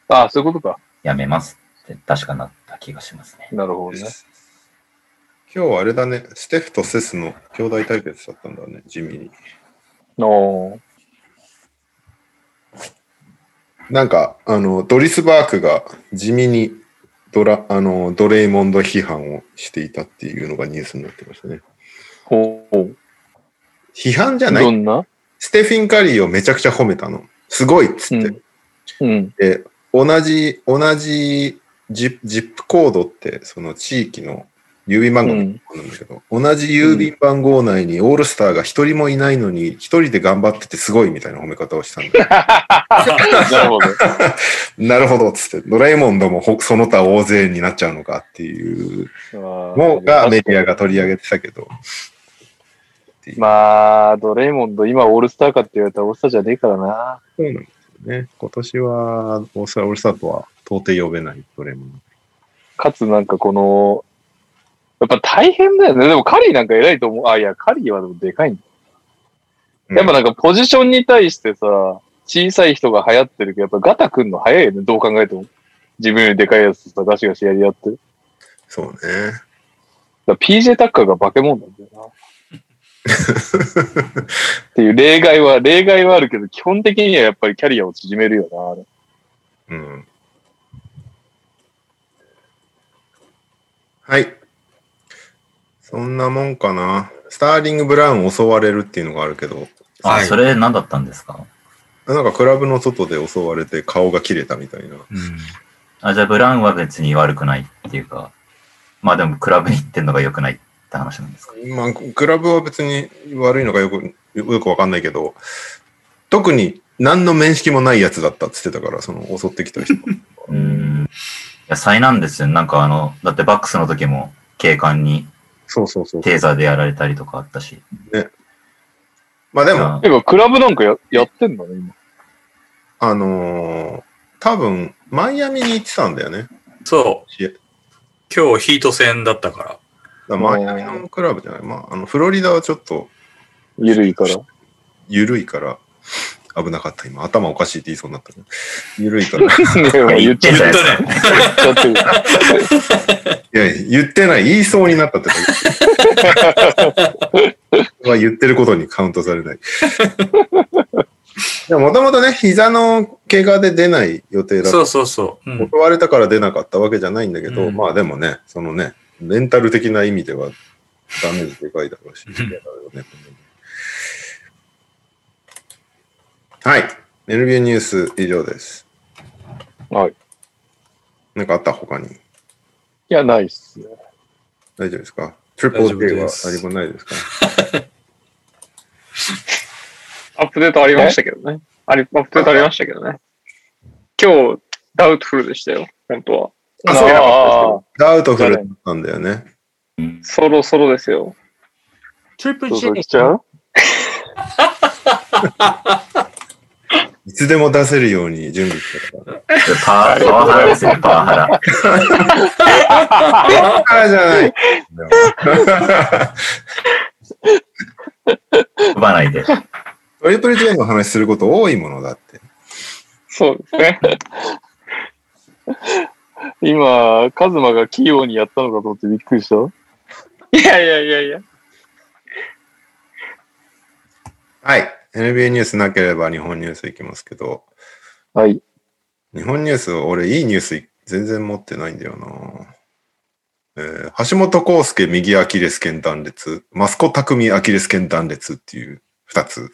[SPEAKER 2] あ、そういうことか。
[SPEAKER 5] 辞めますって確かなった気がしますね。
[SPEAKER 2] なるほどね。
[SPEAKER 1] 今日はあれだね、ステフとセスの兄弟対決だったんだね、地味に。
[SPEAKER 2] の
[SPEAKER 1] なんか、あの、ドリス・バークが地味にドラ、あの、ドレイモンド批判をしていたっていうのがニュースになってましたね。
[SPEAKER 2] ほう。
[SPEAKER 1] 批判じゃない
[SPEAKER 2] どんな
[SPEAKER 1] ステフィン・カリーをめちゃくちゃ褒めたの。すごいっつ
[SPEAKER 2] う
[SPEAKER 1] って。
[SPEAKER 2] ん。うん。
[SPEAKER 1] で、同じ、同じジジップコードって、その地域の郵便番号なんだけど、同じ郵便番号内にオールスターが一人もいないのに、一人で頑張っててすごいみたいな褒め方をしたんだよ。
[SPEAKER 2] なるほど。
[SPEAKER 1] なるほどっつって、ドラえもんどもほその他大勢になっちゃうのかっていうの [laughs]
[SPEAKER 2] も
[SPEAKER 1] がメディアが取り上げてたけど、
[SPEAKER 2] まあ、ドレイモンド、今オールスターかって言われたらオールスターじゃねえからな。
[SPEAKER 1] そうなんですよね。今年はオースターオールスターとは到底呼べないドラえもん。
[SPEAKER 2] かつなんかこの、やっぱ大変だよね。でもカリーなんか偉いと思う。あ、いや、カリーはでもでかいんだ。
[SPEAKER 1] うん
[SPEAKER 2] やっぱなんかポジションに対してさ、小さい人が流行ってるけど、やっぱガタくんの早いよね。どう考えても。自分よりでかいやつとさ、ガシガシやり合ってる。
[SPEAKER 1] そうね。
[SPEAKER 2] だから PJ タッカーが化け物なん
[SPEAKER 1] [laughs]
[SPEAKER 2] だよな。っていう例外は、例外はあるけど、基本的にはやっぱりキャリアを縮めるよなあれ。
[SPEAKER 1] うん。はい。そんなもんかな。スターリング・ブラウン襲われるっていうのがあるけど、
[SPEAKER 5] あ、
[SPEAKER 3] はい
[SPEAKER 5] それ何だったんですか
[SPEAKER 1] なんかクラブの外で襲われて顔が切れたみたいな。
[SPEAKER 3] うん
[SPEAKER 5] あ、じゃあブラウンは別に悪くないっていうか、まあでもクラブに行ってんのが良くないって話なんですか。
[SPEAKER 1] まあ、クラブは別に悪いのかよく、よくわかんないけど、特に何の面識もないやつだったっつってたから、その襲ってきた人。
[SPEAKER 5] うーん。いや、災難ですよね。なんかあの、だってバックスの時も警官に
[SPEAKER 1] [laughs] そうそうそう。
[SPEAKER 5] テーザーでやられたりとかあったし。
[SPEAKER 1] まあで
[SPEAKER 5] い
[SPEAKER 1] も、
[SPEAKER 5] や
[SPEAKER 2] てか、クラブなんかややってんのね、今。
[SPEAKER 1] あのー多分、マイアミに行ってたんだよね。
[SPEAKER 3] そう。
[SPEAKER 1] 試合だか
[SPEAKER 3] 今日ヒート戦だったから。
[SPEAKER 1] らマイアミのクラブじゃない。まあ、あの、フロリダはちょっと
[SPEAKER 2] ゆるいから。
[SPEAKER 1] 緩いから、危なかった。今、頭おかしいって言いそうになったね。緩いから。い
[SPEAKER 2] 言っちゃ
[SPEAKER 5] 言
[SPEAKER 2] っ
[SPEAKER 5] ってて
[SPEAKER 2] る
[SPEAKER 5] んじゃないですか。
[SPEAKER 2] 言っちゃってる。
[SPEAKER 1] や、言ってない。言いそうになったって。 [laughs] は言ってることにカウントされない。でもともとね、膝の怪我で出ない予定だった
[SPEAKER 3] そうそうそう。うん、
[SPEAKER 1] 断れたから出なかったわけじゃないんだけど、
[SPEAKER 3] うん
[SPEAKER 1] まあでもね、そのね、メンタル的な意味ではダメージでかいだろうし、
[SPEAKER 3] ん
[SPEAKER 1] 嫌だろうねはい。NBA ニュース以上です。
[SPEAKER 2] はい。
[SPEAKER 1] なんかあった他に。
[SPEAKER 2] いや、ないっすね。
[SPEAKER 1] 大丈夫ですかトリプル J
[SPEAKER 3] 大丈夫
[SPEAKER 1] は
[SPEAKER 3] です
[SPEAKER 1] 何もないですか
[SPEAKER 4] アップデートありましたけどね。あり、アップデートありましたけどね。今日、ダウトフルでしたよ、本当は。
[SPEAKER 1] あ
[SPEAKER 4] そう
[SPEAKER 2] ああ
[SPEAKER 1] ダウトフルだったんだよね。
[SPEAKER 4] そろそろですよ。
[SPEAKER 3] トリプ
[SPEAKER 2] そうそう、来ちゃう
[SPEAKER 1] いつでも出せるように準備してたから。
[SPEAKER 5] パワハラですね、パワハラ。
[SPEAKER 1] あ、じゃ
[SPEAKER 3] [laughs]
[SPEAKER 1] ない。
[SPEAKER 5] 飛ばないで。
[SPEAKER 1] トリプル J の話すること多いものだって。
[SPEAKER 2] そうですね。今、カズマが器用にやったのかと思ってびっくりした。
[SPEAKER 4] [laughs] いやいやいやいや。
[SPEAKER 1] はい。NBA ニュースなければ日本ニュースいきますけど、
[SPEAKER 2] はい。
[SPEAKER 1] 日本ニュース、俺いいニュース全然持ってないんだよな。えー橋本康介右アキレス腱断裂、益子匠アキレス腱断裂っていう二つ。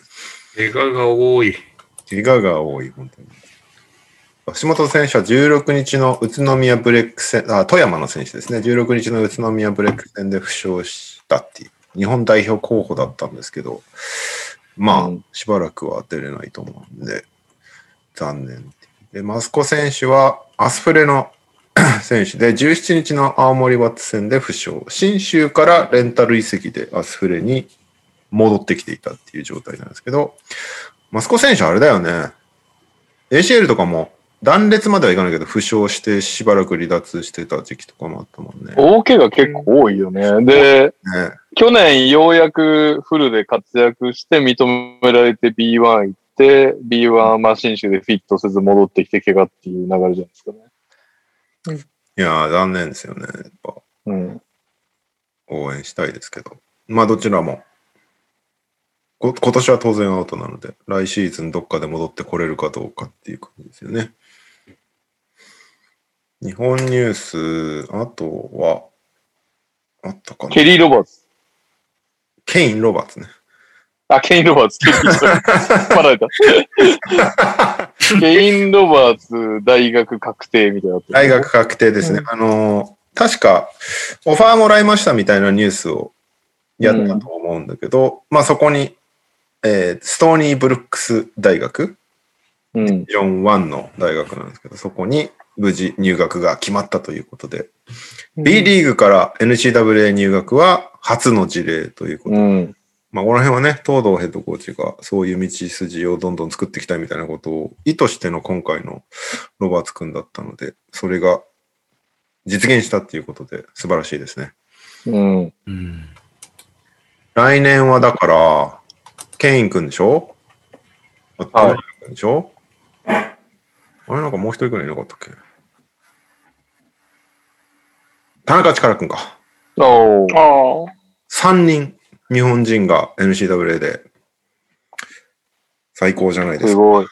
[SPEAKER 3] 怪我が多い。
[SPEAKER 1] 怪我が多い、本当に。橋本選手は16日の宇都宮ブレック戦、あ、富山の選手ですね。16日の宇都宮ブレック戦で負傷したっていう、日本代表候補だったんですけど、まあ
[SPEAKER 2] うん、
[SPEAKER 1] しばらくは出れないと思うんで、残念っていう。で、マスコ選手はアスフレの [clears throat] 選手で、17日の青森ワッツ戦で負傷。新州からレンタル移籍でアスフレに戻ってきていたっていう状態なんですけど、マスコ選手あれだよね。ACL とかも断裂まではいかないけど、負傷してしばらく離脱してた時期とかもあったもんね。
[SPEAKER 2] 大怪我結構多いよね。で、
[SPEAKER 1] ね
[SPEAKER 2] 去年ようやくフルで活躍して認められて B1 行って、B1 マシン州でフィットせず戻ってきて怪我っていう流れじゃないですかね。
[SPEAKER 1] いやー、残念ですよね。やっぱ
[SPEAKER 2] うん。
[SPEAKER 1] 応援したいですけど。まあ、どちらも。こ今年は当然アウトなので、来シーズンどっかで戻ってこれるかどうかっていう感じですよね。日本ニュース、あとは、あったかな
[SPEAKER 2] ケリー・ロバーツ。
[SPEAKER 1] ケイン・ロバーツね。
[SPEAKER 2] あ、ケイン・ロバーツ、ケイン・ロバーツ。まだやった。ケイン・ロバーツ、大学確定みたいなのあった。
[SPEAKER 1] 大学確定ですね。あのー、確か、オファーもらいましたみたいなニュースをやったと思うんだけど、まあそこに、えーストーニーブルックス大学、
[SPEAKER 2] うん。
[SPEAKER 1] ジョン1の大学なんですけど、そこに無事入学が決まったということで、B リーグから NCAA 入学は初の事例ということで
[SPEAKER 2] うん。
[SPEAKER 1] まあ、この辺はね、東堂ヘッドコーチがそういう道筋をどんどん作っていきたいみたいなことを意図しての今回のロバーツ君だったので、それが実現したっていうことで素晴らしいですね。
[SPEAKER 2] うん。
[SPEAKER 3] うん。
[SPEAKER 1] 来年はだから、ケイン君でしょあと、
[SPEAKER 2] はい
[SPEAKER 1] 君でしょあれなんかもう一人くらいいなかったっけ田中力君か。
[SPEAKER 2] おー
[SPEAKER 4] ああ。
[SPEAKER 1] 3人日本人が NCAA で最高じゃないです
[SPEAKER 2] す
[SPEAKER 1] か。
[SPEAKER 2] ごい。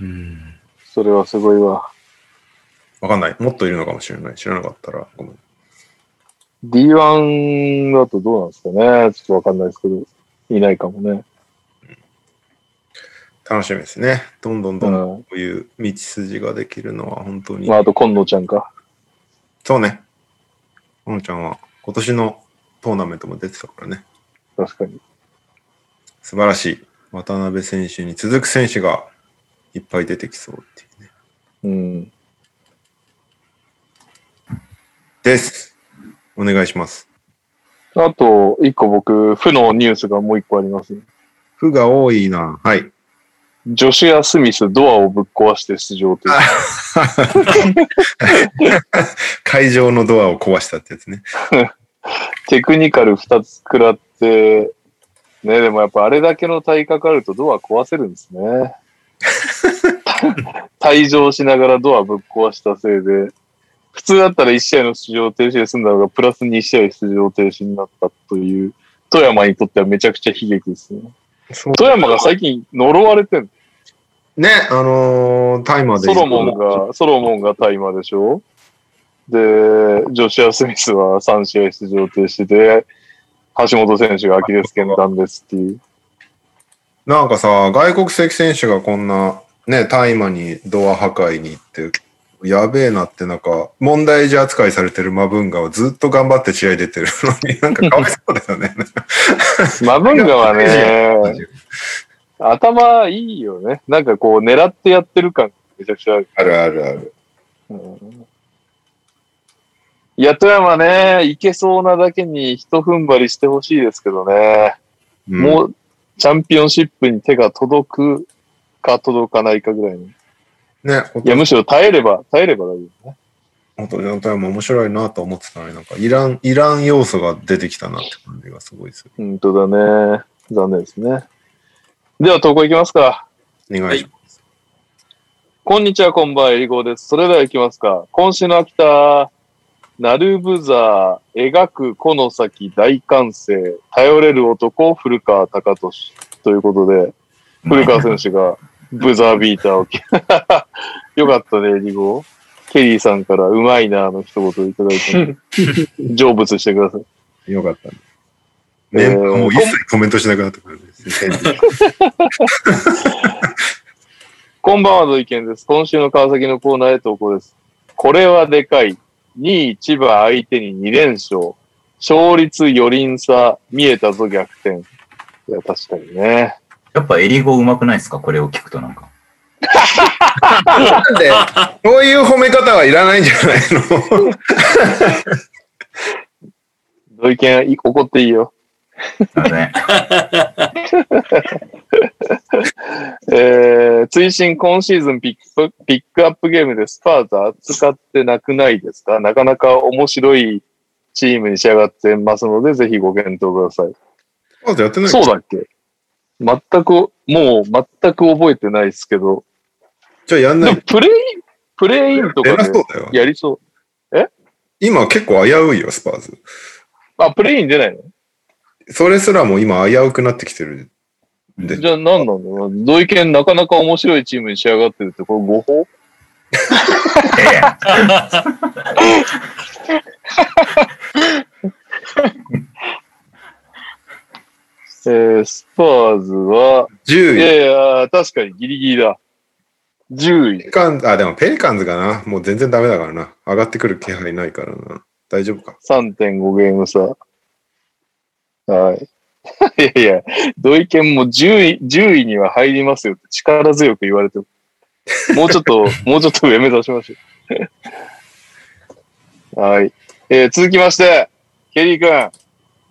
[SPEAKER 3] うん。
[SPEAKER 2] それはすごいわ。
[SPEAKER 1] わかんない。もっといるのかもしれない。知らなかったら、ごめん。
[SPEAKER 2] D1 だとどうなんですかね。ちょっとわかんないですけど、いないかもね。
[SPEAKER 1] 楽しみですね。どんどんどんどん
[SPEAKER 2] う
[SPEAKER 1] こういう道筋ができるのは本当に。
[SPEAKER 2] まあ、あと、今野ちゃんか。
[SPEAKER 1] そうね。ほのちゃんは今年のトーナメントも出てたからね。
[SPEAKER 2] 確かに。
[SPEAKER 1] 素晴らしい。渡辺選手に続く選手がいっぱい出てきそうっていうね。
[SPEAKER 2] うん。
[SPEAKER 1] です。お願いします。
[SPEAKER 2] あと、一個僕、負のニュースがもう一個あります。
[SPEAKER 1] 負が多いな。はい。
[SPEAKER 2] ジョシュア・スミス、ドアをぶっ壊して出場という。
[SPEAKER 1] 会場のドアを壊したってやつね。
[SPEAKER 2] テクニカル2つ食らって、ね、でもやっぱあれだけの体格あるとドア壊せるんですね。退場しながらドアぶっ壊したせいで、普通だったら1試合の出場停止で済んだのが、プラス2試合出場停止になったという、富山にとってはめちゃくちゃ悲劇ですね。富山が最近呪われてんの
[SPEAKER 1] ね、あのー、タイマーで。
[SPEAKER 2] ソロモンが、ソロモンが大麻でしょで、ジョシュア・スミスは3試合出場停止で、橋本選手がアキレス腱断裂っていう。
[SPEAKER 1] なんかさ、外国籍選手がこんな、ね、大麻にドア破壊に行って、やべえなって、なんか、問題児扱いされてるマブンガはずっと頑張って試合出てるのに、なんかかわいそうだよね。
[SPEAKER 2] マブンガはね、頭いいよね。なんかこう、狙ってやってる感がめちゃくちゃある。
[SPEAKER 1] [laughs] あるあるある。
[SPEAKER 2] うんいや、富山ね、いけそうなだけに一踏ん張りしてほしいですけどね。
[SPEAKER 1] うん
[SPEAKER 2] もう、チャンピオンシップに手が届くか届かないかぐらいに。
[SPEAKER 1] ね、
[SPEAKER 2] いや、むしろ耐えれば、耐えれば大丈夫ね。
[SPEAKER 1] 本当にあのタイム面白いなと思ってたのに、なんか、いらん、いらん要素が出てきたなって感じがすごいでする。
[SPEAKER 2] 本当だね。残念ですね。では、投稿いきますか。
[SPEAKER 1] お願いします。
[SPEAKER 2] こんにちは、こんばんは、えりごです。それでは行きますか。今週の秋田、ナルブザー、描くこの先大歓声、頼れる男、古川隆俊。ということで、古川選手がブザービーターを蹴 [laughs] よかったね、えりご。ケリーさんからうまいなの一言いただい
[SPEAKER 4] [laughs]
[SPEAKER 2] てので、成仏してください。
[SPEAKER 1] よかったね。
[SPEAKER 2] え
[SPEAKER 1] ね、
[SPEAKER 2] ー
[SPEAKER 1] もう一切コメントしなくなったから
[SPEAKER 2] [laughs]
[SPEAKER 1] ですね。
[SPEAKER 2] こんばんは、土井健です。今週の川崎のコーナーへ投稿です。これはでかい。2位千葉相手に2連勝。勝率4輪差、見えたぞ逆転。いや、確かにね。
[SPEAKER 5] やっぱエリゴ上手くないですかこれを聞くとなんか。
[SPEAKER 1] なんで、そういう褒め方はいらないんじゃない
[SPEAKER 2] [laughs]
[SPEAKER 1] の
[SPEAKER 2] 土井健、い怒っていいよ。
[SPEAKER 5] あ
[SPEAKER 2] [laughs]
[SPEAKER 5] れね。
[SPEAKER 2] えー、追伸今シーズンピックピックアップゲームでスパーザ扱ってなくないですかなかなか面白いチームに仕上がってますので、ぜひご検討ください。
[SPEAKER 1] まだやってない
[SPEAKER 2] そうだっけ全く、もう全く覚えてないですけど。
[SPEAKER 1] じゃあやんな
[SPEAKER 2] で
[SPEAKER 1] い
[SPEAKER 2] も。プレイン、プレインとか
[SPEAKER 1] 偉そう
[SPEAKER 2] で
[SPEAKER 1] だよ。
[SPEAKER 2] やりそう。
[SPEAKER 1] 今結構危ういよ、スパーズ。
[SPEAKER 2] あ、プレイン出ないの
[SPEAKER 1] それすらも今危うくなってきてる。で
[SPEAKER 2] じゃあ何なの土井健なかなか面白いチームに仕上がってるって、これ誤報
[SPEAKER 5] え
[SPEAKER 2] [laughs] えー、スパーズは、い
[SPEAKER 1] 10位。
[SPEAKER 2] やいや、確かにギリギリだ。10
[SPEAKER 1] ペ
[SPEAKER 2] 位。
[SPEAKER 1] リカンあ、でもペリカンズかな。もう全然ダメだからな。上がってくる気配ないからな。大丈夫か。
[SPEAKER 2] 3.5ゲーム差。はい。 [laughs] いやいや、土井健も10位、10位には入りますよって力強く言われても。もうちょっと、 [laughs] もうちょっと上目指しましょう。はい。えー続きまして、ケリー君、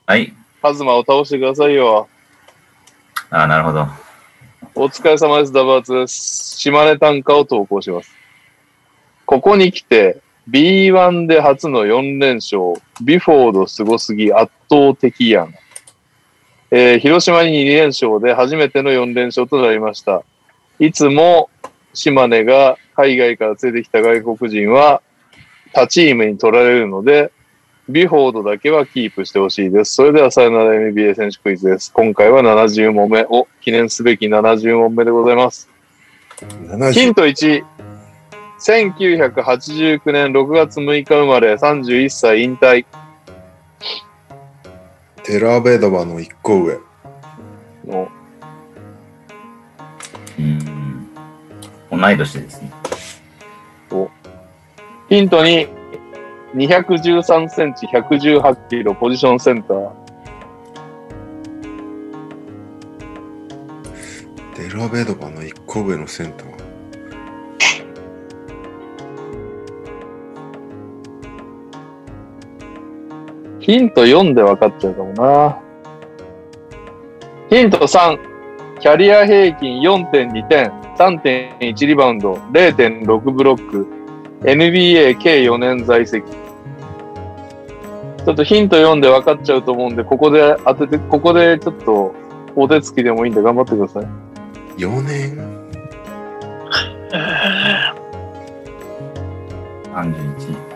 [SPEAKER 5] はい。
[SPEAKER 2] カズマを倒してくださいよ。
[SPEAKER 5] ああ、なるほど。
[SPEAKER 2] お疲れ様です、ダバーツです。島根短歌を投稿します。ここに来て、B1 で初の4連勝、ビフォードすごすぎ圧倒的やん。えー広島に2連勝で初めての4連勝となりました。いつも島根が海外から連れてきた外国人は他チームに取られるので、ビフォードだけはキープしてほしいです。それではさよなら NBA 選手クイズです。今回は70問目を記念すべき70問目でございます。ヒ
[SPEAKER 1] 70
[SPEAKER 2] ント1。1989年6月6日生まれ31歳引退。
[SPEAKER 1] テラベドバの1個上。
[SPEAKER 2] も
[SPEAKER 5] うーん。同い年ですね。
[SPEAKER 2] うヒント2。213センチ、118キロ、ポジションセンター。
[SPEAKER 1] テラベドバの1個上のセンター。
[SPEAKER 2] ヒント4で分かっちゃうかもな。ヒント3。キャリア平均4.2点、3.1リバウンド、0.6ブロック、NBA 計4年在籍。ちょっとヒント読んで分かっちゃうと思うんで、ここで当てて、ここでちょっとお手つきでもいいんで頑張ってください。
[SPEAKER 1] 4年
[SPEAKER 5] 31。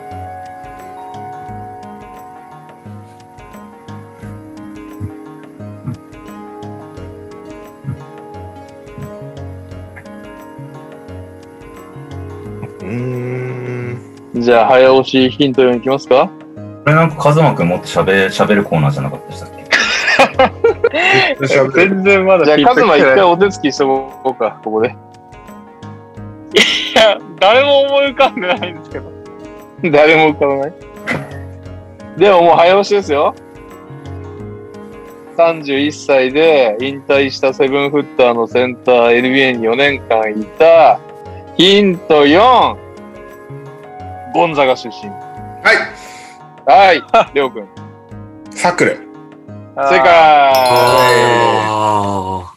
[SPEAKER 1] うーん。
[SPEAKER 2] じゃあ、早押しヒント読みいきますか
[SPEAKER 5] これなんかカズマくんもっと喋、喋るコーナーじゃなかったでしたっけ
[SPEAKER 1] 喋る
[SPEAKER 4] 全然まだ
[SPEAKER 2] じゃあ、
[SPEAKER 4] ピンと
[SPEAKER 2] カ
[SPEAKER 4] き
[SPEAKER 2] ズマ
[SPEAKER 4] てない
[SPEAKER 2] 一回お手つきしておこうか、ここで。
[SPEAKER 4] いや、誰も思い浮かんでないんですけど。
[SPEAKER 2] [laughs] 誰も浮かばない。でももう早押しですよ。31歳で引退したセブンフッターのセンター NBA に4年間いた。ヒント4。ゴンザが出身。
[SPEAKER 1] はい
[SPEAKER 2] はい、りょうくん。
[SPEAKER 1] サクレ。
[SPEAKER 2] 正
[SPEAKER 3] あ
[SPEAKER 2] 解。
[SPEAKER 3] あ。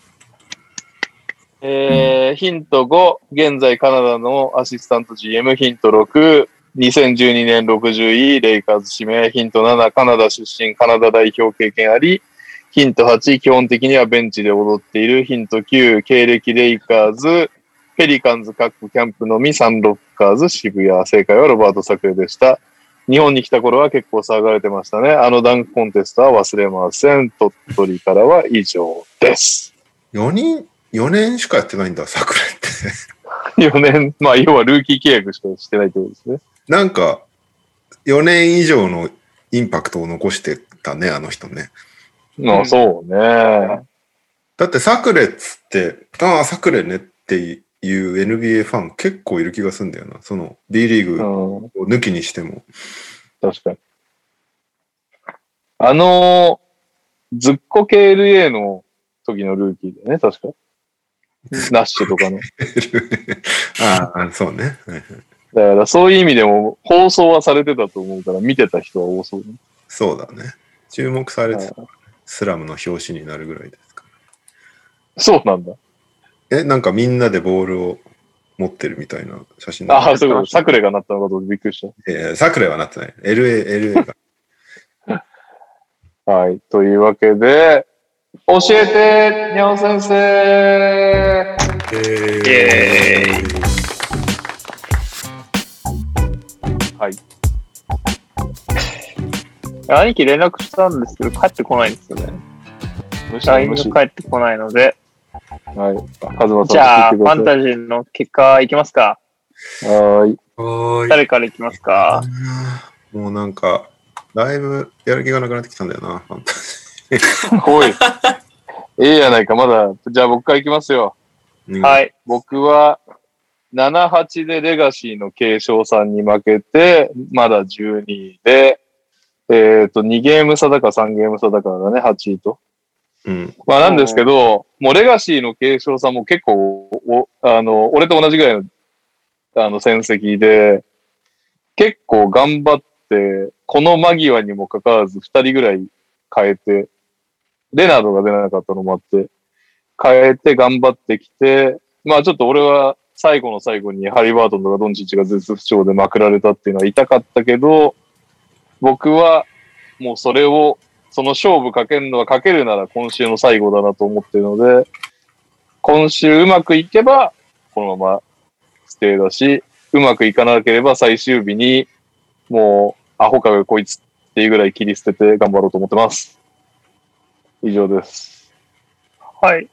[SPEAKER 2] えー、ヒント5。現在カナダのアシスタント GM。ヒント6。2012年60位、レイカーズ指名。ヒント7、カナダ出身、カナダ代表経験あり。ヒント8、基本的にはベンチで踊っている。ヒント9、経歴レイカーズ、ペリカンズ各キャンプのみ、サンロッカーズ渋谷。正解はロバート・サクレでした。日本に来た頃は結構騒がれてましたね。あのダンクコンテストは忘れません。鳥取からは以上です。
[SPEAKER 1] 4人、4年しかやってないんだ、サクレって。 [laughs]
[SPEAKER 2] 4年、まあ、要はルーキー契約しかしてないってことですね。
[SPEAKER 1] なんか、4年以上のインパクトを残してたね、あの人ね。
[SPEAKER 2] まあ、そうね。
[SPEAKER 1] だってサクレっつって、ああ、サクレねっていう NBA ファン結構いる気がするんだよな。その D リーグ
[SPEAKER 2] うん、
[SPEAKER 1] を抜きにしても。 [laughs]
[SPEAKER 2] 確かに。あの、ずっこ KLA の時のルーキーだよね、確か。ナッシュとかの。
[SPEAKER 1] ああ、そうね。はいはい
[SPEAKER 2] だから、そういう意味でも、放送はされてたと思うから、見てた人は多そうね。
[SPEAKER 1] そうだね。注目されてた
[SPEAKER 2] は
[SPEAKER 1] スラムの表紙になるぐらいですか。
[SPEAKER 2] そうなんだ。
[SPEAKER 1] え、なんかみんなでボールを持ってるみたいな写真
[SPEAKER 2] ああ、そういうこと。サクレがなったのかとびっくりし
[SPEAKER 1] えーサクレはなってない。LA、LA が。
[SPEAKER 2] た。はい。というわけで、教えて、にゃお先生
[SPEAKER 3] え
[SPEAKER 4] イエ
[SPEAKER 3] ーイ。
[SPEAKER 4] 兄貴連絡したんですけど、帰ってこないんですよね。
[SPEAKER 2] むしろ
[SPEAKER 4] LINE
[SPEAKER 2] む
[SPEAKER 4] が
[SPEAKER 2] し
[SPEAKER 4] 帰
[SPEAKER 2] ろ
[SPEAKER 4] ってこないので。
[SPEAKER 2] はい。カズマさん、
[SPEAKER 4] じゃあ、ファン
[SPEAKER 2] 聞いて
[SPEAKER 4] タジーの結果いきますか。
[SPEAKER 2] ください。はーい。
[SPEAKER 3] はーい。
[SPEAKER 4] 誰からいきますか。
[SPEAKER 1] もうなんか、だいぶやる気がなくなってきたんだよな。ファンタジ
[SPEAKER 2] おい。 [laughs] ええやないか、まだ。じゃあ僕からいきますよ。
[SPEAKER 1] ー。
[SPEAKER 4] はいい。
[SPEAKER 2] 僕は、7-8でレガシーの継承さんに負けて、まだ12位で、えっ、と、2ゲーム差だか3ゲーム差だからね、8位と。
[SPEAKER 1] うん。
[SPEAKER 2] まあなんですけど、もうレガシーの継承さんも結構、おあの、俺と同じぐらいの、あの、戦績で、結構頑張って、この間際にもかかわらず2人ぐらい変えて、レナードが出なかったのもあって、変えて頑張ってきて、まあちょっと俺は最後の最後にハリバートンとかドンチッチが絶不調でまくられたっていうのは痛かったけど、僕はもうそれを、その勝負かけるのはかけるなら今週の最後だなと思ってるので、今週うまくいけば、このままステイだし、うまくいかなければ最終日に、もう、アホかがこいつっていうぐらい切り捨てて頑張ろうと思ってます。以上です。
[SPEAKER 4] はい。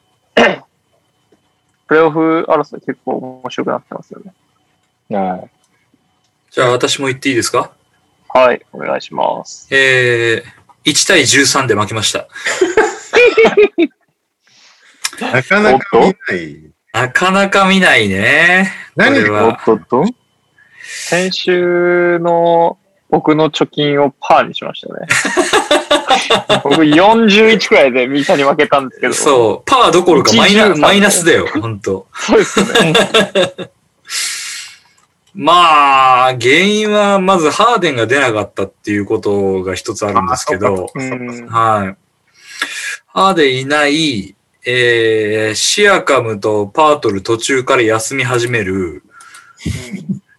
[SPEAKER 4] プレーオフ争い結構面白くなってますよね。
[SPEAKER 2] は
[SPEAKER 3] じゃあ私も言っていいですか
[SPEAKER 4] はい。お願いします。
[SPEAKER 3] えー、1対13で負けました。
[SPEAKER 1] なかなか見ない。
[SPEAKER 3] なかなか見ないね。
[SPEAKER 1] 何
[SPEAKER 3] これ
[SPEAKER 1] で
[SPEAKER 2] い。お
[SPEAKER 3] は
[SPEAKER 2] っとっと
[SPEAKER 4] 先週の僕の貯金をパーにしましたね。 [laughs] 僕41くらいでミサに負けたんですけど。う。
[SPEAKER 3] そう、パーどころかマイナ
[SPEAKER 4] 113
[SPEAKER 3] マイナスだよ、本当
[SPEAKER 4] そうですよね。
[SPEAKER 3] [laughs] まあ、原因はまずハーデンが出なかったっていうことが一つあるんですけ
[SPEAKER 1] あ
[SPEAKER 3] ど、
[SPEAKER 4] うん
[SPEAKER 3] はい。ハーデンいない、えー、シアカムとパートル途中から休み始める、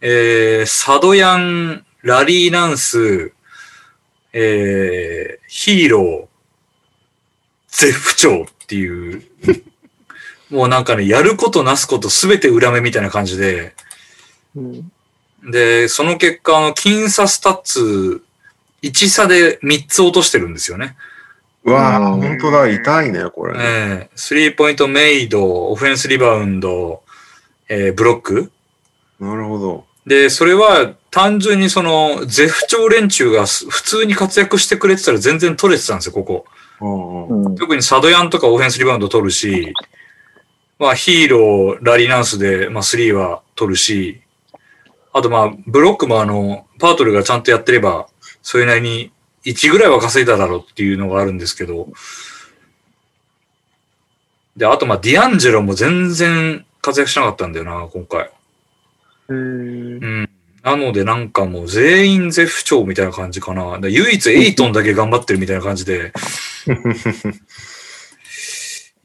[SPEAKER 3] えー、サドヤン、ラリーナンス、えー、ヒーロー、絶不調っていう、もうなんかね、やることなすことすべて裏目みたいな感じで、
[SPEAKER 4] うん
[SPEAKER 3] で、その結果、あの、僅差スタッツ、1差で3つ落としてるんですよね。
[SPEAKER 1] うわぁ、
[SPEAKER 2] うん
[SPEAKER 1] 本当だ、痛いね、これね。
[SPEAKER 3] ええスリーポイントメイド、オフェンスリバウンド、えーブロック。
[SPEAKER 1] なるほど。
[SPEAKER 3] で、それは単純にその、ゼフ長連中がす普通に活躍してくれてたら全然取れてたんですよ、ここ。
[SPEAKER 1] うんうん
[SPEAKER 2] うん。
[SPEAKER 3] 特にサドヤンとかオフェンスリバウンド取るし、まあヒーロー、ラリーナンスで、まあスリーは取るし、あとまあブロックもあの、パートルがちゃんとやってれば、それなりに1ぐらいは稼いだだろうっていうのがあるんですけど、で、あとまあディアンジェロも全然活躍しなかったんだよな、今回。
[SPEAKER 4] [laughs] うん
[SPEAKER 3] うん。なのでなんかもう全員絶不調みたいな感じかな。で唯一エイトンだけ頑張ってるみたいな感じ [laughs] で。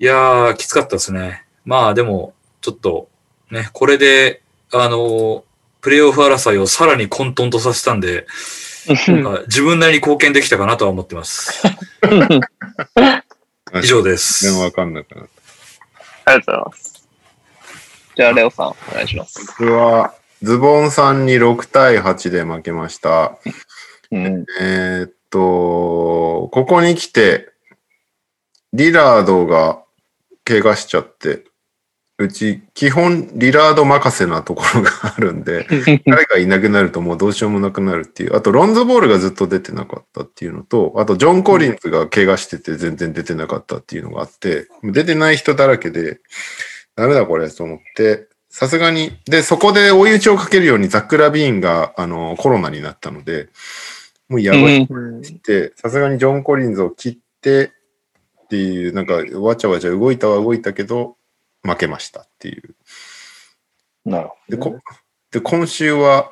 [SPEAKER 3] いやー、きつかったですね。まあでも、ちょっと、ね、これで、あのープレイオフ争いをさらに混沌とさせたんで、なんか自分なりに貢献できたかなとは思ってます。以上です。
[SPEAKER 1] 全然わかんなくなった。
[SPEAKER 4] ありがとうございます。じゃあ、レオさん、お願いします。
[SPEAKER 1] 僕は、ズボンさんに6対8で負けました。
[SPEAKER 2] うん。
[SPEAKER 1] えーっと、ここに来て、リラードが怪我しちゃって、うち基本リラード任せなところがあるんで、誰がいなくなるともうどうしようもなくなるっていう、あとロンズボールがずっと出てなかったっていうのと、あとジョン・コリンズが怪我してて全然出てなかったっていうのがあって、もう出てない人だらけで、ダメだこれと思って、さすがに、で、そこで追い打ちをかけるようにザック・ラビーンがあのコロナになったので、もうやばい
[SPEAKER 4] う
[SPEAKER 1] っ
[SPEAKER 4] ん
[SPEAKER 1] てさすがにジョン・コリンズを切ってっていう、なんか、わちゃわちゃ動いたは動いたけど、負けましたっていう。
[SPEAKER 2] なるほ
[SPEAKER 1] で、こで今週は、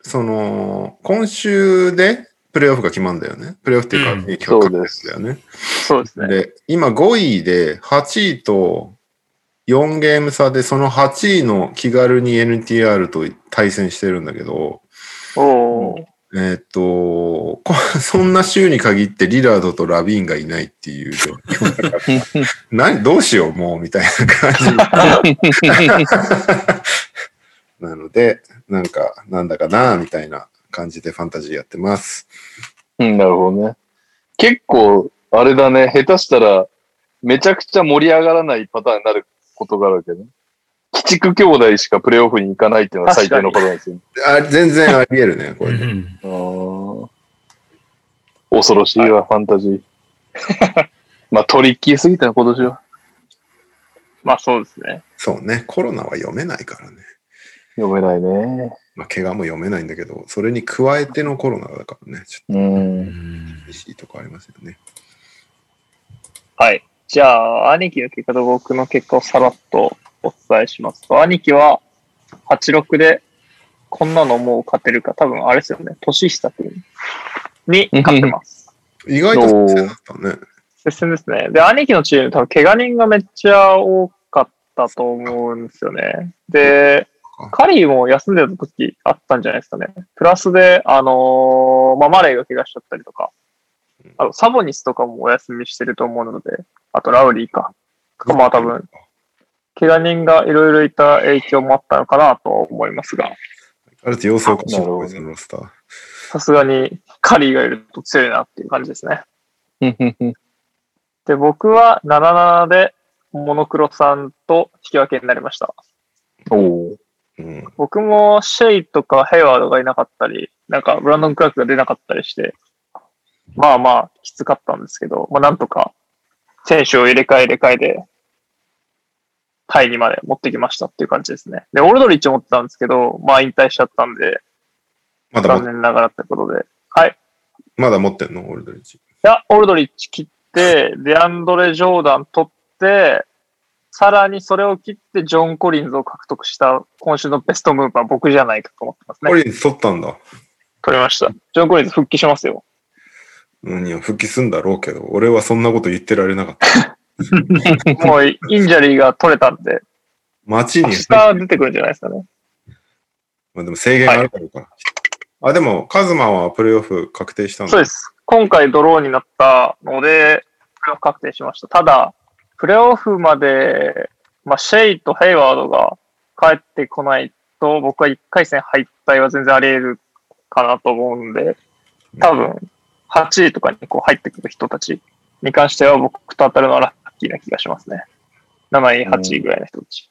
[SPEAKER 1] その、今週でプレーオフが決まるんだよね。プレーオフっていうか、
[SPEAKER 3] うん
[SPEAKER 1] 今日
[SPEAKER 2] そうです
[SPEAKER 1] だよね。
[SPEAKER 4] そうですね。
[SPEAKER 1] で、今5位で8位と4ゲーム差で、その8位の気軽に NTR と対戦してるんだけど、
[SPEAKER 4] おー
[SPEAKER 1] えーっと、こ [laughs] そんな週に限ってリラードとラビーンがいないっていう状
[SPEAKER 3] [laughs]
[SPEAKER 1] 況だから何、どうしようもうみたいな感
[SPEAKER 3] [laughs]
[SPEAKER 1] じ。なので、なんか、なんだかなみたいな感じでファンタジーやってます。
[SPEAKER 2] ど。うん、なるほどね。結構、あれだね、下手したら、めちゃくちゃ盛り上がらないパターンになることがあるわけね。鬼畜兄弟しかプレイオフに行かないっていうのは最低のパターンですよね。
[SPEAKER 1] あ全然あり得る
[SPEAKER 3] [laughs]
[SPEAKER 1] ね、こ
[SPEAKER 3] う
[SPEAKER 1] れ、ね。
[SPEAKER 3] ん
[SPEAKER 2] あー恐ろしいわ、ファンタジー。 [laughs] まあ、トリッキーすぎたな、今年は。
[SPEAKER 4] まあ、そうですね。
[SPEAKER 1] そうね、コロナは読めないからね。
[SPEAKER 2] 読めないね。
[SPEAKER 1] まあ、怪我も読めないんだけど、それに加えてのコロナだからね、ちょっ
[SPEAKER 2] う。
[SPEAKER 3] うんん
[SPEAKER 1] と厳しいとこありますよね。
[SPEAKER 4] はい。じゃあ、兄貴の結果と僕の結果をさらっとお伝えしますと、兄貴は86で、こんなのもう勝てるか、多分あれですよね、年下君に勝ってます。
[SPEAKER 1] 意外と接戦だったね。
[SPEAKER 4] 接戦ですね。で、兄貴のチーム、多分怪我人がめっちゃ多かったと思うんですよね。で、カリーも休んでた時あったんじゃないですかね。プラスで、あのーまあ、マレーが怪我しちゃったりとか、あとサボニスとかもお休みしてると思うので、あとラウリーか。とかまあ多分、怪我人がいろいろいた影響もあったのかなとは思いますが、
[SPEAKER 1] あると様子をかしい
[SPEAKER 2] なるほど
[SPEAKER 1] こいつのロスター。
[SPEAKER 4] さすがにカリーがいると強いなっていう感じですね。で、僕は77で、モノクロさんと引き分けになりました。
[SPEAKER 2] おお。
[SPEAKER 1] うん。
[SPEAKER 4] 僕もシェイとかヘイワードがいなかったり、なんかブランドン・クラークが出なかったりして、まあまあきつかったんですけど、まあなんとか選手を入れ替え入れ替えで、タイにまで持ってきましたっていう感じですね。で、オールドリッチ持ってたんですけど、まあ引退しちゃったんで、
[SPEAKER 1] まだ
[SPEAKER 4] 残
[SPEAKER 1] も、
[SPEAKER 4] 念ながらってことで。い
[SPEAKER 1] まだ持ってんのオールドリッジ。
[SPEAKER 4] や、オールドリッチ切って、デアンドレ・ジョーダン取って、さらにそれを切ってジョン・コリンズを獲得した今週のベストムーブは僕じゃないかと思ってますね
[SPEAKER 1] コ。リンズ取ったんだ。
[SPEAKER 4] 取りました。ジョン・コリンズ復帰しますよ。
[SPEAKER 1] 何を復帰すんだろうけど、俺はそんなこと言ってられなかった。
[SPEAKER 4] もうインジャリーが取れたんで、
[SPEAKER 1] 街
[SPEAKER 4] 明
[SPEAKER 1] に、ま
[SPEAKER 4] 日出てくるんじゃないですかね。
[SPEAKER 1] あ、でも制限があるからか。あ、でも、カズマはプレイオフ確定したの
[SPEAKER 4] そうです。今回ドローになったので、プレーオフ確定しました。ただ、プレーオフまで、まあ、シェイとヘイワードが帰ってこないと、僕は1回戦敗退は全然あり得るかなと思うんで、多分、8位とかにこう入ってくる人たちに関しては僕と当たるのはラッキーな気がしますね。7位、8位ぐらいの人たち。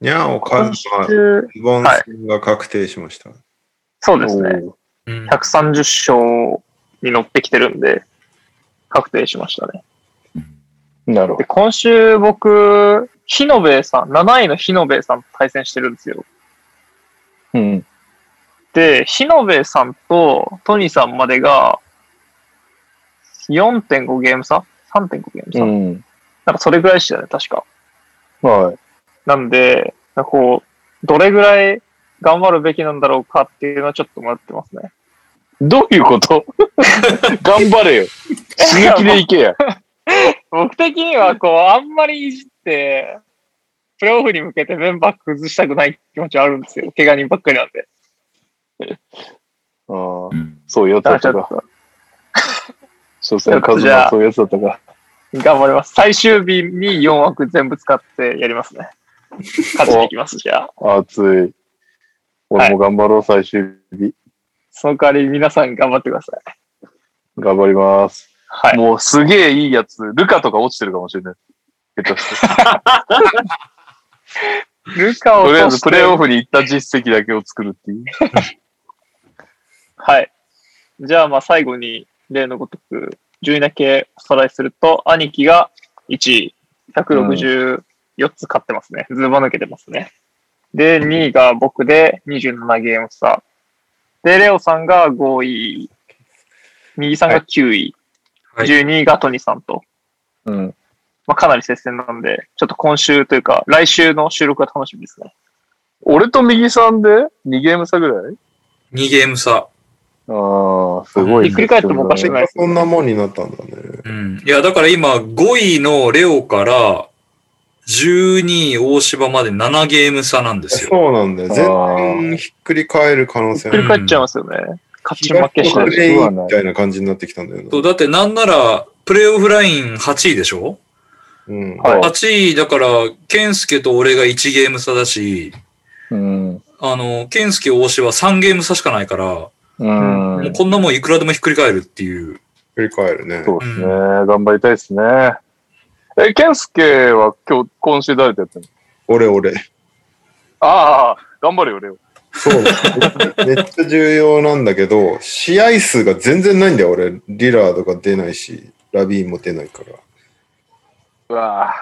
[SPEAKER 1] にゃんをカズマ、
[SPEAKER 4] 中
[SPEAKER 1] ズボン戦が確定しました。
[SPEAKER 4] そうですね。
[SPEAKER 3] うん
[SPEAKER 4] 130勝に乗ってきてるんで、確定しましたね。
[SPEAKER 2] なるほ
[SPEAKER 4] で今週僕、日野部さん、7位の日野部さんと対戦してるんですよ。
[SPEAKER 2] ど。うん。
[SPEAKER 4] で、日野部さんとトニーさんまでが、4.5ゲーム差 ?3.5 ゲーム差、
[SPEAKER 2] うん。
[SPEAKER 4] なんかそれぐらいでしたよね、確か。
[SPEAKER 2] は
[SPEAKER 4] なんで、なんかこう、どれぐらい頑張るべきなんだろうかっていうのはちょっと迷ってますね。
[SPEAKER 2] い。どういうこと [laughs] 頑張 [laughs] れよ。死ぬ気でいけや。
[SPEAKER 4] 僕的には、こう、あんまりいじって、プレーオフに向けてメンバー崩したくない気持ちはあるんですよ。怪我人ばっかりなんで。
[SPEAKER 2] あ
[SPEAKER 5] う
[SPEAKER 2] ー
[SPEAKER 5] ん
[SPEAKER 2] そういうやつだ
[SPEAKER 4] だ
[SPEAKER 2] っ
[SPEAKER 4] から
[SPEAKER 2] た
[SPEAKER 4] ちょっ
[SPEAKER 2] か。
[SPEAKER 4] と
[SPEAKER 2] 所詮カズマはそういうやつだったか。
[SPEAKER 4] 頑張ります。最終日に4枠全部使ってやりま
[SPEAKER 2] [laughs]
[SPEAKER 4] すね。勝ちに行きます、じゃあ。
[SPEAKER 2] 熱い。俺も頑張ろう、最終日。
[SPEAKER 4] その代わり皆さん頑張ってください。
[SPEAKER 2] 頑張ります。
[SPEAKER 4] はい。
[SPEAKER 2] もうすげえいいやつ、ルカとか落ちてるかもしれない。
[SPEAKER 4] [laughs]
[SPEAKER 2] 下手して。
[SPEAKER 4] ルカを
[SPEAKER 2] とりあえ
[SPEAKER 4] 落と
[SPEAKER 2] ず
[SPEAKER 4] して
[SPEAKER 2] プレーオフに行った実績だけを作るっていう。
[SPEAKER 4] はい。じゃあ、まあ最後に例のごとく順位だけおさらいすると、兄貴が1位、164つ勝ってますね。ずば抜けてますね。で、2位が僕で27ゲーム差。で、レオさんが5位、右さんが9位、
[SPEAKER 3] はい
[SPEAKER 4] 12位がトニさんと。
[SPEAKER 2] うん。
[SPEAKER 4] まあ、かなり接戦なんで、ちょっと今週というか、来週の収録が楽しみですね。
[SPEAKER 2] 俺と右さんで2ゲーム差ぐらい
[SPEAKER 3] 2ゲーム差。
[SPEAKER 2] ああ、すごい、ね。
[SPEAKER 4] ひっくり返ってもおかしくないです
[SPEAKER 1] そんなもんになったんだね。
[SPEAKER 3] うん。いや、だから今、5位のレオから、12位大芝まで7ゲーム差なんですよ。
[SPEAKER 1] そうなんだよ。全然ひっくり返る可能性
[SPEAKER 4] ひっ
[SPEAKER 1] ある
[SPEAKER 4] くり返っちゃいますよね。勝ち負けし
[SPEAKER 1] 東の
[SPEAKER 4] てる
[SPEAKER 1] プレインみたいな感じになってきたんだよな
[SPEAKER 3] そうだってなんなら、プレイオフライン8位でしょ
[SPEAKER 1] うん。
[SPEAKER 2] はい
[SPEAKER 3] ?8 位、だから、ケンスケと俺が1ゲーム差だし、
[SPEAKER 2] うん。
[SPEAKER 3] あの、ケンスケ大芝3ゲーム差しかないから、も
[SPEAKER 2] うん。
[SPEAKER 3] うこんなもんいくらでもひっくり返るっていう。
[SPEAKER 1] ひっくり返るね。
[SPEAKER 2] そうですね。
[SPEAKER 3] う
[SPEAKER 2] 頑張りたいですね。え、ケンスケは今日、今週誰とやってるの
[SPEAKER 1] 俺、俺。
[SPEAKER 2] ああ、頑張れよ、レオ。
[SPEAKER 1] そう。めっちゃ重要なんだけど、試合数が全然ないんだよ、俺。リラードが出ないし、ラビーンも出ないか
[SPEAKER 2] うわあ。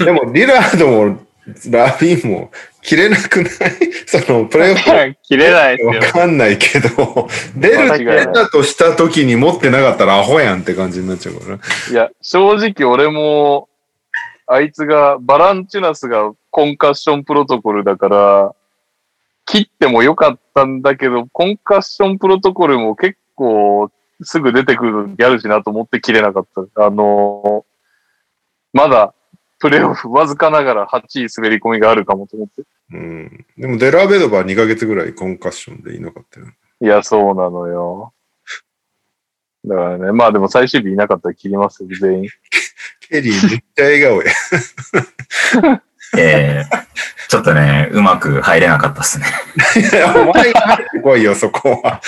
[SPEAKER 1] ら。でも、リラードも、ラビーンも、切れなくないその、プレイオフ
[SPEAKER 4] 切れないですよ
[SPEAKER 1] わ。かんないけど、出る、
[SPEAKER 2] 間違いない
[SPEAKER 1] 出たとした時に持ってなかったらアホやんって感じになっちゃうから。
[SPEAKER 2] いや、正直俺も、あいつが、バランチュナスがコンカッションプロトコルだから、切ってもよかったんだけど、コンカッションプロトコルも結構すぐ出てくる時あるしなと思って切れなかった。あのーまだプレイオフわずかながら8位滑り込みがあるかもと思って。
[SPEAKER 1] うん。でも、デラベドバは2ヶ月ぐらいコンカッションでいなかったよ。
[SPEAKER 2] いや、そうなのよ。だからね、まあでも最終日いなかったら切りますよ、全員。
[SPEAKER 1] ケリーめっちゃ笑顔や。 [laughs]
[SPEAKER 5] えー
[SPEAKER 2] [laughs]
[SPEAKER 5] ちょっとね、うまく入れなかったっすね。
[SPEAKER 1] いやお前が入ってこいよ、そこは。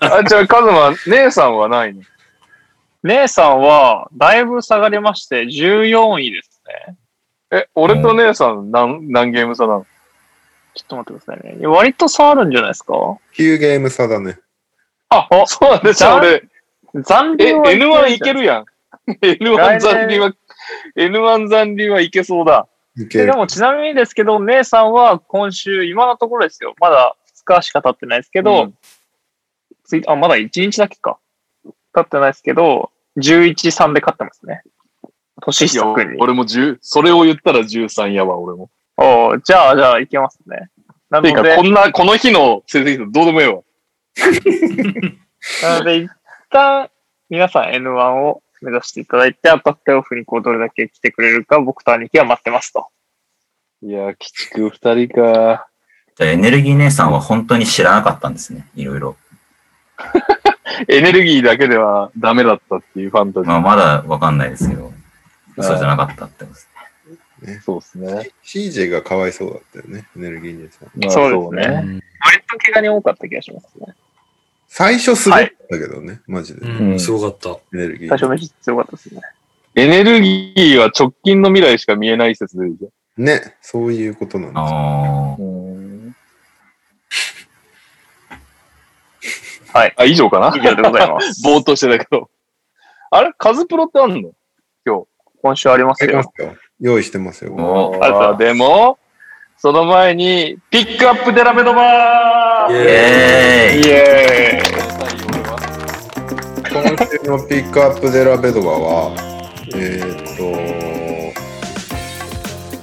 [SPEAKER 2] あ、じゃあ、カズマ、姉さんはないの
[SPEAKER 4] 姉さんは、だいぶ下がりまして、14位ですね。
[SPEAKER 2] え、俺と姉さん何、何ゲーム差なの
[SPEAKER 4] ちょっと待ってくださいね。割と差あるんじゃないですか
[SPEAKER 1] 9ゲーム差だね。
[SPEAKER 2] あ、そうなんですよ、
[SPEAKER 4] 残
[SPEAKER 2] 俺。
[SPEAKER 4] 残
[SPEAKER 2] え、
[SPEAKER 4] 留は
[SPEAKER 2] N1 いけるやん。N1 [laughs]
[SPEAKER 4] 来年
[SPEAKER 2] 残留は、N1 残留はいけそうだ。
[SPEAKER 1] いけ
[SPEAKER 4] で
[SPEAKER 1] る
[SPEAKER 4] で。もちなみにですけど、姉さんは今週、今のところですよ。まだ2日しか経ってないですけど、
[SPEAKER 2] うん
[SPEAKER 4] ついあ、まだ1日だけか。経ってないですけど、11-3で勝ってますね。年
[SPEAKER 2] いや
[SPEAKER 4] 下くんに。
[SPEAKER 2] 俺も10、それを言ったら13やわ、俺も。
[SPEAKER 4] おうじゃあ、じゃあ、いけますね。なの
[SPEAKER 2] て
[SPEAKER 4] で、
[SPEAKER 2] いうか、こんな、この日の成績どうでもええわ。
[SPEAKER 4] なので、一旦、皆さん N1 を目指していただいて、あとプレーオフにこうどれだけ来てくれるか、僕と兄貴は待ってますと。
[SPEAKER 2] いや、鬼畜二人か。
[SPEAKER 5] エネルギー姉さんは本当に知らなかったんですね。いろいろ。
[SPEAKER 2] エネルギーだけではダメだったっていうファンタジ
[SPEAKER 5] まあ、まだわかんないですけど、嘘じゃなかったってことですね。
[SPEAKER 2] ー。そうですね。
[SPEAKER 1] CJ がかわいそうだったよね、エネルギー姉さん。
[SPEAKER 2] まあ
[SPEAKER 4] そうですね
[SPEAKER 3] うん
[SPEAKER 4] 割と怪我に多かった気がしますね。
[SPEAKER 1] 最初すごかったけどね、マジで。エ
[SPEAKER 3] うん、すごかった。
[SPEAKER 1] ネルギ
[SPEAKER 4] 最初
[SPEAKER 1] ー。
[SPEAKER 4] めっちゃ強かったですね。
[SPEAKER 2] エネルギーは直近の未来しか見えない説でいいじ
[SPEAKER 1] ね、そういうことなんですよ。
[SPEAKER 5] あ
[SPEAKER 2] ゃん。うん
[SPEAKER 4] はい。
[SPEAKER 2] あ、以上かな
[SPEAKER 4] 以上でござい
[SPEAKER 2] [laughs]
[SPEAKER 4] ます。
[SPEAKER 2] ぼーっとしてたけど。あれカズプロってあんの
[SPEAKER 4] 今週あります
[SPEAKER 1] ありま
[SPEAKER 4] よ
[SPEAKER 1] す。よ用意してますよ。
[SPEAKER 5] お
[SPEAKER 4] ありがとうござい
[SPEAKER 2] あ
[SPEAKER 4] ます
[SPEAKER 2] でも、その前に、ピックアップデラメドバ
[SPEAKER 3] イ [laughs]
[SPEAKER 5] あ。
[SPEAKER 2] ー
[SPEAKER 5] イエーイ
[SPEAKER 4] イエーイ
[SPEAKER 1] 今週のピックアップデラベドバは、えーっと、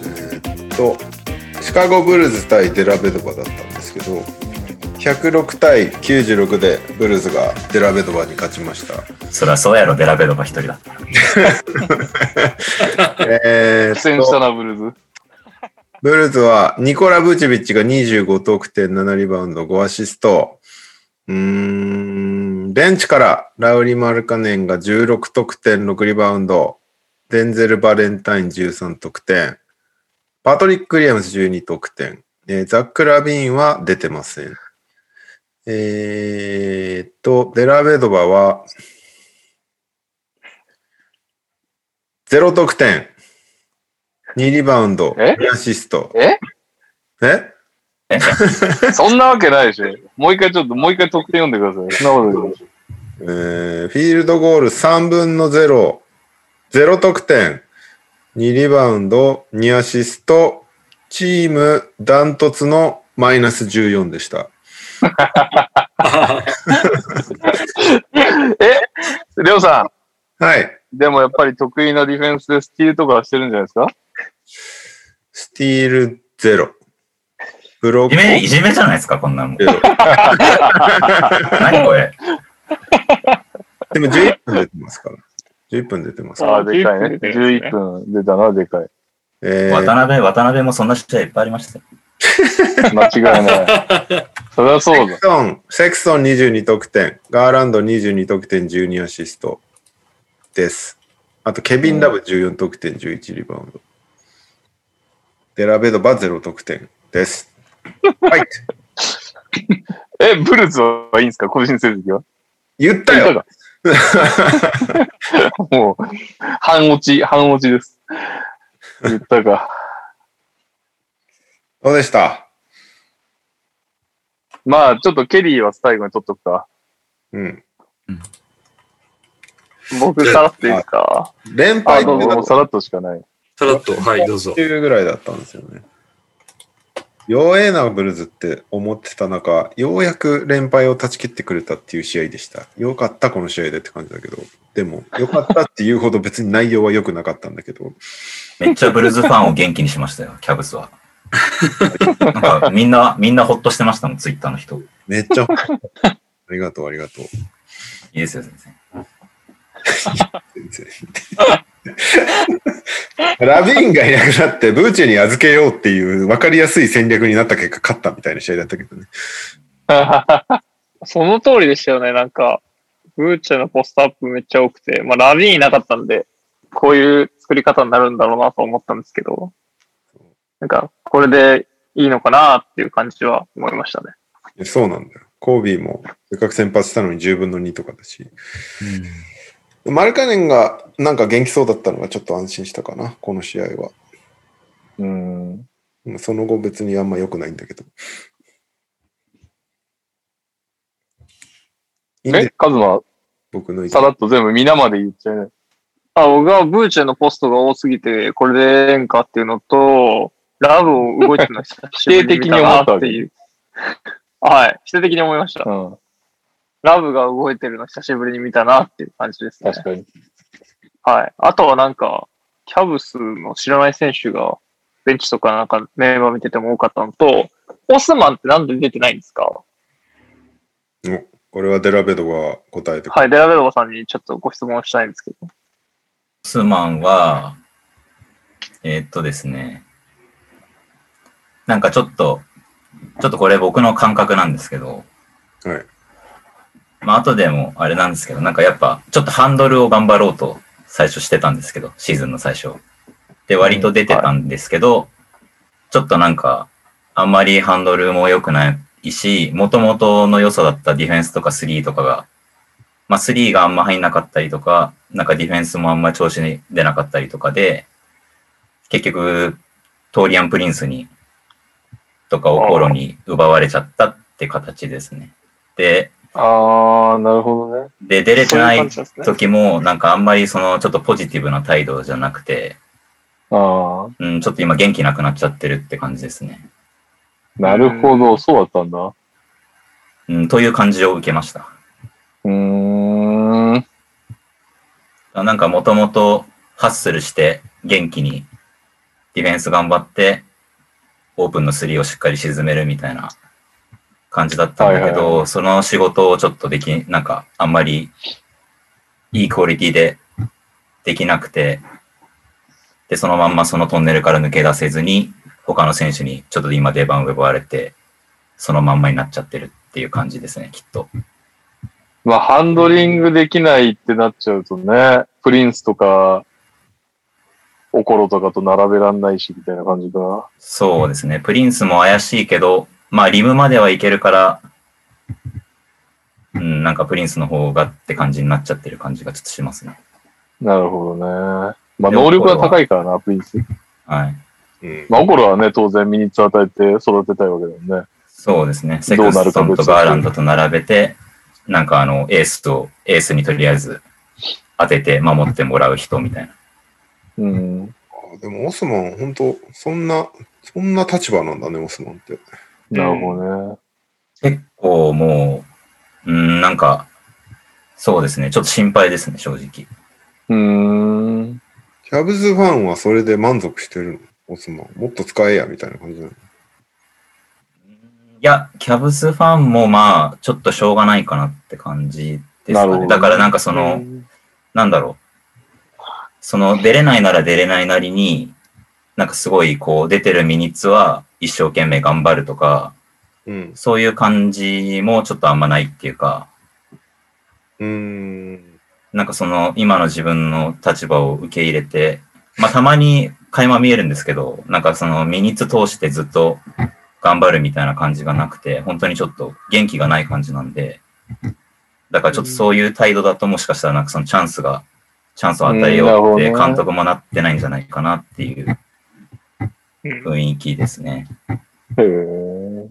[SPEAKER 1] えーっと、シカゴブルズ対デラベドバだったんですけど、106対96でブルズがデラベドバに勝ちました。
[SPEAKER 5] そりゃそうやろ、デラベドバ一人だったら。
[SPEAKER 1] え
[SPEAKER 2] 苦戦
[SPEAKER 1] ーっ
[SPEAKER 2] した
[SPEAKER 1] と、
[SPEAKER 2] な、ブルーズ。
[SPEAKER 1] ブルズはニコラ・ブチェビッチが25得点、7リバウンド、5アシスト。うーん、ベンチからラウリ・マルカネンが16得点、6リバウンド。デンゼル・バレンタイン13得点。パトリック・ウィリアムス12得点。えーザック・ラビーンは出てません。えーっと、デラベドバは、0得点、2リバウンド、
[SPEAKER 2] え
[SPEAKER 1] 2アシスト。
[SPEAKER 2] え
[SPEAKER 1] え
[SPEAKER 2] そんなわけないでしょ。もう一回ちょっと、もう一回得点読んでください。そんなことないでしょ
[SPEAKER 1] えーフィールドゴール3分の0、0得点、2リバウンド、2アシスト、チームダントツのマイナス14でした。
[SPEAKER 2] レオさ
[SPEAKER 1] はい。
[SPEAKER 2] ん、でもやっぱり得意なディフェンスでスティールとかはしてるんじゃないですか
[SPEAKER 1] スティールゼロ。ブロ
[SPEAKER 5] いじ
[SPEAKER 1] ッ
[SPEAKER 5] め、いじめじゃないですか、こんなもん
[SPEAKER 1] ク。ゼロ。
[SPEAKER 5] 何これ。
[SPEAKER 1] でも11分出てますから。11分出てます
[SPEAKER 2] [laughs]
[SPEAKER 4] あ
[SPEAKER 1] から。
[SPEAKER 2] ああ、でかいね。
[SPEAKER 4] 11
[SPEAKER 2] 11分出たのはでかい。
[SPEAKER 1] えー
[SPEAKER 5] 渡辺、渡辺もそんな試合いっぱいありましたよ。
[SPEAKER 2] 間違いない。そりゃそうだ
[SPEAKER 1] セク。ソン、セクソン22得点、ガーランド22得点、12アシストです。あと、ケビン・ラブ14得点、11リバウンド。デラベドバ0得点
[SPEAKER 2] [laughs]
[SPEAKER 1] です。はい。
[SPEAKER 2] え、ブルーズはいいんですか個人成績は
[SPEAKER 1] 言ったよ
[SPEAKER 2] もう、半落ち、半落ちです。言ったか。
[SPEAKER 1] どうでした
[SPEAKER 2] まあ、ちょっとケリーは最後に取っとくか。
[SPEAKER 1] うん。
[SPEAKER 4] 僕、さらっていいですか
[SPEAKER 1] 連敗
[SPEAKER 2] あ、
[SPEAKER 1] 中
[SPEAKER 2] どうぞ、
[SPEAKER 1] だ
[SPEAKER 2] も
[SPEAKER 1] っ
[SPEAKER 2] うさらっとしかない。
[SPEAKER 3] さらっと、はい、どうぞ。
[SPEAKER 1] 中ぐらいだったんですよね。弱えなブルズって思ってた中、ようやく連敗を断ち切ってくれたっていう試合でした。よかった、この試合でって感じだけど。でも、よかったっていうほど別に内容は良くなかったんだけど。
[SPEAKER 5] めっちゃブルーズファンを元気にしましたよ、キ [laughs] ャブスは。なんかみんな、みんなほっとしてましたもん、ツイッターの人。い
[SPEAKER 1] めっちゃ。ありがとう、ありがとう。
[SPEAKER 5] いですよ、先生。
[SPEAKER 1] 全然ラビーンがいなくなって、ブーチェに預けようっていう分かりやすい戦略になった結果、勝ったみたいな試合だったけどね。
[SPEAKER 4] [laughs] その通りでしたよね。なんか、ブーチェのポストアップめっちゃ多くて、まあ、ラビーンいなかったんで、こういう作り方になるんだろうなと思ったんですけど、なんか、これでいいのかなっていう感じは思いましたね。
[SPEAKER 1] いやそうなんだよ。コービーも、せっかく先発したのに10分の2とかだし。マルカネンがなんか元気そうだったのがちょっと安心したかな、この試合は。
[SPEAKER 2] うん。
[SPEAKER 1] うんその後別にあんま良くないんだけど。いいんで
[SPEAKER 2] えカズマ、
[SPEAKER 1] 僕の意
[SPEAKER 2] さ
[SPEAKER 1] 見。
[SPEAKER 2] らっと全部皆まで言っちゃうね。
[SPEAKER 4] あ、僕はブーチェのポストが多すぎて、これでええんかっていうのと、ラブを動いてるの久しぶりに見たなっていう。 [laughs] はい。否定的に思いました。
[SPEAKER 2] うん。
[SPEAKER 4] ラブが動いてるの久しぶりに見たなっていう感じですね。
[SPEAKER 2] 確かに。
[SPEAKER 4] はい。あとはなんか、キャブスの知らない選手が、ベンチとかなんかメンバー見てても多かったのと、オスマンってなんで出てないんですか
[SPEAKER 1] おこれはデラベドが答えてくれ
[SPEAKER 4] はい、デラベロバさんにちょっとご質問したいんですけど。
[SPEAKER 5] スマンは、えーっとですね、なんかちょっと、ちょっとこれ僕の感覚なんですけど、
[SPEAKER 1] はい。
[SPEAKER 5] まあ後でもあれなんですけど、なんかやっぱちょっとハンドルを頑張ろうと最初してたんですけど、シーズンの最初。で、割と出てたんですけど、ちょっとなんかあんまりハンドルも良くないし、元々の良さだったディフェンスとかスリーとかが、まあスリーがあんま入んなかったりとか、なんかディフェンスもあんま調子に出なかったりとかで、結局、トーリアン・プリンスに、とかオコロに奪われちゃったって形ですね。で、
[SPEAKER 2] あー、なるほどね。
[SPEAKER 5] で、出れて
[SPEAKER 4] そう
[SPEAKER 5] な
[SPEAKER 4] いう
[SPEAKER 5] い
[SPEAKER 4] 感じなんですね。
[SPEAKER 5] 時も、なんかあんまりそのちょっとポジティブな態度じゃなくて、
[SPEAKER 2] あ
[SPEAKER 5] うん、ちょっと今元気なくなっちゃってるって感じですね。
[SPEAKER 2] ー、なるほど、そうだったんだ。う
[SPEAKER 5] うん、という感じを受けました。
[SPEAKER 2] ーん。
[SPEAKER 5] なんかもともとハッスルして元気にディフェンス頑張ってオープンのスリーをしっかり沈めるみたいな感じだったんだけど、
[SPEAKER 2] はいはい
[SPEAKER 5] その仕事をちょっとでき、なんかあんまりいいクオリティでできなくて、で、そのまんまそのトンネルから抜け出せずに、他の選手にちょっと今出番を奪われて、そのまんまになっちゃってるっていう感じですね、きっと。
[SPEAKER 2] まあ、ハンドリングできないってなっちゃうとね、プリンスとか、オコロとかと並べらんないし、みたいな感じか。
[SPEAKER 5] そうですね。プリンスも怪しいけど、まあ、リムまではいけるから、うん、なんかプリンスの方がって感じになっちゃってる感じがちょっとしますね。
[SPEAKER 2] なるほどね。まあ、能力が高いからな、プリンス。
[SPEAKER 5] はい。
[SPEAKER 1] うん。
[SPEAKER 2] まあ、オコロはね、当然ミニッツ与えて育てたいわけだもんね。
[SPEAKER 5] そうですね。セ
[SPEAKER 2] どう
[SPEAKER 5] ク
[SPEAKER 2] なる
[SPEAKER 5] ス
[SPEAKER 2] か
[SPEAKER 5] トン
[SPEAKER 2] 別
[SPEAKER 5] と
[SPEAKER 2] に
[SPEAKER 5] ガーランドと並べて、なんかあの、エースと、エースにとりあえず当てて守ってもらう人みたいな。
[SPEAKER 2] うん。
[SPEAKER 1] あでも、オスマン、本当そんな、そんな立場なんだね、オスマンって。
[SPEAKER 2] なるほどね。
[SPEAKER 5] 結構もう、うん、なんか、そうですね。ちょっと心配ですね、正直。
[SPEAKER 2] うーん。
[SPEAKER 1] キャブズファンはそれで満足してるのオスマン。もっと使えや、みたいな感じなの。
[SPEAKER 5] いや、キャブスファンもまあ、ちょっとしょうがないかなって感じです
[SPEAKER 2] なる
[SPEAKER 5] か
[SPEAKER 2] ほど
[SPEAKER 5] ね。
[SPEAKER 2] ね
[SPEAKER 5] だからなんかその、なんだろう。その出れないなら出れないなりに、なんかすごいこう出てるミニッツは一生懸命頑張るとか、
[SPEAKER 1] うん。
[SPEAKER 5] そういう感じもちょっとあんまないっていうか、
[SPEAKER 1] うーん。
[SPEAKER 5] なんかその今の自分の立場を受け入れて、まあたまに垣間見えるんですけど、なんかそのミニッツ通してずっと頑張るみたいな感じがなくて、本当にちょっと元気がない感じなんで、だからちょっとそういう態度だともしかしたらなんかそのチャンスが、チャンスを与え
[SPEAKER 2] うん
[SPEAKER 5] ようって
[SPEAKER 2] なるほどね
[SPEAKER 5] 監督もなってないんじゃないかなっていう
[SPEAKER 4] うん
[SPEAKER 5] 雰囲気ですね。
[SPEAKER 2] へえ。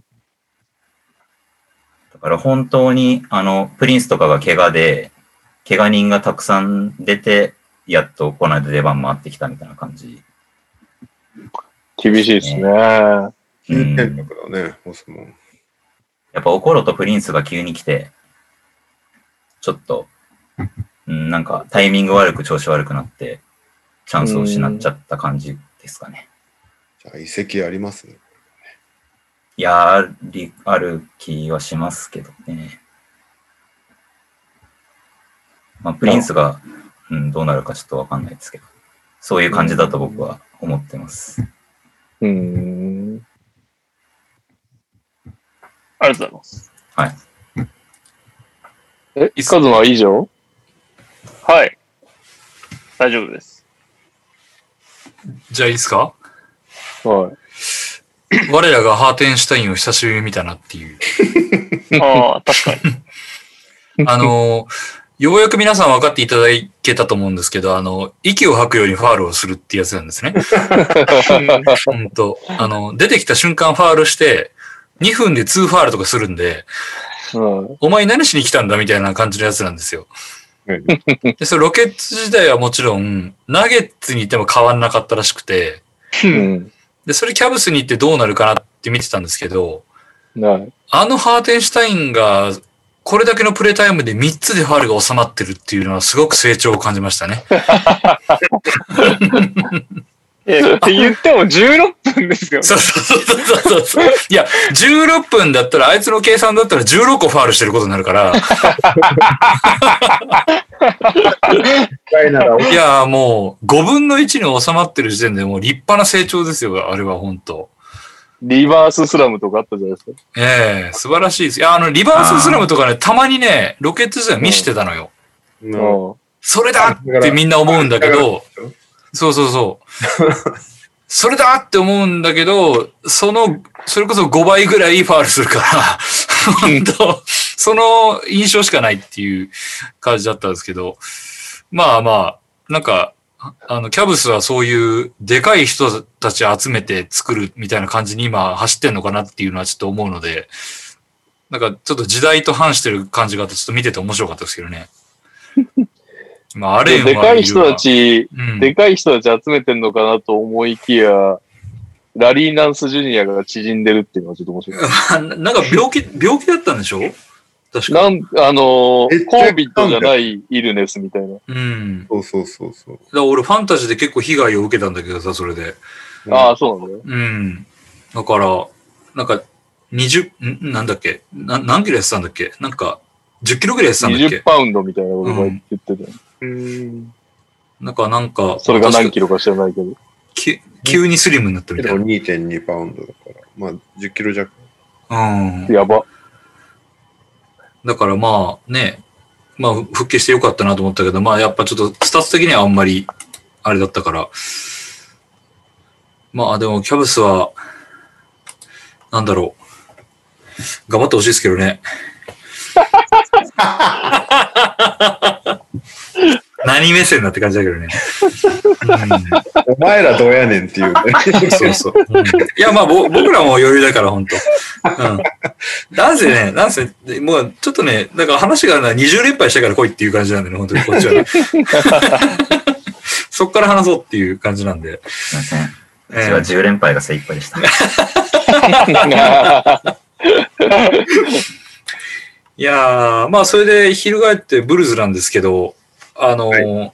[SPEAKER 5] だから本当に、あの、プリンスとかが怪我で、怪我人がたくさん出て、やっとこの間出番回ってきたみたいな感じ。
[SPEAKER 2] 厳しいですね。
[SPEAKER 5] う
[SPEAKER 1] 金
[SPEAKER 5] ん
[SPEAKER 1] 転落だね、オスマン。
[SPEAKER 5] やっぱオコロとプリンスが急に来て、ちょっ [laughs] と、うん、なんかタイミング悪く調子悪くなって、チャンスを失っちゃった感じですかね。
[SPEAKER 1] じゃあ、遺跡ありますね。
[SPEAKER 5] いやーあり、ある気はしますけどね。まあ、プリンスが、うん、どうなるかちょっとわかんないですけど、そういう感じだと僕は思ってます。
[SPEAKER 2] うーん。
[SPEAKER 4] ありがとうございます。
[SPEAKER 5] はい。
[SPEAKER 2] え、カズマは以上
[SPEAKER 4] はい。大丈夫
[SPEAKER 5] [laughs]
[SPEAKER 4] です。
[SPEAKER 3] じゃあいいですか
[SPEAKER 2] はい。
[SPEAKER 3] 我らがハーテンシュタインを久しぶりに見たなっていう。
[SPEAKER 4] ああ、確かに。
[SPEAKER 3] あの、ようやく皆さん分かっていただけたと思うんですけど、あの、息を吐くようにファールをするってやつなんですね。
[SPEAKER 5] [laughs]
[SPEAKER 3] うんと、あの、出てきた瞬間ファールして、2分で2ファールとかするんで、
[SPEAKER 2] うん。
[SPEAKER 3] お前何しに来たんだみたいな感じのやつなんですよ。で、それロケッツ時代はもちろん、ナゲッツに行っても変わんなかったらしくて、
[SPEAKER 2] うん。
[SPEAKER 3] で、それキャブスに行ってどうなるかなって見てたんですけど、
[SPEAKER 2] はい。
[SPEAKER 3] あのハーテンシュタインが、これだけのプレータイムで3つでファールが収まってるっていうのはすごく成長を感じましたね。
[SPEAKER 4] え、って言っても16分ですよ。
[SPEAKER 3] そうそうそうそうそう。いや、16分だったら、あいつの計算だったら16個ファールしてることになるから、
[SPEAKER 1] 回なら、
[SPEAKER 3] いや、もう5分の1に収まってる時点でもう立派な成長ですよ、あれは本当
[SPEAKER 2] リバーススラムとかあったじゃないですか。
[SPEAKER 3] ええ素晴らしいです。いや、あの、リバーススラムとかね、たまにね、ロケット時代見してたのよ。
[SPEAKER 1] うん
[SPEAKER 3] それだってみんな思うんだけど、そうそうそう。それだって思うんだけど、その、それこそ5倍ぐらい [laughs] ファールするから、本当その印象しかないっていう感じだったんですけど、まあまあ、なんか、あの、キャブスはそういうでかい人たち集めて作るみたいな感じに今走ってんのかなっていうのはちょっと思うので、なんかちょっと時代と反してる感じがあってちょっと見てて面白かったですけどね。まあ、あれ
[SPEAKER 2] ででかい人たち、
[SPEAKER 3] うん
[SPEAKER 2] でかい人たち集めてんのかなと思いきや、ラリー・ナンス・ジュニアが縮んでるっていうのはちょっと面白い。
[SPEAKER 3] あ [laughs] ななんか病気、病気だったんでしょ確か。
[SPEAKER 2] なん、あの
[SPEAKER 1] え
[SPEAKER 2] ー、コービットじゃないイルネスみたいな。
[SPEAKER 3] うん。だか
[SPEAKER 1] そうそうそうそう。
[SPEAKER 3] ら俺ファンタジーで結構被害を受けたんだけどさ、それで。
[SPEAKER 1] うん
[SPEAKER 2] ああ、そうなんだね。
[SPEAKER 3] うん。だから、なんか、20、んなんだっけな何キロやってたんだっけなんか、10キロぐらいやってたんだっ
[SPEAKER 2] 20
[SPEAKER 3] け
[SPEAKER 2] パウンドみたいなことが言ってたよ、
[SPEAKER 1] うん。
[SPEAKER 3] なんか、なんか、
[SPEAKER 2] それが何
[SPEAKER 3] 確か
[SPEAKER 2] キロか知らないけど。
[SPEAKER 3] き急にスリムになったみ
[SPEAKER 1] で
[SPEAKER 3] たい
[SPEAKER 1] も2.2パウンドだから、まあ10キロ弱。
[SPEAKER 3] な。うん。
[SPEAKER 2] やば。
[SPEAKER 3] だからまあね、まあ復帰してよかったなと思ったけど、まあやっぱちょっとスタッツ的にはあんまりあれだったから。まあでもキャブスは、なんだろう。頑張ってほしいですけどね。何目線だって感じだけどね。
[SPEAKER 1] お前らどうやねんって
[SPEAKER 2] [laughs]
[SPEAKER 1] いうね。
[SPEAKER 3] うん、そうそう。うんいや、まあ、ぼ僕らも余裕だから、本当うん。なんせね、なんせ、もう、ちょっとね、なんか話があるなら20連敗してから来いっていう感じなんでね、本当に、こっちは [laughs] ね。そっから話そうっていう感じなんで。
[SPEAKER 5] すいません。う
[SPEAKER 3] ええ
[SPEAKER 5] ちは10連敗が精一杯でした。
[SPEAKER 3] いやー、まあ、それで、翻ってブルーズなんですけど、あのー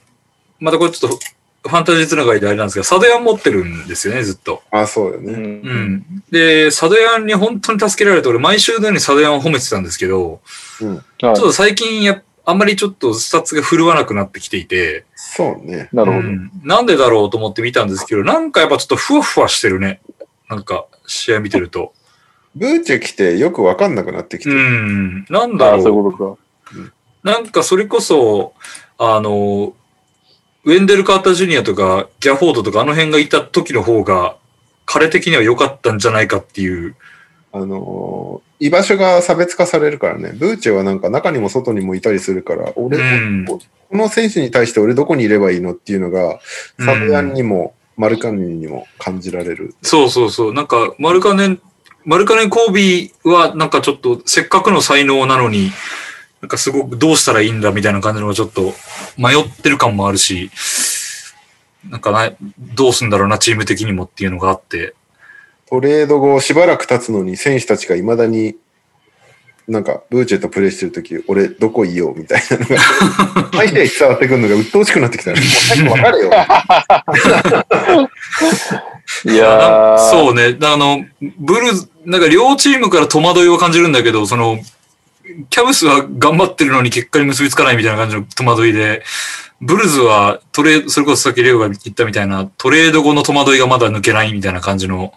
[SPEAKER 3] またこれちょっとフ、ファンタジーつながりであれなんですが、サドヤン持ってるんですよね、ずっと。
[SPEAKER 1] あ、そうよ
[SPEAKER 2] う。
[SPEAKER 1] ね。
[SPEAKER 3] うんん。で、サドヤンに本当に助けられて、俺、毎週のようにサドヤンを褒めてたんですけど、
[SPEAKER 1] うん。
[SPEAKER 2] はい
[SPEAKER 3] ちょっと最近やっ、あんまりちょっとスタッツが振るわなくなってきていて、
[SPEAKER 1] そうね。
[SPEAKER 2] なるほど。
[SPEAKER 3] うんなんでだろうと思って見たんですけど、なんかやっぱちょっとふわふわしてるね。なんか、試合見てると。
[SPEAKER 1] ブーチェ来てよくわかんなくなってきて
[SPEAKER 3] う
[SPEAKER 1] る。
[SPEAKER 3] ん。なん
[SPEAKER 2] あ
[SPEAKER 3] だ
[SPEAKER 2] あ、そうい
[SPEAKER 3] ろう。
[SPEAKER 2] うこと
[SPEAKER 3] なんかそれこそ、あの、ウェンデル・カーター・ジュニアとか、ギャフォードとか、あの辺がいた時の方が、彼的には良かったんじゃないかっていう。
[SPEAKER 1] あのー居場所が差別化されるからね。ブーチェはなんか中にも外にもいたりするから、
[SPEAKER 3] う
[SPEAKER 1] 俺、
[SPEAKER 3] ん。
[SPEAKER 1] この選手に対して俺どこにいればいいのっていうのが、
[SPEAKER 3] うん
[SPEAKER 1] サブヤンにも、マルカンニにも感じられる。
[SPEAKER 3] そうそうそう。なんか、マルカネン、マルカネン・コービーは、なんかちょっと、せっかくの才能なのに、なんかすごくどうしたらいいんだみたいな感じのがちょっと迷ってる感もあるし、なんかな、どうすんだろうな、チーム的にもっていうのがあって。
[SPEAKER 1] トレード後、しばらく経つのに選手たちが未だに、なんか、ブーチェとプレイしてるとき、俺、どこいようみたいなのが、 [laughs] 相手に伝わってくるのが鬱陶しくなってきたね。もう早く分かれよ。 [laughs]
[SPEAKER 2] か。いやー、う。
[SPEAKER 3] そうね。あの、ブルーズ、なんか両チームから戸惑いを感じるんだけど、その、キャブスは頑張ってるのに結果に結びつかないみたいな感じの戸惑いで、ブルーズはトレード、それこそさっきレオが言ったみたいな、トレード後の戸惑いがまだ抜けないみたいな感じの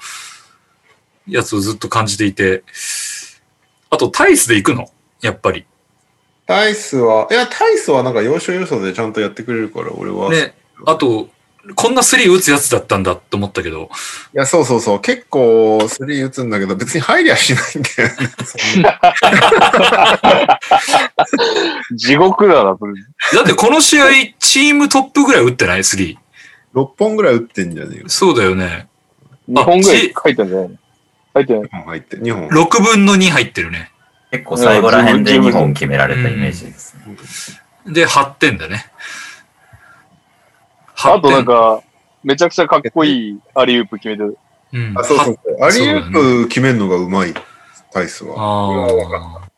[SPEAKER 3] やつをずっと感じていて、あとタイスで行くのやっぱり。
[SPEAKER 1] タイスは、いや、タイスはなんか要所要所でちゃんとやってくれるから、俺は。
[SPEAKER 3] ね。あと、こんなスリー打つやつだったんだって思ったけど、
[SPEAKER 1] いや、そうそうそう。結構、スリー打つんだけど、別に入りゃしないんだよね。そん [laughs] な
[SPEAKER 2] 地獄だな、ブルーズ
[SPEAKER 3] だってこの試合、チームトップぐらい打ってないスリ
[SPEAKER 1] 6本ぐらい打ってんじゃねえよ
[SPEAKER 3] ー。。そうだよね。
[SPEAKER 2] 日本ぐらい書いたんじゃないの書いてない。
[SPEAKER 1] 2本入って、2本。
[SPEAKER 3] 6分の2入ってるね。
[SPEAKER 5] 結構最後ら辺で2本決められたイメージですね。
[SPEAKER 3] で、8点だね。8
[SPEAKER 2] あとなんか、めちゃくちゃかっこいいアリウープ決めてる。
[SPEAKER 3] うん、
[SPEAKER 1] あ、そうそうそう。ア
[SPEAKER 3] そう
[SPEAKER 1] リ
[SPEAKER 3] だ
[SPEAKER 1] ウ
[SPEAKER 3] ね
[SPEAKER 1] ープ決めるのがうまい、タイスは。
[SPEAKER 3] はあ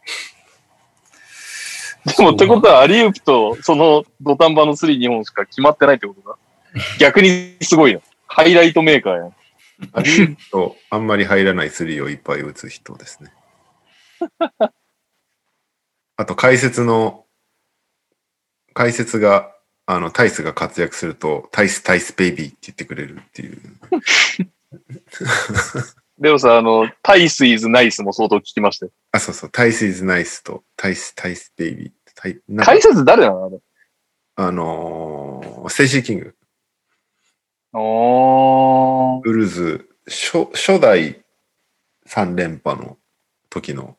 [SPEAKER 2] でもってことは、アリウープとその土壇場のスリー2本しか決まってないってことだ。逆にすごいな。ハイライトメーカーやん。
[SPEAKER 1] ありとあんまり入らないスリーをいっぱい打つ人ですね。 [laughs] あと解説の、解説が、あの、タイスが活躍すると、タイス、タイスベイビーって言ってくれるっていう。
[SPEAKER 2] でもさ、あの、タイスイズナイスも相当聞きましたよ。
[SPEAKER 1] あ、そうそう、タイスイズナイスと、タイス、タイスベイビー。タイなんか
[SPEAKER 2] 解説誰なのあれ。
[SPEAKER 1] あのー、ステイシー・キング、
[SPEAKER 2] おー。
[SPEAKER 1] ブルーズ、初初代3連覇の時の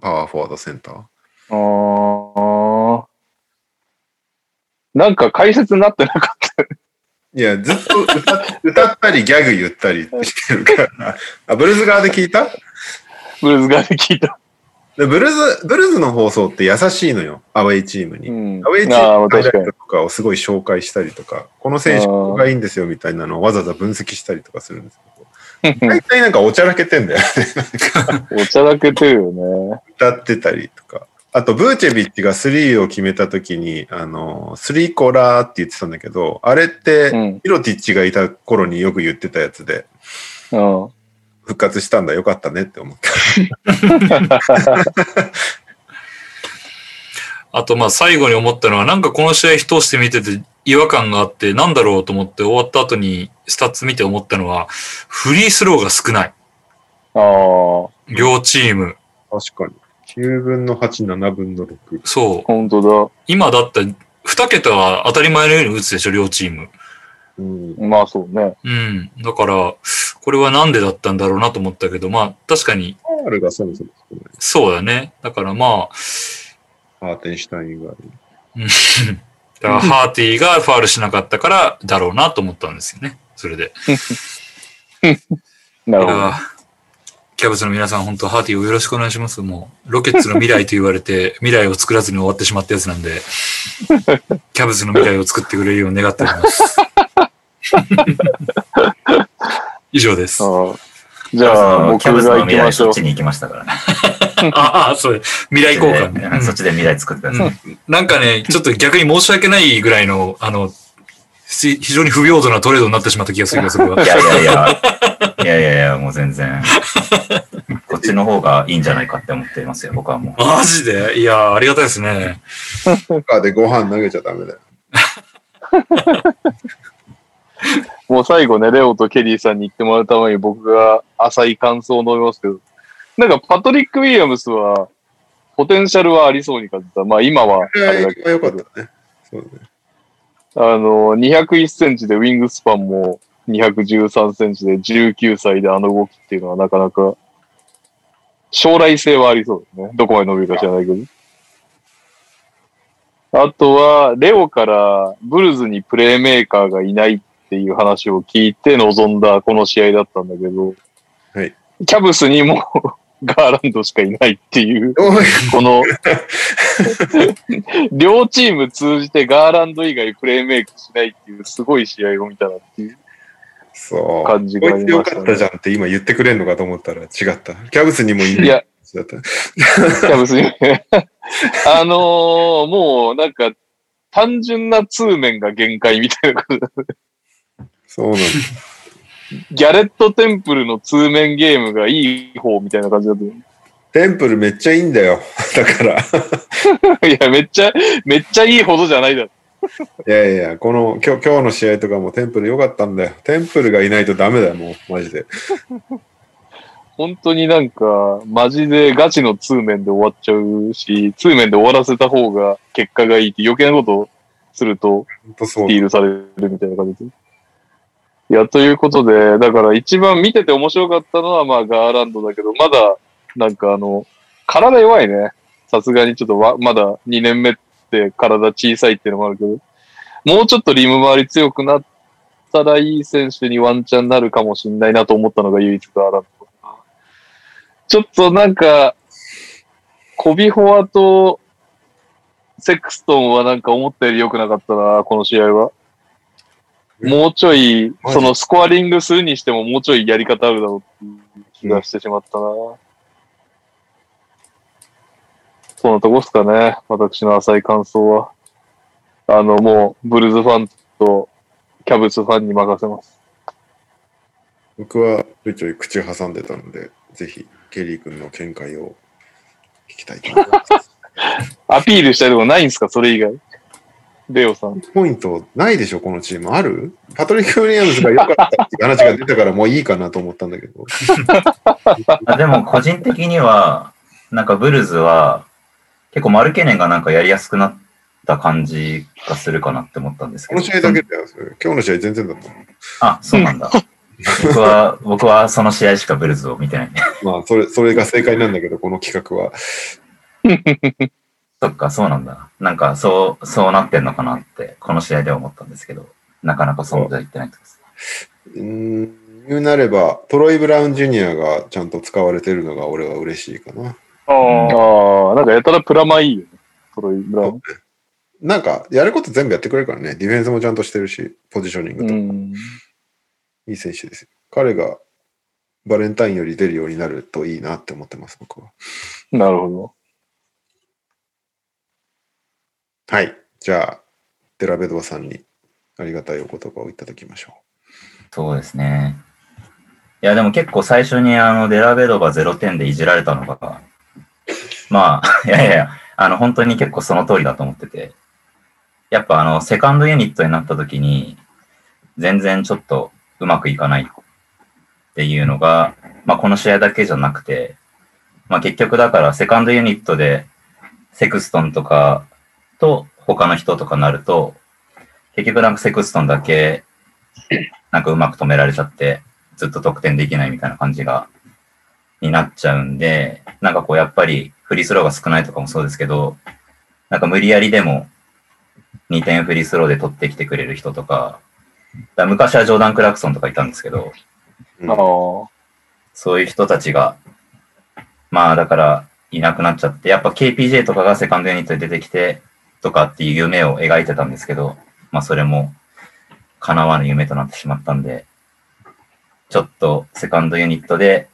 [SPEAKER 1] パワーフォワードセンター。
[SPEAKER 2] あー。なんか解説になってなかっ
[SPEAKER 1] いや、ずっと歌っ [laughs] 歌ったりギャグ言ったりしてるから。あ、ブルーズ側で聞いた
[SPEAKER 2] た。ブルーズ側で聞いた。
[SPEAKER 1] でブルーズ、ブルーズの放送って優しいのよ、アウェイチームに。
[SPEAKER 2] ん
[SPEAKER 1] アウェイチ
[SPEAKER 2] あ
[SPEAKER 1] ームの
[SPEAKER 2] ー確かに
[SPEAKER 1] とかをすごい紹介したりとか、この選手ここがいいんですよみたいなのをわざわざ分析したりとかするんです
[SPEAKER 2] [laughs]
[SPEAKER 1] けど、大体なんかおちゃらけてんだよね。
[SPEAKER 2] お茶だけてるよ
[SPEAKER 1] 歌ってたりとか。あと、ブーチェビッチが3を決めた時に、あの、3コラーって言ってたんだけど、あれって、
[SPEAKER 2] ね。
[SPEAKER 1] ヒロティッチがいた頃によく言ってたやつで、
[SPEAKER 2] うん。うん。
[SPEAKER 1] 復活したんだ、よかったねって思った。
[SPEAKER 3] あとまあ最後に思ったのは、なんかこの試合通して見てて違和感があって、なんだろうと思って終わった後にスタッツ見て思ったのは、フリースローが少ない。
[SPEAKER 2] ああ、
[SPEAKER 3] 両チーム。
[SPEAKER 1] 確かに。9分の8、7分の6。
[SPEAKER 3] そう。
[SPEAKER 2] 本当
[SPEAKER 3] 今だったら2桁は当たり前のように打つでしょ、両チーム。
[SPEAKER 1] うん。
[SPEAKER 2] だ。まあそうね。
[SPEAKER 3] うん。だから、これはなんでだったんだろうなと思ったけど、まあ確かに
[SPEAKER 1] ファールがそもそも少ない。
[SPEAKER 3] そうだね。だからまあ、
[SPEAKER 1] ハーテンシュタイン以外に。
[SPEAKER 3] だからハーティーがファールしなかったからだろうなと思ったんですよね。それで。
[SPEAKER 2] ないるほど。
[SPEAKER 3] やキャベツの皆さん、本当ハーティーをよろしくお願いします。もう、ロケッツの未来と言われて、 [laughs] 未来を作らずに終わってしまったやつな
[SPEAKER 2] [laughs]
[SPEAKER 3] んで、キャベツの未来を作ってくれるよう願っております。 [laughs] 以上です。あ
[SPEAKER 2] ああじゃあ、
[SPEAKER 5] キャ
[SPEAKER 2] 僕
[SPEAKER 5] ベツの
[SPEAKER 2] が行き
[SPEAKER 5] 未
[SPEAKER 2] ま
[SPEAKER 5] 来
[SPEAKER 2] しょ
[SPEAKER 5] そうっち。に行きましたからね。
[SPEAKER 3] あ、そう、未来交換ね
[SPEAKER 5] うんそっちで未来作ってくだ
[SPEAKER 3] う
[SPEAKER 5] さい。
[SPEAKER 3] んなんかね、ちょっと逆に申し訳ないぐらいの、あの、し非常に不平等なトレードになってしまった気がするけど、それは。
[SPEAKER 5] いやいやいや、いやいやいや、もう全然。こっちの方がいいんじゃないかって思っていますよ、僕はもう。
[SPEAKER 3] マジでいや、ありがたいですね。
[SPEAKER 1] ポカーでご飯投げちゃダメだよ。
[SPEAKER 2] もう最後ね、レオとケリーさんに言ってもらうために僕が浅い感想を述べますけど、なんかパトリック・ウィリアムスは、ポテンシャルはありそうに感じた。まあ今はあ
[SPEAKER 1] これ
[SPEAKER 2] れだけ
[SPEAKER 1] は
[SPEAKER 2] ど、
[SPEAKER 1] 良かったね。そうだね。
[SPEAKER 2] あの、201センチでウィングスパンも213センチで19歳であの動きっていうのはなかなか、将来性はありそうですね。どこまで伸びるか知らないけど。あとは、レオからブルズにプレーメーカーがいないっていう話を聞いて臨んだこの試合だったんだけど、
[SPEAKER 1] はい
[SPEAKER 2] キャブスにも [laughs] ガーランドしかいないっていう。
[SPEAKER 1] おい
[SPEAKER 2] この、両チーム通じてガーランド以外プレーメイクしないっていうすごい試合を見たなっていう。
[SPEAKER 1] そう。
[SPEAKER 2] 感じがありました
[SPEAKER 1] こ
[SPEAKER 2] ね
[SPEAKER 1] いつ良かったじゃんって今言ってくれんのかと思ったら違った。キャブスにもいい
[SPEAKER 2] いや、
[SPEAKER 1] だった。
[SPEAKER 2] キャブスにあのーもうなんか、単純な通面が限界みたいなこと。
[SPEAKER 1] そうなんだ。
[SPEAKER 2] ギャレット・テンプルの通面ゲームがいい方みたいな感じだと思う。
[SPEAKER 1] テンプルめっちゃいいんだよ。 [laughs] だから。い
[SPEAKER 2] いや、めっちゃ、めっちゃいいほどじゃないだろ。
[SPEAKER 1] やいや、この今日今日の試合とかもテンプル良かったんだよ。テンプルがいないとダメだよ、もう。マジで。
[SPEAKER 2] 本当になんか、マジでガチの通面で終わっちゃうし、通面で終わらせた方が結果がいいって余計なことをすると
[SPEAKER 1] ほんとそう
[SPEAKER 2] デ。ィールされるみたいな感じで。いや、ということで、だから一番見てて面白かったのは、まあ、ガーランドだけど、まだ、なんかあの、体弱いね。さすがにちょっとわ、まだ2年目って体小さいっていうのもあるけど、もうちょっとリム周り強くなったらいい選手にワンチャンなるかもしんないなと思ったのが唯一ガーランド。ちょっとなんか、コビホワとセクストンはなんか思ったより良くなかったな、この試合は。もうちょい、
[SPEAKER 1] マジ
[SPEAKER 2] そのスコアリングするにしてももうちょいやり方あるだろうっていう気がしてしまったな。そんなとこっすかね、私の浅い感想は。あの、もう、ブルーズファンとキャブツファンに任せます。
[SPEAKER 1] 僕はちょいちょい口挟んでたので、ぜひケリー君の見解を聞きたいと思います。 [laughs]
[SPEAKER 2] アピールしたいとこないんですかそれ以外。レオさん。
[SPEAKER 1] ポイントないでしょ、このチーム。あるパトリック・ウィリアムズが良かったっていう話が出たからもういいかなと思ったんだけど。
[SPEAKER 5] あでも個人的には、なんかブルーズは、結構マルケネンがなんかやりやすくなった感じがするかなって思ったんですけ
[SPEAKER 1] こ
[SPEAKER 5] ど。
[SPEAKER 1] の試合だけだよ、それ今日の試合全然だった。
[SPEAKER 5] あ、そうなんだ。僕は、僕はその試合しかブルーズを見てない。
[SPEAKER 1] まあ、それ、それが正解なんだけど、この企画は。
[SPEAKER 5] そっか、そうなんだ。なんか、そう、そうなってんのかなって、この試合では思ったんですけど、なかなかそうじゃいってないってことで
[SPEAKER 1] う
[SPEAKER 5] す。
[SPEAKER 1] ーん、言うなれば、トロイ・ブラウン・ジュニアがちゃんと使われてるのが俺は嬉しいかな。
[SPEAKER 4] ああ、
[SPEAKER 2] ああ、なんかやたらプラマいいよね。トロイ・ブラウン。
[SPEAKER 1] なんか、やること全部やってくれるからね。ディフェンスもちゃんとしてるし、ポジショニングと。
[SPEAKER 2] ん。
[SPEAKER 1] いい選手ですよ。彼がバレンタインより出るようになるといいなって思ってます、僕は。
[SPEAKER 2] なるほど。
[SPEAKER 1] はい。じゃあ、デラベドバさんにありがたいお言葉をいただきましょ
[SPEAKER 5] そうですね。いや、でも結構最初に、あの、デラベドバ0点でいじられたのが、まあ、 [laughs] いやいやいや、あの、本当に結構その通りだと思ってて、やっぱあの、セカンドユニットになった時に、全然ちょっとうまくいかないっていうのが、まあ、この試合だけじゃなくて、まあ、結局だから、セカンドユニットで、セクストンとかと他の人とかなると、結局なんかセクストンだけなんかうまく止められちゃって、ずっと得点できないみたいな感じが、になっちゃうんで、なんかこうやっぱりフリースローが少ないとかもそうですけど、なんか無理やりでも2点フリースローで取ってきてくれる人とか、だから昔はジョーダン・クラクソンとかいたんですけど、
[SPEAKER 1] う。うん
[SPEAKER 2] ああ。
[SPEAKER 5] そういう人たちが、まあだからいなくなっちゃって、やっぱ KPJ とかがセカンドユニットで出てきてとかっていう夢を描いてたんですけど、まあそれも叶わぬ夢となってしまったんで、ちょっとセカンドユニットで、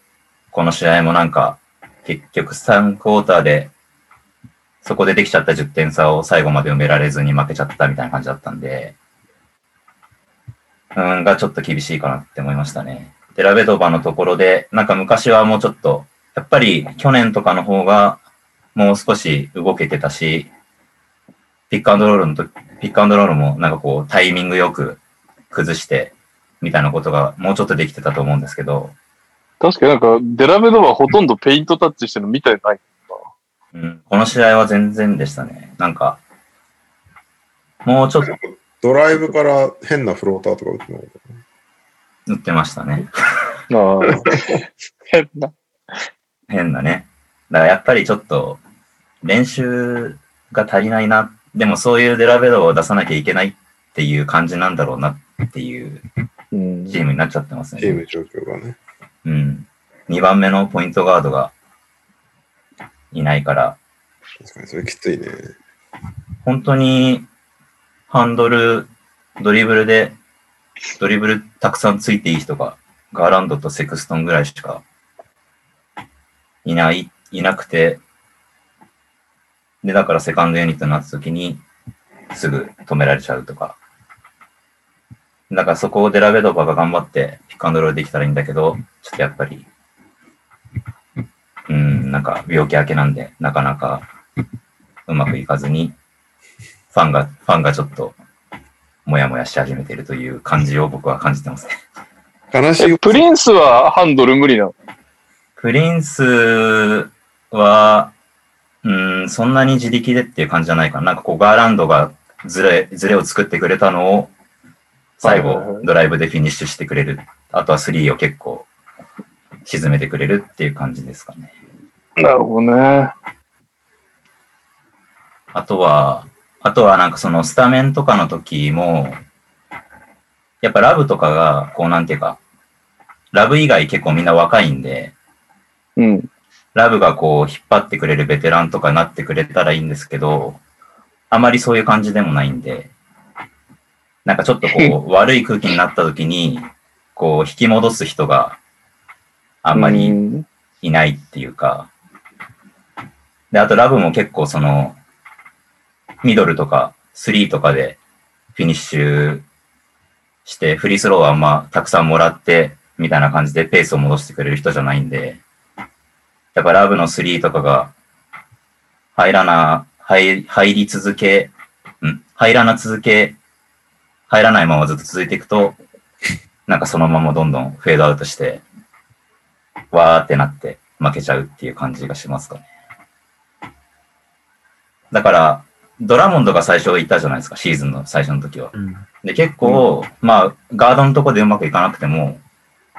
[SPEAKER 5] この試合もなんか結局3クォーターで、そこでできちゃった10点差を最後まで埋められずに負けちゃったみたいな感じだったんで、うんがちょっと厳しいかなって思いましたね。デラベドバのところで、なんか昔はもうちょっと、やっぱり去年とかの方がもう少し動けてたし、ピックアンドロールのとピックアンドロールもなんかこうタイミングよく崩してみたいなことがもうちょっとできてたと思うんですけど、
[SPEAKER 2] 確かになんか、デラベドはほとんどペイントタッチしてるの見たいない。
[SPEAKER 5] うん、この試合は全然でしたね。なんか、もうちょっと
[SPEAKER 1] ドライブから変なフローターとか打ってない
[SPEAKER 5] 打ってましたね。
[SPEAKER 2] ああ。
[SPEAKER 4] 変な。
[SPEAKER 5] 変だね。だからやっぱりちょっと練習が足りないな。でもそういうデラベドを出さなきゃいけないっていう感じなんだろうなっていう
[SPEAKER 2] うん
[SPEAKER 5] チームになっちゃってます
[SPEAKER 1] チー
[SPEAKER 5] ね。
[SPEAKER 1] ム状況がね。
[SPEAKER 5] うん。2番目のポイントガードがいないから、
[SPEAKER 1] 確かにそれきついね。
[SPEAKER 5] 本当にハンドル、ドリブルで、ドリブルたくさんついていい人が、ガーランドとセクストンぐらいしかいない、いなくて、で、だからセカンドユニットになった時に、すぐ止められちゃうとか。だからそこをデラベドバが頑張ってピックアンドロールできたらいいんだけど、ちょっとやっぱり、うん、なんか病気明けなんで、なかなかうまくいかずに、ファンが、ファンがちょっと、もやもやし始めているという感じを僕は感じてますね。 [laughs]
[SPEAKER 1] 悲し
[SPEAKER 2] え
[SPEAKER 1] い。
[SPEAKER 2] プリンスはハンドル無理なの
[SPEAKER 5] プリンスは、うん、そんなに自力でっていう感じじゃないかな。なんかこう、ガーランドがずれ、ずれを作ってくれたのを、最
[SPEAKER 2] はいはいは
[SPEAKER 5] 後、ドライブでフィニッシュしてくれる。あとはスリーを結構、沈めてくれるっていう感じですかね。
[SPEAKER 2] なるほどね。
[SPEAKER 5] あとは、あとはなんかそのスタメンとかの時も、やっぱラブとかが、こうなんていうか、ラブ以外結構みんな若いんで、
[SPEAKER 2] うん。
[SPEAKER 5] ラブがこう引っ張ってくれるベテランとかになってくれたらいいんですけど、あまりそういう感じでもないんで、なんかちょっと
[SPEAKER 2] [laughs]
[SPEAKER 5] こう悪い空気になった時に、こう引き戻す人があんまり
[SPEAKER 2] うん
[SPEAKER 5] いないっていうか、で、あとラブも結構その、ミドルとかスリーとかでフィニッシュして、フリースローはあんまたくさんもらって、みたいな感じでペースを戻してくれる人じゃないんで、やっぱラブの3とかが入らな、入入り続け、うん、入らな続け、入らないままずっと続いていくと、なんかそのままどんどんフェードアウトして、わーってなって負けちゃうっていう感じがしますかね。だから、ドラモンドが最初いたじゃないですか、シーズンの最初の時は。
[SPEAKER 3] うん。
[SPEAKER 5] で、結構、まあ、ガードのとこでうまくいかなくても、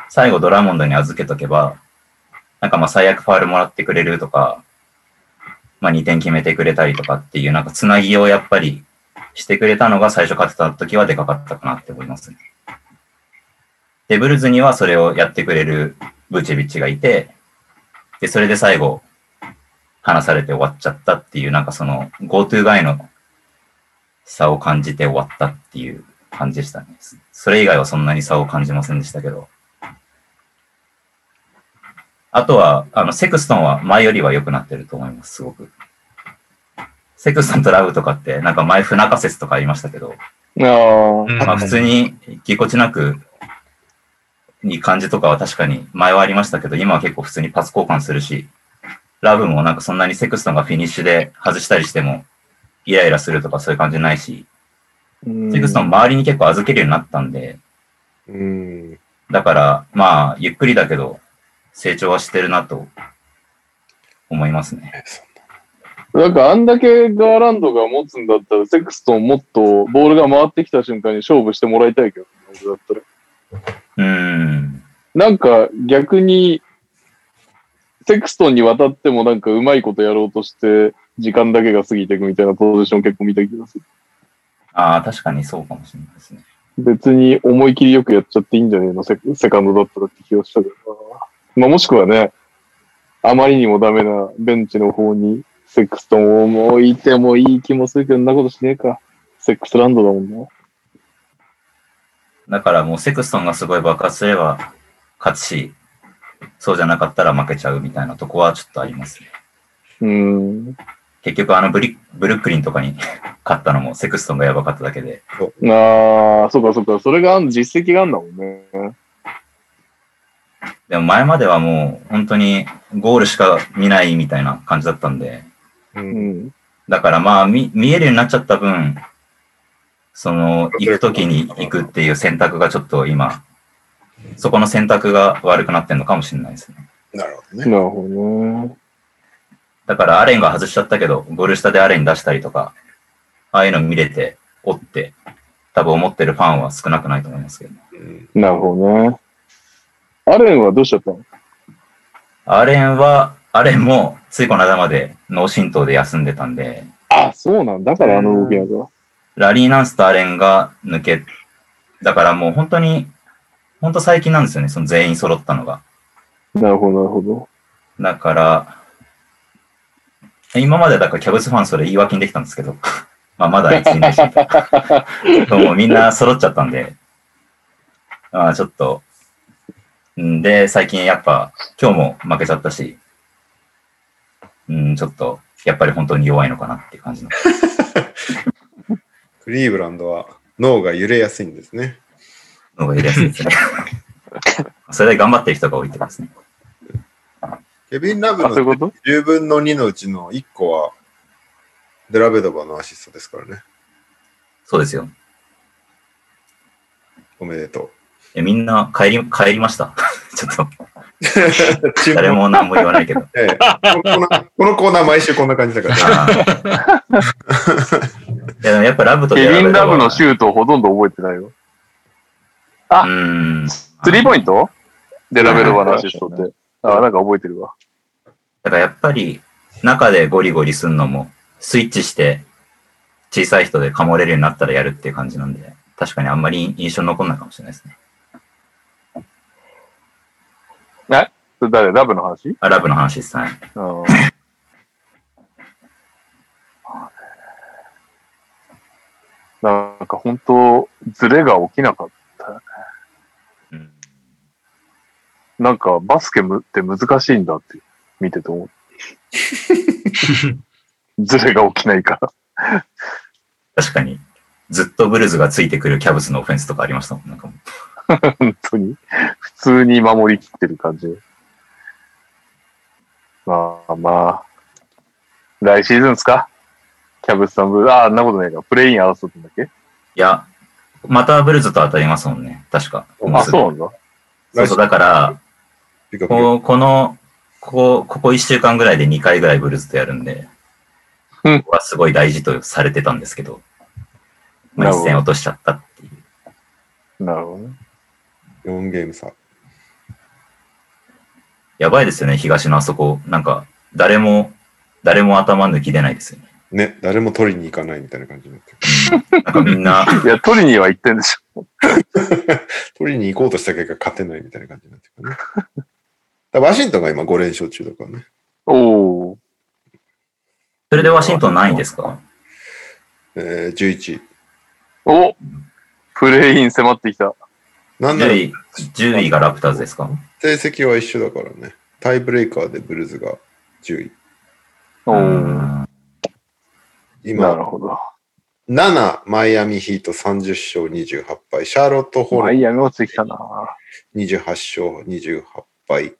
[SPEAKER 5] 最後ドラモンドに預けとけば、なんかまあ最悪ファールもらってくれるとか、まあ2点決めてくれたりとかっていう、なんかつなぎをやっぱりしてくれたのが最初勝てた時はでかかったかなって思いますね。で、ブルズにはそれをやってくれるブチェビッチがいて、で、それで最後、離されて終わっちゃったっていう、なんかその GoTo 外の差を感じて終わったっていう感じでしたね。それ以外はそんなに差を感じませんでしたけど。あとは、あの、セクストンは前よりは良くなってると思います、すごく。セクストンとラブとかって、なんか前不仲説とかありましたけど、
[SPEAKER 2] あ
[SPEAKER 3] うん
[SPEAKER 5] まあ普通にぎこちなく、に感じとかは確かに前はありましたけど、今は結構普通にパス交換するし、ラブもなんかそんなにセクストンがフィニッシュで外したりしても、イライラするとかそういう感じないし、
[SPEAKER 2] ー
[SPEAKER 5] セクストン周りに結構預けるようになったんで、
[SPEAKER 1] うん。
[SPEAKER 5] だから、まあ、ゆっくりだけど、成長はしてるなと、思いますね。
[SPEAKER 2] なんかあんだけガーランドが持つんだったら、セクストンもっとボールが回ってきた瞬間に勝負してもらいたいけど、だったら。
[SPEAKER 5] うーん。
[SPEAKER 2] なんか逆に、セクストンに渡ってもなんかうまいことやろうとして、時間だけが過ぎていくみたいなポジション結構見た気がする。
[SPEAKER 5] ああ、確かにそうかもしれないですね。
[SPEAKER 2] 別に思い切りよくやっちゃっていいんじゃねえのセセカンドだったらって気がしたけどな。まあ、もしくはね、あまりにもダメなベンチの方にセックストンをもういてもいい気もするけど、そんなことしねえか。セックスランドだもんな。
[SPEAKER 5] だからもうセクストンがすごい爆発すれば勝つし、そうじゃなかったら負けちゃうみたいなとこはちょっとありますね。
[SPEAKER 2] うん。
[SPEAKER 5] 結局あのブリブルックリンとかに [laughs] 勝ったのもセクストンがやばかっただけで、
[SPEAKER 2] ああ、そっかそっか。それがあん実績があんだもんね。
[SPEAKER 5] でも前まではもう本当にゴールしか見ないみたいな感じだったんで、
[SPEAKER 1] う。
[SPEAKER 2] うんん。
[SPEAKER 5] だからまあ見、見えるようになっちゃった分、その、行くときに行くっていう選択がちょっと今、そこの選択が悪くなってんのかもしれないですね。
[SPEAKER 1] なるほど
[SPEAKER 2] な
[SPEAKER 1] ね。
[SPEAKER 2] るほどね。
[SPEAKER 5] だからアレンが外しちゃったけど、ゴール下でアレン出したりとか、ああいうの見れて、追って、多分思ってるファンは少なくないと思いますけど、
[SPEAKER 1] うん
[SPEAKER 2] なるほどね。アレンはどうしちゃったの
[SPEAKER 5] アレンは、アレンもついこの間まで脳震盪で休んでたんで、
[SPEAKER 2] あ、そうなんだ。だからあの動きなんだ。
[SPEAKER 5] ラリーナンスとアレンが抜け、だからもう本当に、本当最近なんですよね、その全員揃ったのが。
[SPEAKER 2] なるほど、なるほど。
[SPEAKER 5] だから、今までだからキャブスファンそれ言い訳にできたんですけど、 [laughs] まあまだいつにできた。 [laughs] もうみんな揃っちゃったんで、まあちょっと、んで、最近やっぱ今日も負けちゃったし、うん、ちょっと、やっぱり本当に弱いのかなっていう感じの。
[SPEAKER 1] クリーブランドは脳が揺れやすいんですね。
[SPEAKER 5] のがいるやつですね。それで頑張ってる人が多いってことですね。
[SPEAKER 1] ケビン・ラブ
[SPEAKER 2] あ、そういう
[SPEAKER 1] の
[SPEAKER 2] こと
[SPEAKER 1] 10分の2のうちの1個は、デラベドバのアシストですからね。
[SPEAKER 5] そうですよ。
[SPEAKER 1] おめで [laughs] と
[SPEAKER 5] えみんな帰り、帰りました。 [laughs] ちょっと、
[SPEAKER 1] う。チーム
[SPEAKER 5] 誰も何も言わないけど。
[SPEAKER 1] ええこのコーナーこのコーナー毎週こんな感じだ
[SPEAKER 2] [laughs]
[SPEAKER 1] から。
[SPEAKER 5] あーいやでもやっぱラブと
[SPEAKER 2] ケビン・ラブの
[SPEAKER 5] ュ
[SPEAKER 2] シュートをほとんど覚えてないよ。
[SPEAKER 5] うーん。
[SPEAKER 2] スリーポイントでラベルバのアシストって。あ、なんか覚えてるわ。
[SPEAKER 5] だからやっぱり中でゴリゴリすんのもスイッチして小さい人でかもれるようになったらやるっていう感じなんで、確かにあんまり印象に残んないかもしれないですね。
[SPEAKER 2] それ誰ラブの話
[SPEAKER 5] あラブの話ですね。
[SPEAKER 2] うん。なんか本当、ズレが起きなかっ
[SPEAKER 5] うん
[SPEAKER 2] た。なんかバスケむって難しいんだって見てて思う。ズレが起きないから。
[SPEAKER 5] 確かにずっとブルーズがついてくるキャブスのオフェンスとかありましたもん。なんかもう
[SPEAKER 2] 本当に。普通に守りきってる感じ。まあまあ。来シーズンですかキャブスさんブルーああ、んなことないか。プレイン争ったんだっけ
[SPEAKER 5] いや、またブルーズと当たりますもんね。確
[SPEAKER 2] あ、
[SPEAKER 5] か。
[SPEAKER 2] そうなんだ。
[SPEAKER 5] そうそう、だから、
[SPEAKER 1] ピカピカ
[SPEAKER 5] こうこの、ここ、ここ1週間ぐらいで2回ぐらいブルーズとやるんで、
[SPEAKER 2] うん
[SPEAKER 5] ここはすごい大事とされてたんですけど、ま
[SPEAKER 2] な
[SPEAKER 5] あ、
[SPEAKER 2] るほ
[SPEAKER 5] 一
[SPEAKER 2] ど
[SPEAKER 5] 戦落としちゃったっていう。
[SPEAKER 2] なるほどね。
[SPEAKER 1] 4ゲーム差。
[SPEAKER 5] やばいですよね、東のあそこ。なんか、誰も、誰も頭抜き出ないですよね。
[SPEAKER 1] ね、誰も取りに行かないみたいな感じになってる。
[SPEAKER 5] なんかみ
[SPEAKER 2] [laughs]
[SPEAKER 5] んな、
[SPEAKER 2] いや、取りには行ってんでしょ。
[SPEAKER 1] 取りに行こうとした結果勝てないみたいな感じになってるからね。だからワシントンが今5連勝中だからね。
[SPEAKER 2] おお。
[SPEAKER 5] それでワシントン何位ですか
[SPEAKER 1] えー、11。
[SPEAKER 2] おプレイン迫ってきた。
[SPEAKER 1] なんなら
[SPEAKER 5] ?10 位、10位がラプターズですか
[SPEAKER 1] 成績は一緒だからね。タイブレイカーでブルーズが10位。
[SPEAKER 2] お
[SPEAKER 5] う
[SPEAKER 2] お。
[SPEAKER 5] ん
[SPEAKER 2] なる
[SPEAKER 1] 今、
[SPEAKER 2] ほど。
[SPEAKER 1] 7、マイアミヒート30勝28敗。シャーロット・ホー
[SPEAKER 2] マ
[SPEAKER 1] ル
[SPEAKER 2] イアミ落ちてきたな。
[SPEAKER 1] 28勝28敗。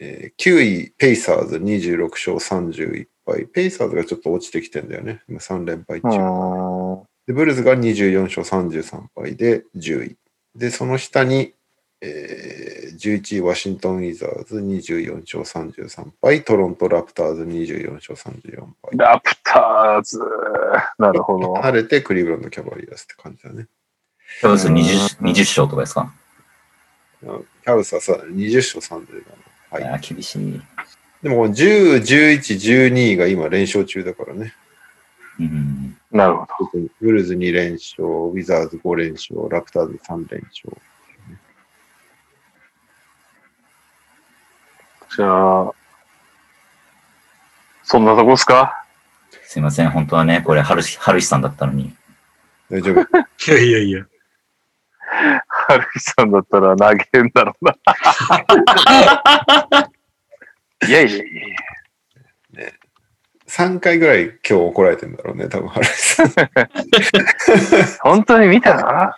[SPEAKER 1] えー9位、ペイサーズ26勝31敗。ペイサーズがちょっと落ちてきてんだよね。今3連敗
[SPEAKER 2] う
[SPEAKER 1] 中。
[SPEAKER 2] ーん。
[SPEAKER 1] で、ブルーズが24勝33敗で10位。で、その下に、えー11位ワシントン・ウィザーズ24勝33敗、トロント・ラプターズ24勝34敗。
[SPEAKER 2] ラプターズ。なるほど。 [laughs]
[SPEAKER 1] 離れてクリーブランド・キャバリアスって感じだね。
[SPEAKER 5] キャブス 20, 20勝とかですか、
[SPEAKER 1] キャブスはさ、20勝3でだ
[SPEAKER 5] い、
[SPEAKER 1] な。はい。
[SPEAKER 5] や、厳しい。
[SPEAKER 1] でもこの10、11、12位が今連勝中だからね。
[SPEAKER 5] うん、
[SPEAKER 2] なるほど。
[SPEAKER 1] ブルーズ2連勝、ウィザーズ5連勝、ラプターズ3連勝。
[SPEAKER 2] じゃあ、そんなとこっすか
[SPEAKER 5] すいません、本当はね、これ、はるし、はるしさんだったのに。
[SPEAKER 1] 大丈夫。
[SPEAKER 3] いやいやいや。
[SPEAKER 2] はるきさんだったら投げんだろうな。 [laughs] いやいやいやいや
[SPEAKER 1] 3回ぐらい今日怒られてんだろうね、多分、原西さん。 [laughs]
[SPEAKER 2] 本当に見たな。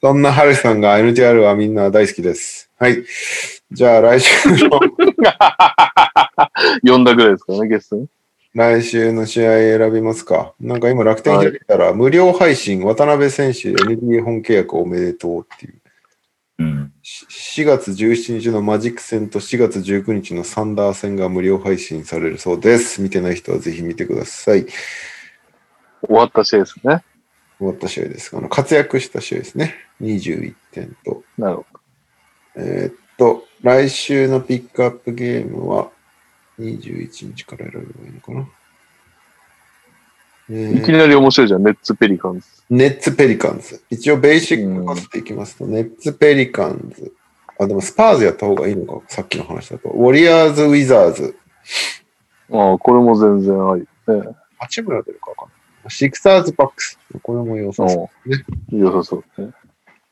[SPEAKER 1] そんな春さんが NTR はみんな大好きです。はい。じゃあ来週 [laughs] の、
[SPEAKER 2] 呼んだぐらいですからね、ゲストに。
[SPEAKER 1] 来週の試合選びますか。なんか今楽天開いたら、無料配信、渡辺選手 NBA 本契約おめでとうっていう。
[SPEAKER 5] うん。
[SPEAKER 1] し4月17日のマジック戦と4月19日のサンダー戦が無料配信されるそうです。見てない人はぜひ見てください。
[SPEAKER 2] 終わった試合ですね。
[SPEAKER 1] 終わった試合です。あの活躍した試合ですね。21点と
[SPEAKER 2] なるほ
[SPEAKER 1] えーっと、来週のピックアップゲームは21日から選べばいいのかな。え
[SPEAKER 2] ど。いき
[SPEAKER 1] ー
[SPEAKER 2] なり面白いじゃん、ネッツ・ペリカンズ。
[SPEAKER 1] ネッツ・ペリカンズ。一応ベーシックパスでいきますと、ネッツ・ペリカンズ。あ、でもスパーズやった方がいいのか。さっきの話だと。ウォリアーズ・ウィザーズ。
[SPEAKER 2] ああ、これも全然あり。ね、
[SPEAKER 1] 八村出るかわかんない。シクサーズ・バックス。これも良さそう。
[SPEAKER 2] おう良さそうですね。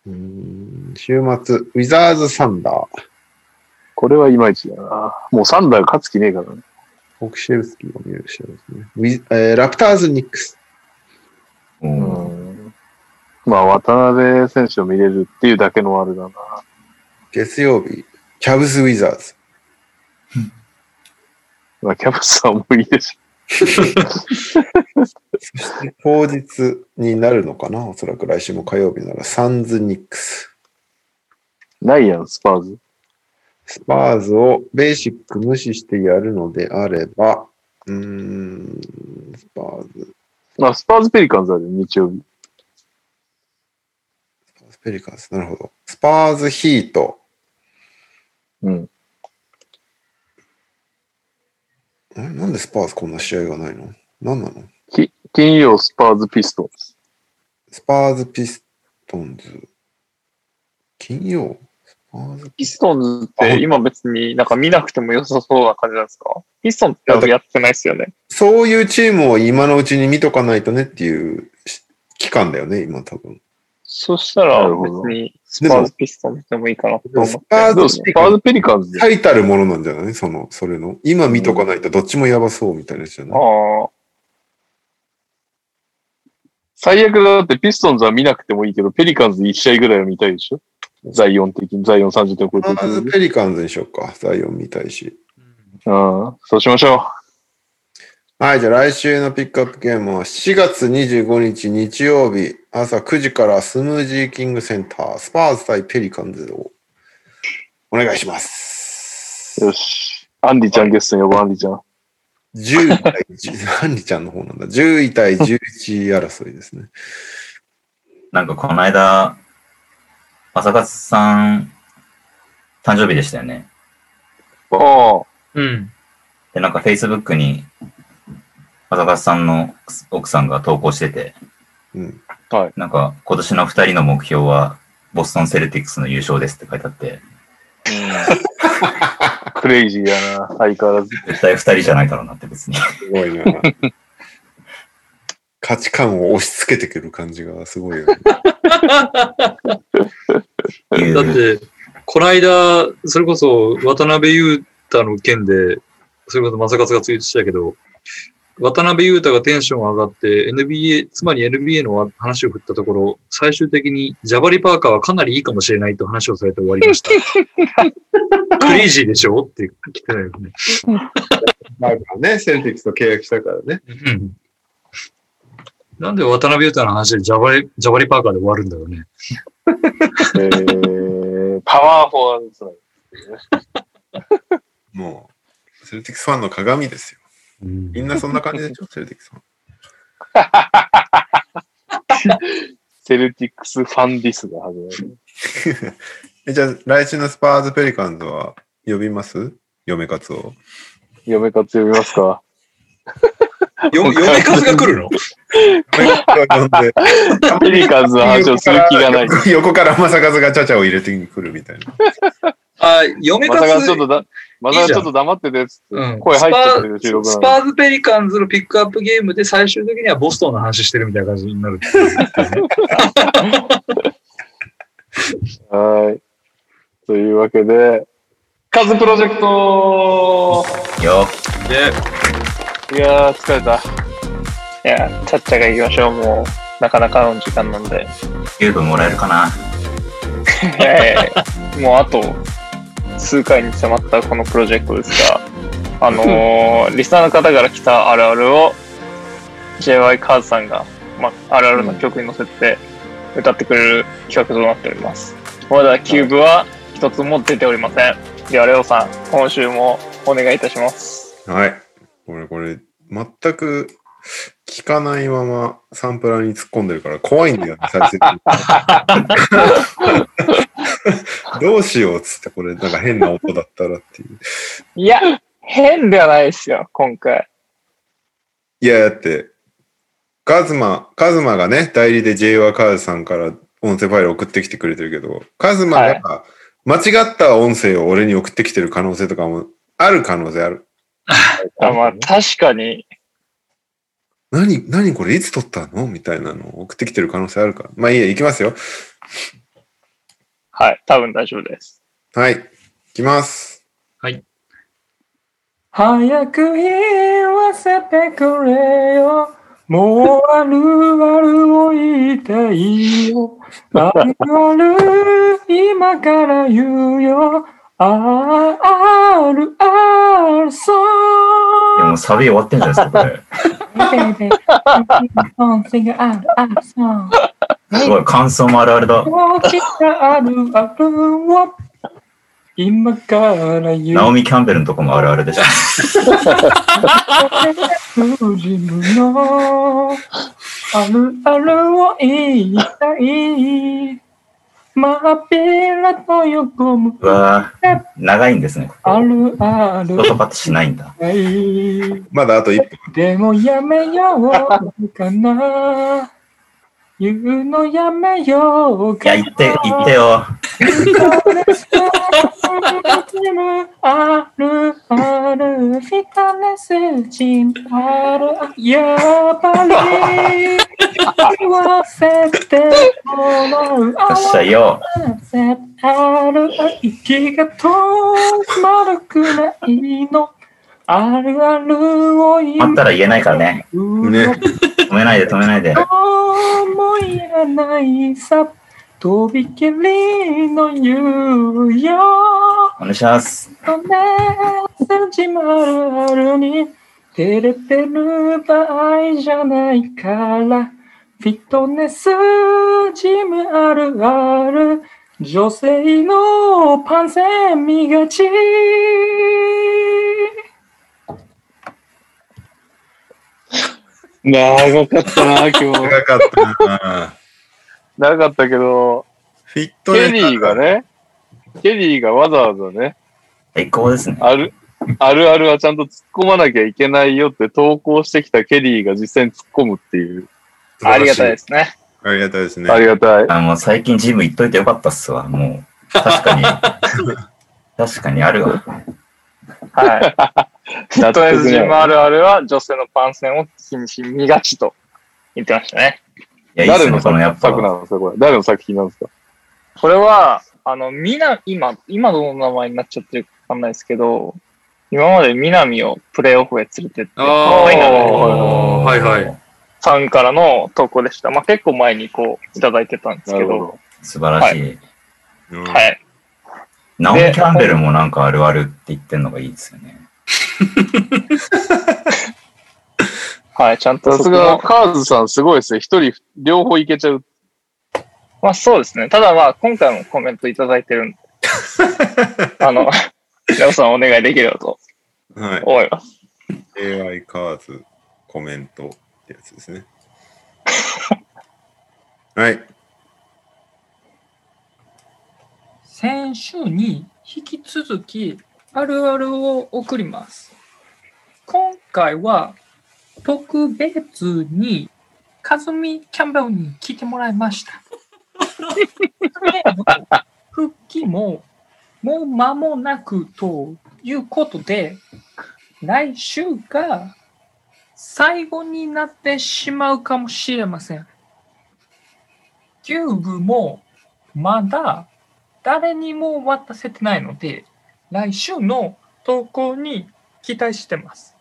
[SPEAKER 1] うーん週末、ウィザーズ・サンダー。
[SPEAKER 2] これはいまいちだな。もうサンダー勝つ気ねえからね。
[SPEAKER 1] オクシェルスキーが見える試合ですね。ウィえーラプターズ・ニックス。
[SPEAKER 5] おー
[SPEAKER 2] うんまあ、渡辺選手を見れるっていうだけのあれだな。
[SPEAKER 1] 月曜日、キャブス・ウィザーズ。
[SPEAKER 2] まあ、キャブスさんもいいでし
[SPEAKER 1] [laughs] 当日になるのかなおそらく来週も火曜日なら、サンズ・ニックス。
[SPEAKER 2] ょ。ないやん、スパーズ。
[SPEAKER 1] スパーズをベーシック無視してやるのであれば、うーん、スパーズ、
[SPEAKER 2] まあ、スパーズペリカンズあるよ日曜日。
[SPEAKER 1] ペリカンス、なるほど。スパーズ・ヒート。
[SPEAKER 2] うん。
[SPEAKER 1] えなんでスパーズこんな試合がないのなんなの
[SPEAKER 2] き金曜、スパーズピストンズ。
[SPEAKER 1] スパーズ・ピストンズ。金曜スパーズ
[SPEAKER 4] ピストンズって今別になんか見なくても良さそうな感じなんですかピストンズってやってないですよね。
[SPEAKER 1] そういうチームを今のうちに見とかないとねっていうし期間だよね、今多分。
[SPEAKER 4] そした
[SPEAKER 2] な
[SPEAKER 4] ら
[SPEAKER 2] るほ
[SPEAKER 4] 別
[SPEAKER 2] ど
[SPEAKER 4] にスパーズピストンズでもいいかなと思っ
[SPEAKER 1] ス
[SPEAKER 4] て。
[SPEAKER 1] パ
[SPEAKER 2] ど
[SPEAKER 1] ー
[SPEAKER 2] う
[SPEAKER 1] ズ
[SPEAKER 2] ス・パーズペリカンズで。
[SPEAKER 1] 最たるものなんじゃないその、それの。今見とかないとどっちもやばそうみたいなやつじゃない、
[SPEAKER 4] ああ。
[SPEAKER 2] 最悪だってピストンズは見なくてもいいけど、ペリカンズ1試合ぐらいは見たいでしょザイオン的に、ザイオン30点超えてる
[SPEAKER 1] まずペリカンズにしようか。ザイオン見たいし。
[SPEAKER 2] うん、そうしましょう。
[SPEAKER 1] はい、じゃあ来週のピックアップゲームは4月25日日曜日朝9時からスムージーキングセンタースパーズ対ペリカンズをお願いします。
[SPEAKER 2] よし。アンディちゃんゲストに呼ぼう、アンディちゃん。
[SPEAKER 1] 10位対10、アンリちゃんの方なんだ。10位対11位争いですね。
[SPEAKER 5] なんかこの間、朝活さん、誕生日でしたよね。
[SPEAKER 2] あ
[SPEAKER 3] うん。
[SPEAKER 5] で、なんか Facebook に、朝活さんの奥さんが投稿してて、
[SPEAKER 1] うん。
[SPEAKER 5] なんか今年の二人の目標は、ボストンセルティックスの優勝ですって書いてあって、
[SPEAKER 2] あ、クレイジーやな、相変わらず。
[SPEAKER 5] 絶対二人じゃないだろうなって別に。
[SPEAKER 1] すごいな。価値観を押し付けてくる感じがすごいよね。
[SPEAKER 5] い
[SPEAKER 6] だっ
[SPEAKER 5] う
[SPEAKER 6] て、こないだ、それこそ渡辺裕太の件で、それこそ正勝がツイートしたけど、渡辺裕太がテンション上がって NBA、つまり NBA の話を振ったところ、最終的にジャバリ・パーカーはかなりいいかもしれないと話をされて終わりました。クレイジーでしょって来てないよね。
[SPEAKER 1] だからね、セルティックスと契約したからね。
[SPEAKER 6] うんなんで渡辺裕太の話でジャバリ、ジャバリ・パーカーで終わるんだろうね。
[SPEAKER 2] えー、パワーフォワードつなぎ
[SPEAKER 1] [laughs] もう、セルティックスファンの鏡です [laughs] よ。
[SPEAKER 6] うん
[SPEAKER 1] みんなそんな感じでしょ、セルティックスファン。
[SPEAKER 2] セルティックスファンディスが始まる。
[SPEAKER 1] えじゃあ、来週のスパーズ・ペリカンズは呼びます嫁活を。
[SPEAKER 2] 嫁活呼びます
[SPEAKER 1] [laughs]
[SPEAKER 2] か
[SPEAKER 6] よ嫁数が来る
[SPEAKER 3] [laughs]
[SPEAKER 6] の
[SPEAKER 1] 嫁活を呼んで
[SPEAKER 2] ペリカンズの話をする気がない。
[SPEAKER 1] 横から [laughs] 正和がチャチャを入れてくるみたがちゃちゃを入れてくるみたいな。
[SPEAKER 6] あ、嫁
[SPEAKER 2] まさかちょっ
[SPEAKER 6] 数
[SPEAKER 2] とだ、まさかちょっと黙っててっつって、
[SPEAKER 6] うん
[SPEAKER 2] 声入っちゃってる収録
[SPEAKER 6] ス
[SPEAKER 2] なの
[SPEAKER 6] パーズ・ペリカンズのピックアップゲームで最終的にはボストンの話してるみたいな感じになる。
[SPEAKER 2] に。はい。というわけで、カズプロジェクト
[SPEAKER 5] よっ
[SPEAKER 2] いやー、疲れた。
[SPEAKER 4] いや、ちゃっちゃが行きましょう。もう、なかなかの時間なんで。
[SPEAKER 5] キューブもらえるかな。
[SPEAKER 4] いやいやいやもうあと数回に迫ったこのプロジェクトですが、あのー [laughs] リスナーの方から来たあるあるを JY カーズさんが、まあ、あるあるの曲に乗せて歌ってくれる企画となっております。まだキューブは一つも出ておりません。では、レオさん、今週もお願いいたします。
[SPEAKER 1] はい。これ、これ、全く聞かないままサンプラーに突っ込んでるから怖いんだよね、最終的に [laughs] どうしようっつって、これ、なんか変な音だったらっていう。
[SPEAKER 4] いや、変ではないですよ、今回。
[SPEAKER 1] いや、だって、カズマ、カズマがね、代理で JY カーズさんから音声ファイル送ってきてくれてるけど、カズマが間違った音声を俺に送ってきてる可能性とかもある可能性ある。
[SPEAKER 4] あまあ、確かに、
[SPEAKER 1] 何、何これいつ撮ったのみたいなのを送ってきてる可能性あるから。まあいいや、行きますよ。
[SPEAKER 4] はい、多分大丈夫です。
[SPEAKER 1] はい。行きます。
[SPEAKER 7] 早く言わせてくれよ。もうあるあるを言っていいよ。あるある今から言うよ。ああるあるそ
[SPEAKER 5] いやも
[SPEAKER 7] う。
[SPEAKER 5] うサビ終わってんじゃないですか、これ。
[SPEAKER 7] Baby, something あるあるそう。
[SPEAKER 5] すごい、感想もあるあるだ。
[SPEAKER 7] 大きなあるあるを今から言う
[SPEAKER 5] ナオミ・キャンベルのとこもあるあるでしょ。
[SPEAKER 7] 自分のあるあるを言いたい。まっぴらと横む
[SPEAKER 5] うわぁ、長いんですね。
[SPEAKER 7] あるあ
[SPEAKER 5] 言
[SPEAKER 7] る
[SPEAKER 5] 葉ってしないんだ。
[SPEAKER 7] い。
[SPEAKER 1] まだあと一分。
[SPEAKER 7] でもやめよ
[SPEAKER 5] [laughs]
[SPEAKER 7] うかな。言うのやめよう
[SPEAKER 5] いや、
[SPEAKER 7] か
[SPEAKER 5] 言
[SPEAKER 7] な。
[SPEAKER 5] って、言ってよ。
[SPEAKER 7] あるあるフィタネスチンあるやっぱり言わせてもらう
[SPEAKER 5] よっしゃいよ。
[SPEAKER 7] ある息が止まるくらいのあるあるを今
[SPEAKER 5] 待ったら言えないからね。
[SPEAKER 1] ね。
[SPEAKER 2] [laughs]
[SPEAKER 5] 止めないで止めないで。
[SPEAKER 7] 思いらないさとびきりの夕よ
[SPEAKER 5] お願いします。
[SPEAKER 7] とね始まるあるに照れてる場合じゃないからフィットネスジムあるある女性のパンセミがち
[SPEAKER 2] 長かったな、今日。
[SPEAKER 1] 長かったな。
[SPEAKER 2] 長かったけど、
[SPEAKER 1] フィットネ
[SPEAKER 2] ケ
[SPEAKER 1] ス。。
[SPEAKER 2] リーがね、ケリーがわざわざね、
[SPEAKER 5] 最高ですね。
[SPEAKER 2] ある、あるあるはちゃんと突っ込まなきゃいけないよって投稿してきたケリーが実際に突っ込むっていう。
[SPEAKER 4] ありがたいですすね。
[SPEAKER 1] ありがたいですね
[SPEAKER 2] あ。りがたい。
[SPEAKER 5] あもう最近ジム行っといてよかったっすわ。もう、確かに。
[SPEAKER 2] [laughs]
[SPEAKER 5] 確かにあるわ。
[SPEAKER 4] はい。フィットネスジム
[SPEAKER 2] な
[SPEAKER 4] あるあるは女性のパンセンを気にしみがちと言ってましたね。
[SPEAKER 5] いや、いいっす
[SPEAKER 2] 誰
[SPEAKER 5] ね、
[SPEAKER 2] の
[SPEAKER 5] こ
[SPEAKER 2] 作
[SPEAKER 5] のやっぱ
[SPEAKER 2] 作。なんですか、これ。誰の作品なんですか
[SPEAKER 4] これは、あの、みな、今、今どの名前になっちゃってるかわかんないですけど、今まで南をプレイオフへ連れてって、
[SPEAKER 6] あ
[SPEAKER 4] 可愛いな
[SPEAKER 6] あ、はいはい。
[SPEAKER 4] さんからの投稿でした。まあ、結構前にこう、いただいてたんです
[SPEAKER 2] な
[SPEAKER 4] け
[SPEAKER 2] るほ
[SPEAKER 4] ど、
[SPEAKER 2] ど。
[SPEAKER 5] 素晴らしい。
[SPEAKER 1] うん
[SPEAKER 4] はい。
[SPEAKER 5] ナオミ・キャンベルもなんかあるあるって言ってんのがいいですよね。
[SPEAKER 4] はい、ちゃんと
[SPEAKER 2] さ
[SPEAKER 4] そ
[SPEAKER 2] す
[SPEAKER 4] こ
[SPEAKER 2] が、
[SPEAKER 4] も。
[SPEAKER 2] カーズさんすごいですね。一人、両方いけちゃう。
[SPEAKER 4] まあ、そうですね。ただまあ、今回もコメントいただいて
[SPEAKER 2] [laughs]
[SPEAKER 4] るんで、あの、レオさんお願いできればと
[SPEAKER 1] はい。
[SPEAKER 4] 思います。
[SPEAKER 1] AI カーズコメントってやつですね。はい。
[SPEAKER 7] 先週に引き続きあるあるを送ります。今回は特別にカズミ・キャンベルに来てもらいました。彼の復帰ももう間もなくということで、来週が最後になってしまうかもしれません。キューブもまだ誰にも渡せてないので、来週の投稿に期待してます。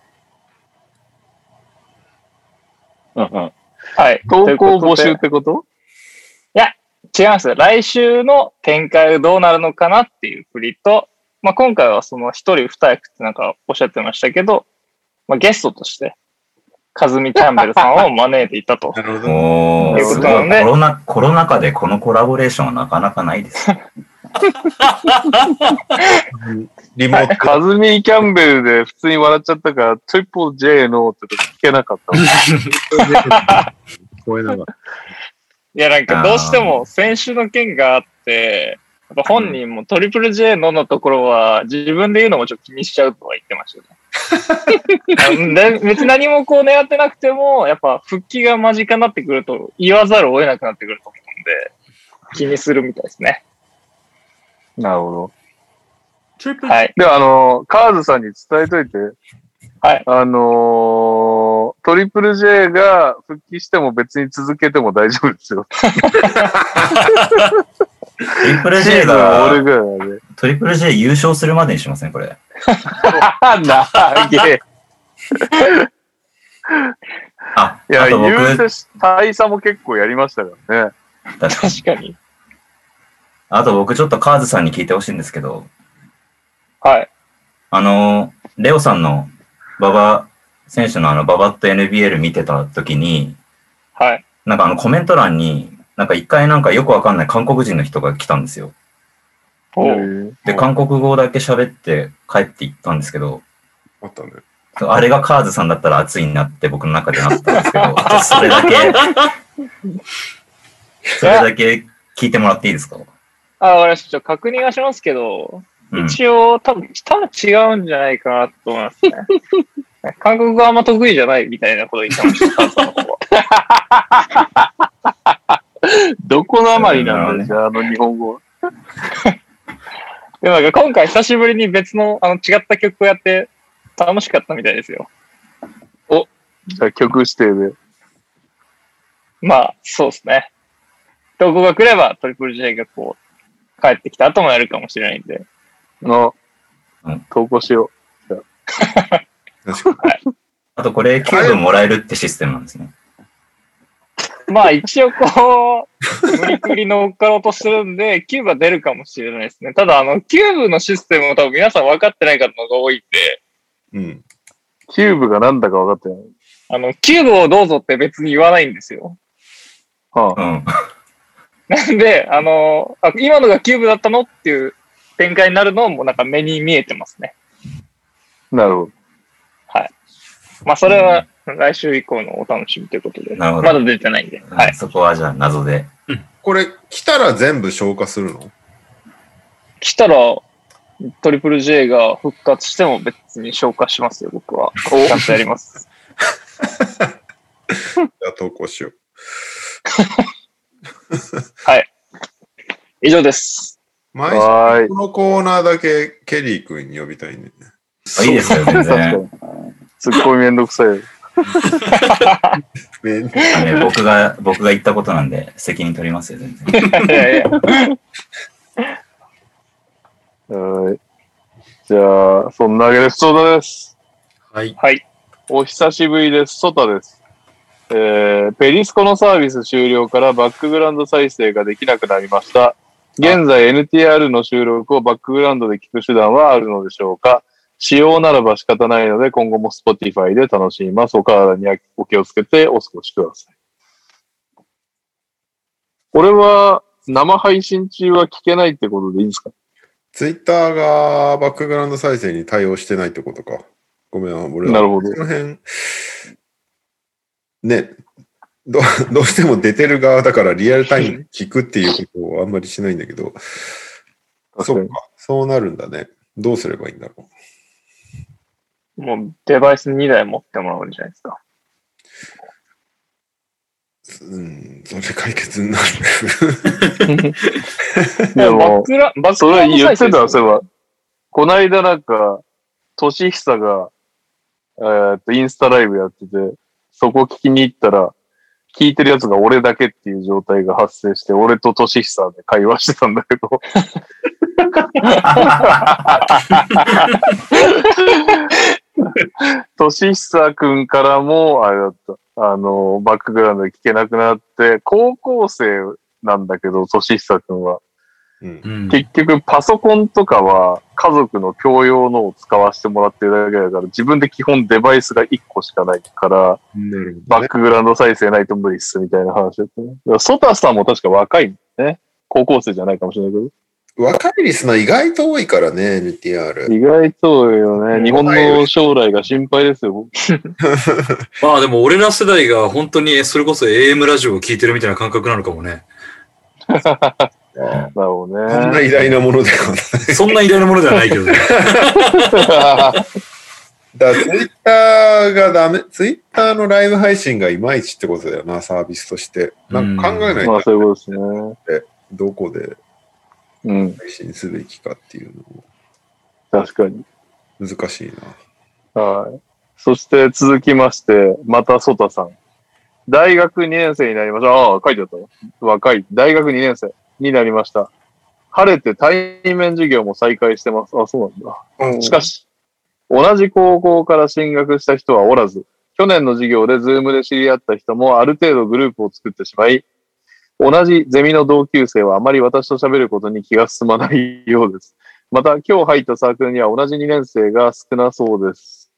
[SPEAKER 4] はい。
[SPEAKER 2] 投稿募集っ
[SPEAKER 4] とい
[SPEAKER 2] て
[SPEAKER 4] うこ
[SPEAKER 2] こと
[SPEAKER 4] とで違います。来週の展開がどうなるのかなっていう振りと、まあ、今回はその一人二役ってなんかおっしゃってましたけど、まあ、ゲストとして、カズミ・キャンベルさんを招いていたと。
[SPEAKER 1] なるほど。
[SPEAKER 5] お
[SPEAKER 4] とい
[SPEAKER 5] ー、
[SPEAKER 4] うこ
[SPEAKER 5] す
[SPEAKER 4] と
[SPEAKER 5] ご
[SPEAKER 4] なの
[SPEAKER 5] い。
[SPEAKER 4] で
[SPEAKER 5] コロナ、コロナ禍でこのコラボレーションはなかなかな
[SPEAKER 2] [laughs]
[SPEAKER 5] いです。
[SPEAKER 1] リモート
[SPEAKER 2] カズミ・キャンベルで普通に笑っちゃったから、トリプル J のってとこ聞けなかった。
[SPEAKER 1] 聞こえながら。
[SPEAKER 4] いや、なんかどうしても先週の件があって、やっぱ本人もトリプル J ののところは自分で言うのもちょっと気にしちゃうとは言ってました
[SPEAKER 5] [laughs]
[SPEAKER 4] ねで。別に何もこう狙ってなくても、やっぱ復帰が間近になってくると言わざるを得なくなってくると思うんで、気にするみたいですね。
[SPEAKER 2] なるほど。
[SPEAKER 7] トリプル
[SPEAKER 4] はい。
[SPEAKER 2] で、あの、カーズさんに伝えといて。
[SPEAKER 4] はい。
[SPEAKER 2] あのートリプル J が復帰しても別に続けても大丈夫ですよ。
[SPEAKER 5] トリプ
[SPEAKER 2] [laughs]
[SPEAKER 5] ル
[SPEAKER 2] シー
[SPEAKER 5] J
[SPEAKER 2] ズンは俺
[SPEAKER 5] が、
[SPEAKER 2] ぐらいなんで。
[SPEAKER 5] トリプル J 優勝するまでにしません、これ。
[SPEAKER 2] な [laughs] げ
[SPEAKER 5] あ、
[SPEAKER 2] いや、
[SPEAKER 5] あと僕、
[SPEAKER 2] 言うてし、大佐も結構やりましたからね。
[SPEAKER 5] 確かに
[SPEAKER 4] 確かに。
[SPEAKER 5] あと僕ちょっとカーズさんに聞いてほしいんですけど、
[SPEAKER 4] はい。
[SPEAKER 5] あの、レオさんの馬場選手のあのババッと NBL 見てた時に、
[SPEAKER 4] はい。
[SPEAKER 5] なんかあのコメント欄に、なんか一回なんかよくわかんない韓国人の人が来たんですよ。
[SPEAKER 4] おう
[SPEAKER 5] で、韓国語だけ喋って帰って行ったんですけど、
[SPEAKER 1] あったね。
[SPEAKER 5] あれがカーズさんだったら熱いなって僕の中でなったんですけど、ちょ
[SPEAKER 4] [laughs]
[SPEAKER 5] っとそれだけ、それだけ聞いてもらっていいですか、
[SPEAKER 4] あ、わかりました。ちょっと確認はしますけど、
[SPEAKER 5] うん、
[SPEAKER 4] 一応、多分、多分違うんじゃないかなと思い
[SPEAKER 5] [laughs]
[SPEAKER 4] ますね。韓国語あんま得意じゃないみたいなこと言ってましたカズさんの方は。
[SPEAKER 2] どこのあまりなんだじゃあ、あの日本語。
[SPEAKER 4] でもなんか今回久しぶりに別のあの違った曲をやって楽しかったみたいですよ。
[SPEAKER 2] じゃあ曲指定で。
[SPEAKER 4] まあ、そうですね。投稿が来ればトリプル J がこう、帰ってきた後もやるかもしれないんで。
[SPEAKER 2] の
[SPEAKER 5] うん、
[SPEAKER 2] 投稿しよ
[SPEAKER 1] 確か
[SPEAKER 5] あとこれ9分もらえるってシステムなんですね。
[SPEAKER 4] まあ一応こう、無理くり乗っかろうとするんで、キューブは出るかもしれないですね。ただあの、キューブのシステムを多分皆さん分かってない方が多いんで、
[SPEAKER 1] に。うん。
[SPEAKER 2] キューブがなんだか分かってない。
[SPEAKER 4] あの、キューブをどうぞって別に言わないんですよ。 [laughs]
[SPEAKER 2] は
[SPEAKER 5] う
[SPEAKER 2] あ、
[SPEAKER 5] ん。
[SPEAKER 4] なんで、あの、あ今のがキューブだったのっていう展開になるのもなんか目に見えてますね。
[SPEAKER 2] なるほど。
[SPEAKER 4] まあそれは来週以降のお楽しみということで、
[SPEAKER 5] なるほ
[SPEAKER 4] ま
[SPEAKER 5] ど
[SPEAKER 4] だ出てないんで、はい。
[SPEAKER 5] そこはじゃあ謎で。
[SPEAKER 1] これ、来たら全部消化するの
[SPEAKER 4] 来たら、トリプル J が復活しても別に消化しますよ、僕は。ちゃんとやります。
[SPEAKER 1] じゃあ投稿しよう。
[SPEAKER 4] 以上です。
[SPEAKER 1] 毎週
[SPEAKER 2] はーい。
[SPEAKER 1] このコーナーだけケリー君に呼びたいね。
[SPEAKER 5] あいいですよ、全
[SPEAKER 2] [laughs] 確か
[SPEAKER 5] 然。
[SPEAKER 2] に。ツッコミめんどくさい。
[SPEAKER 1] ね
[SPEAKER 5] あのね僕が、僕が言ったことなんで、責任取りますよ、全然。
[SPEAKER 4] いやいや
[SPEAKER 2] はい。じゃあ、そんなわけで、普通だです。
[SPEAKER 3] はい。
[SPEAKER 4] はい。
[SPEAKER 2] お久しぶりです。ソタです。えー、ペリスコのサービス終了からバックグラウンド再生ができなくなりました。現在 NTR の収録をバックグラウンドで聞く手段はあるのでしょうか使用ならば仕方ないので今後も Spotify で楽しみます。お体にお気をつけてお過ごしください。これは生配信中は聞けないってことでいいんですか
[SPEAKER 1] ツイッターがバックグラウンド再生に対応してないってことか。ごめん、俺は。
[SPEAKER 2] なるほど
[SPEAKER 1] その辺、ね、ど [laughs] どうしても出てる側だからリアルタイムに聞くっていうことをあんまりしないんだけど、そっ
[SPEAKER 2] 確
[SPEAKER 1] か、そうなるんだね。どうすればいいんだろ
[SPEAKER 4] もうデバイス2台持ってもらうんじゃないですか。
[SPEAKER 1] う。うん、それ解決になる。 [laughs]
[SPEAKER 2] にで
[SPEAKER 4] バッ
[SPEAKER 2] も
[SPEAKER 4] クラ、バック
[SPEAKER 2] そ
[SPEAKER 4] グラ
[SPEAKER 2] れ
[SPEAKER 4] ウンド
[SPEAKER 2] 言
[SPEAKER 4] 再
[SPEAKER 2] って
[SPEAKER 4] 生
[SPEAKER 2] た、そういえば。こないだなんか、年久が、えーっと、インスタライブやってて、そこ聞きに行ったら、聞いてるやつが俺だけっていう状態が発生して、俺と年久で会話してたんだ [laughs] けど。年久くんからも、あれだった。あの、バックグラウンドで聞けなくなって、高校生なんだけど、年久くんは。
[SPEAKER 1] うん
[SPEAKER 3] う、ん。
[SPEAKER 2] 結局パソコンとかは家族の共用のを使わせてもらってるだけだから自分で基本デバイスが1個しかないから
[SPEAKER 1] なる
[SPEAKER 2] バックグラウンド再生ないと無理っすみたいな話だったね。だからソタさんも確か若いんだよね。高校生じゃないかもしれないけ
[SPEAKER 1] 若いリスナー意外と多いからね、NTR
[SPEAKER 2] ど。。意外とよね。日本の将来が心配ですよ。
[SPEAKER 3] まあでも俺ら世代が本当にそれこそ AM ラジオを聞いてるみたいな感覚なのかもね。
[SPEAKER 1] あ
[SPEAKER 2] だろう
[SPEAKER 1] あこんな
[SPEAKER 2] ね。
[SPEAKER 1] 偉大なものではない。 [laughs]
[SPEAKER 3] そんな偉大なものではないけどね。
[SPEAKER 1] だからツイッターがダメ、ツイッターのライブ配信がいまいちってことだよな、サービスとして。なんか考えない
[SPEAKER 2] [laughs] まあ
[SPEAKER 1] と、
[SPEAKER 2] そういうことですね。
[SPEAKER 1] どこで
[SPEAKER 2] うん。
[SPEAKER 1] 配信すべきかっていうのも
[SPEAKER 2] 確かに。
[SPEAKER 1] 難しいな。
[SPEAKER 2] はい。そして続きまして、またソタさん。大学2年生になりました。ああ、書いてあったわ若い。大学2年生になりました。晴れて対面授業も再開してます。あ、そうなんだ。しかし、同じ高校から進学した人はおらず、去年の授業でズームで知り合った人もある程度グループを作ってしまい、同じゼミの同級生はあまり私と喋ることに気が進まないようです。また、今日入ったサークルには同じ2年生が少なそうです。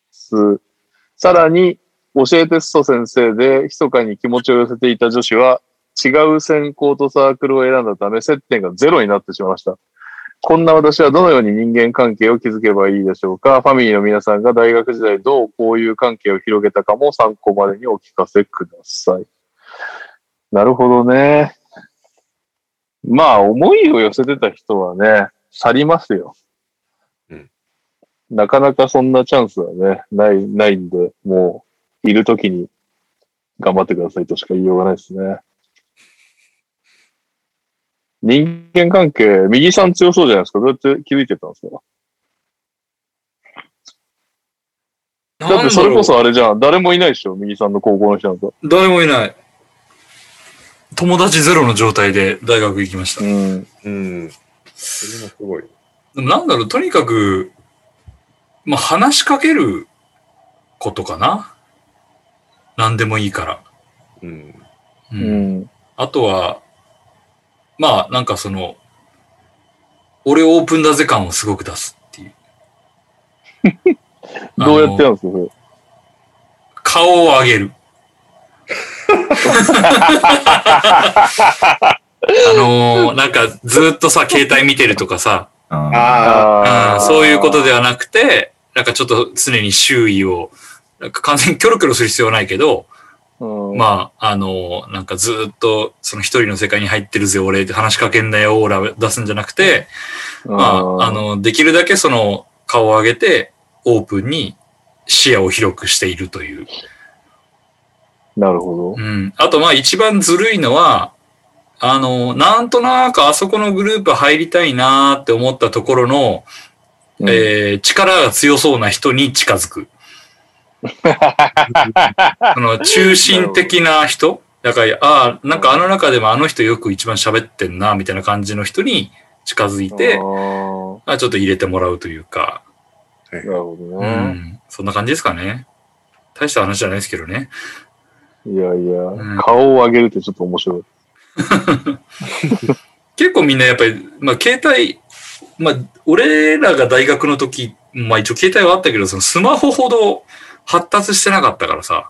[SPEAKER 2] さらに、教えてスト先生で密かに気持ちを寄せていた女子は、違う専攻とサークルを選んだため、接点がゼロになってしまいました。こんな私はどのように人間関係を築けばいいでしょうかファミリーの皆さんが大学時代どうこういう関係を広げたかも参考までにお聞かせください。なるほどね。まあ、思いを寄せてた人はね、去りますよ。
[SPEAKER 1] うん
[SPEAKER 2] なかなかそんなチャンスはね、ない、ないんで、もう、いるときに頑張ってくださいとしか言いようがないですね。人間関係、右さん強そうじゃないですか。どうやって気づいてたんですかだってそれこそあれじゃん。誰もいないでしょ。右さんの高校の人なんか。
[SPEAKER 3] なんだろう誰もいない。友達ゼロの状態で大学行きました
[SPEAKER 2] う。ん。
[SPEAKER 1] うん。それもすごい。
[SPEAKER 3] でもなんだろう、とにかく、まあ、話しかけることかな。何でもいいから。
[SPEAKER 1] うん。
[SPEAKER 2] う
[SPEAKER 3] う
[SPEAKER 2] んん。。
[SPEAKER 3] あとは、まあ、なんかその、俺オープンだぜ感をすごく出すっていう
[SPEAKER 2] [laughs] どうやってやる
[SPEAKER 3] あの
[SPEAKER 2] んですかそれ
[SPEAKER 3] 顔を上
[SPEAKER 2] [laughs]
[SPEAKER 3] げる。あのーなんかずっとさ、携帯見てるとかさ、
[SPEAKER 5] あ
[SPEAKER 1] ああ、
[SPEAKER 3] うんそういうことではなくて、なんかちょっと常に周囲を、なんか完全にキョロキョロする必要はないけど、
[SPEAKER 2] うん
[SPEAKER 3] まあ、あの、なんかずっと、その一人の世界に入ってるぜ、俺って話しかけんなよ、オーラ出すんじゃなくて、まあ、あ、の、できるだけその、顔を上げて、オープンに視野を広くしているという。
[SPEAKER 2] なるほ
[SPEAKER 3] うん。あと、まあ、一番ずるいのは、あの、なんとなくあそこのグループ入りたいなーって思ったところの、
[SPEAKER 2] ど。え
[SPEAKER 3] えー力が強そうな人に近づ [laughs] く。その中心的な人だから、ああ、なんかあの中でもあの人よく一番喋ってんな、みたいな感じの人に近づいて、あちょっと入れてもらうというか、
[SPEAKER 2] なるほど
[SPEAKER 3] う
[SPEAKER 2] ね。
[SPEAKER 3] ん、そんな感じですかね。大した話じゃないですけどね。
[SPEAKER 2] いやい
[SPEAKER 3] ん
[SPEAKER 2] や、顔を上げるってちょっと面白い。
[SPEAKER 3] 結構みんなやっぱり、まあ携帯、まあ俺らが大学の時、まあ一応携帯はあったけど、そのスマホほど発達してなかったからさ、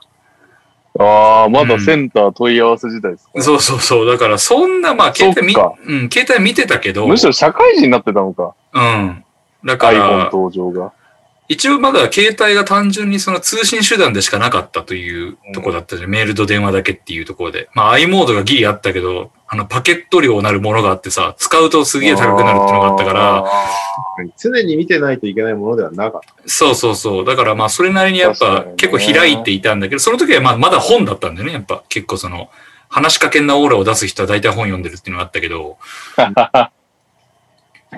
[SPEAKER 2] ああ、ま
[SPEAKER 3] う
[SPEAKER 2] だ
[SPEAKER 3] ん
[SPEAKER 2] センター問い合わせ自体ですか
[SPEAKER 3] そうそうそう。だから、そんな、まあ、携帯見、
[SPEAKER 2] そっか
[SPEAKER 3] うん、携帯見てたけど、う
[SPEAKER 2] むしろ社会人になってたのか。
[SPEAKER 3] ん。だか
[SPEAKER 2] iPhone
[SPEAKER 3] ら、
[SPEAKER 2] 登場が。
[SPEAKER 3] 一応まだ携帯が単純にその通信手段でしかなかったというところだったじゃん、メールと電話だけっていうところで。まあ、i モードがギリあったけど、あの、パケット量なるものがあってさ、使うとすげえ高くなるっていうのがあったから、
[SPEAKER 1] 常に見てないといけないものではなかった。
[SPEAKER 3] そうそうそう。だからまあ、それなりにやっ
[SPEAKER 2] 確
[SPEAKER 3] ぱ
[SPEAKER 2] かにね
[SPEAKER 3] 結構開いていたんだけど、その時はまあ、まだ本だったんだよね、やっぱ。結構その、話しかけんなオーラを出す人は大体本読んでるっていうのがあった
[SPEAKER 2] [laughs]
[SPEAKER 3] けど、
[SPEAKER 2] ら。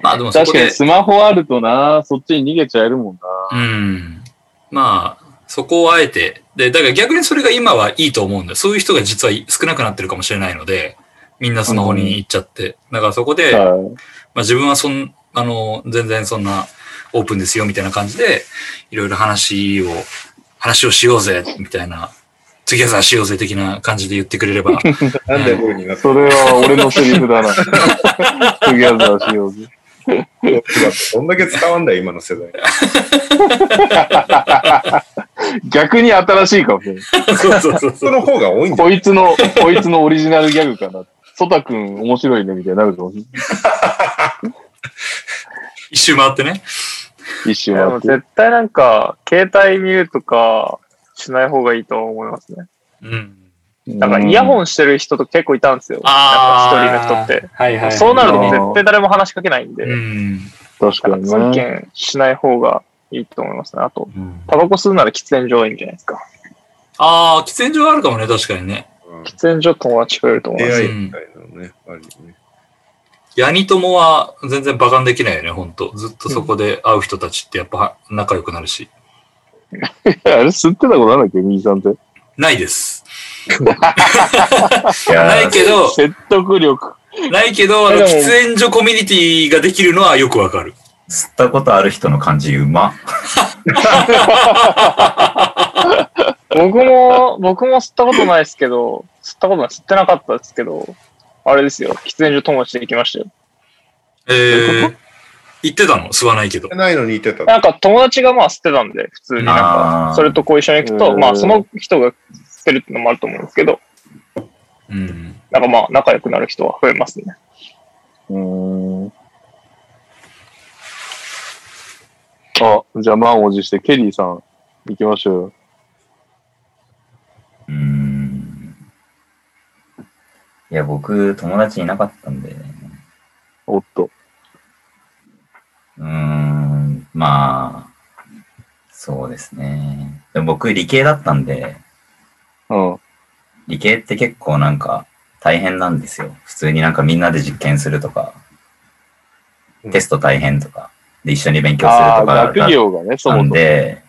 [SPEAKER 3] まあでもそ
[SPEAKER 2] 確
[SPEAKER 3] こ
[SPEAKER 2] か
[SPEAKER 3] で
[SPEAKER 2] に、スマホあるとな、そっちに逃げちゃえるもん
[SPEAKER 3] うん。まあ、そこをあえて。で、だから逆にそれが今はいいと思うんだよ。そういう人が実は少なくなってるかもしれないので、みんなスマホに行っちゃって。だからそこで、
[SPEAKER 2] な。
[SPEAKER 3] まあ
[SPEAKER 2] はい
[SPEAKER 3] 自分はそん、あの、全然そんなオープンですよみたいな感じで、いろいろ話を、話をしようぜ、みたいな、次はさしようぜ的な感じで言ってくれれ
[SPEAKER 4] [laughs]
[SPEAKER 3] ば。
[SPEAKER 1] なんで僕になった
[SPEAKER 2] それは俺のセリフだな。 [laughs] トギャザーしようぜ。
[SPEAKER 1] のどんだけ伝わんだよ、今の世代。
[SPEAKER 2] 逆に新しいかもしれない。
[SPEAKER 3] そうそうそう
[SPEAKER 4] [laughs]
[SPEAKER 1] その方が多いんだよ。
[SPEAKER 2] こいつの、 [laughs] こいつのオリジナルギャグかな。ソタくん面白いね、みたいになるかもしれない。
[SPEAKER 3] 一周回ってね。
[SPEAKER 2] 一周
[SPEAKER 4] いやでも
[SPEAKER 2] 回って。
[SPEAKER 4] 絶対なんか、携帯見るとかしない方がいいと思いますね。
[SPEAKER 3] うん。
[SPEAKER 4] なんかイヤホンしてる人と結構いたんですよ。
[SPEAKER 3] あー
[SPEAKER 4] なんか一人の人って。
[SPEAKER 7] はいはい。
[SPEAKER 4] そうなると
[SPEAKER 2] あー
[SPEAKER 4] 絶対誰も話しかけないんで、
[SPEAKER 3] うん。
[SPEAKER 2] ン。確
[SPEAKER 4] な
[SPEAKER 2] か
[SPEAKER 4] ん
[SPEAKER 2] に
[SPEAKER 4] か参
[SPEAKER 2] ね。
[SPEAKER 4] 見しない方がいいと思いますね。あと、タバコ吸うなら喫煙所はいいんじゃないですか。
[SPEAKER 3] ああ、喫煙所があるかもね、確かにね。
[SPEAKER 1] うん
[SPEAKER 4] 喫煙所友達増えると思いま
[SPEAKER 1] 出
[SPEAKER 4] す。
[SPEAKER 1] 会いみたいなのね、あるよね。
[SPEAKER 3] ヤニ友は全然馬鹿にできないよね、ほんと。ずっとそこで会う人たちってやっぱ仲良くなるし。
[SPEAKER 2] あれ吸ってたことなんだっけ、兄さんって。
[SPEAKER 3] ないです。
[SPEAKER 5] あ、いや
[SPEAKER 3] ない
[SPEAKER 5] ー、
[SPEAKER 3] けど、
[SPEAKER 2] 説得力。
[SPEAKER 3] ないけど、あの、
[SPEAKER 4] でも
[SPEAKER 3] 喫煙所コミュニティができるのはよくわかる。
[SPEAKER 5] 吸ったことある人の感じうま。
[SPEAKER 4] 僕も、僕も吸ったことないですけど、吸ったことない、吸ってなかったですけど、あれですよ、喫煙所友達で行きましたよ。
[SPEAKER 3] えー、言ってたの吸わないけど
[SPEAKER 1] 出。ないのにいてた。
[SPEAKER 4] なんか友達がまあ吸ってたんで、普通になん
[SPEAKER 5] あ
[SPEAKER 4] か
[SPEAKER 5] ー、
[SPEAKER 4] それとこう一緒に行くと、
[SPEAKER 2] うん
[SPEAKER 4] まあその人が吸ってるってのもあると思うんですけど、
[SPEAKER 3] うん。
[SPEAKER 4] なんかまあ仲良くなる人は増えますね。
[SPEAKER 2] うーん。あ、じゃあ満を持して、ケリーさん、行きましょうよ。
[SPEAKER 5] うーん。いや、僕、友達いなかったんで、
[SPEAKER 2] おっと。
[SPEAKER 5] うーん、まあ、そうですね。でも僕、理系だったんで、
[SPEAKER 2] うん。
[SPEAKER 5] 理系って結構なんか大変なんですよ。普通になんかみんなで実験するとか
[SPEAKER 1] うん、
[SPEAKER 5] テスト大変とか、で一緒に勉強する
[SPEAKER 2] あ
[SPEAKER 5] と
[SPEAKER 2] あ、
[SPEAKER 5] かだっ
[SPEAKER 2] 学業がね、そ
[SPEAKER 5] た
[SPEAKER 2] もそ
[SPEAKER 5] ん
[SPEAKER 2] も。
[SPEAKER 5] で、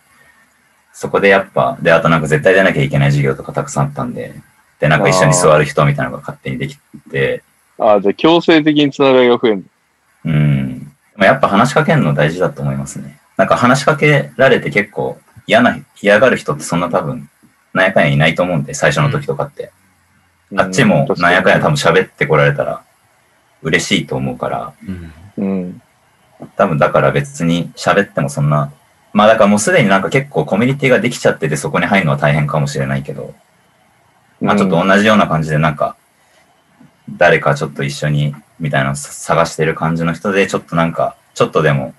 [SPEAKER 5] そこでやっぱ、で、あとなんか絶対出なきゃいけない授業とかたくさんあったんで、で、なんか一緒に座る人みたいなのが勝手にできて、
[SPEAKER 2] ああ、じゃあ強制的につながりが増える。
[SPEAKER 5] うん。まあやっぱ話しかけるの大事だと思いますね。なんか話しかけられて結構嫌な、嫌がる人ってそんな多分、なんやかんやいないと思うんで、最初の時とかって。あっちもなんやかんや多分喋ってこられたら嬉しいと思うから、
[SPEAKER 2] う
[SPEAKER 3] うん
[SPEAKER 2] ん。
[SPEAKER 5] 多分だから別に喋ってもそんな、まあだからもうすでになんか結構コミュニティができちゃっててそこに入るのは大変かもしれないけど、まあちょっと同じような感じでなんか、誰かちょっと一緒にみたいなのさ探してる感じの人で、ちょっとなんか、ちょっとでも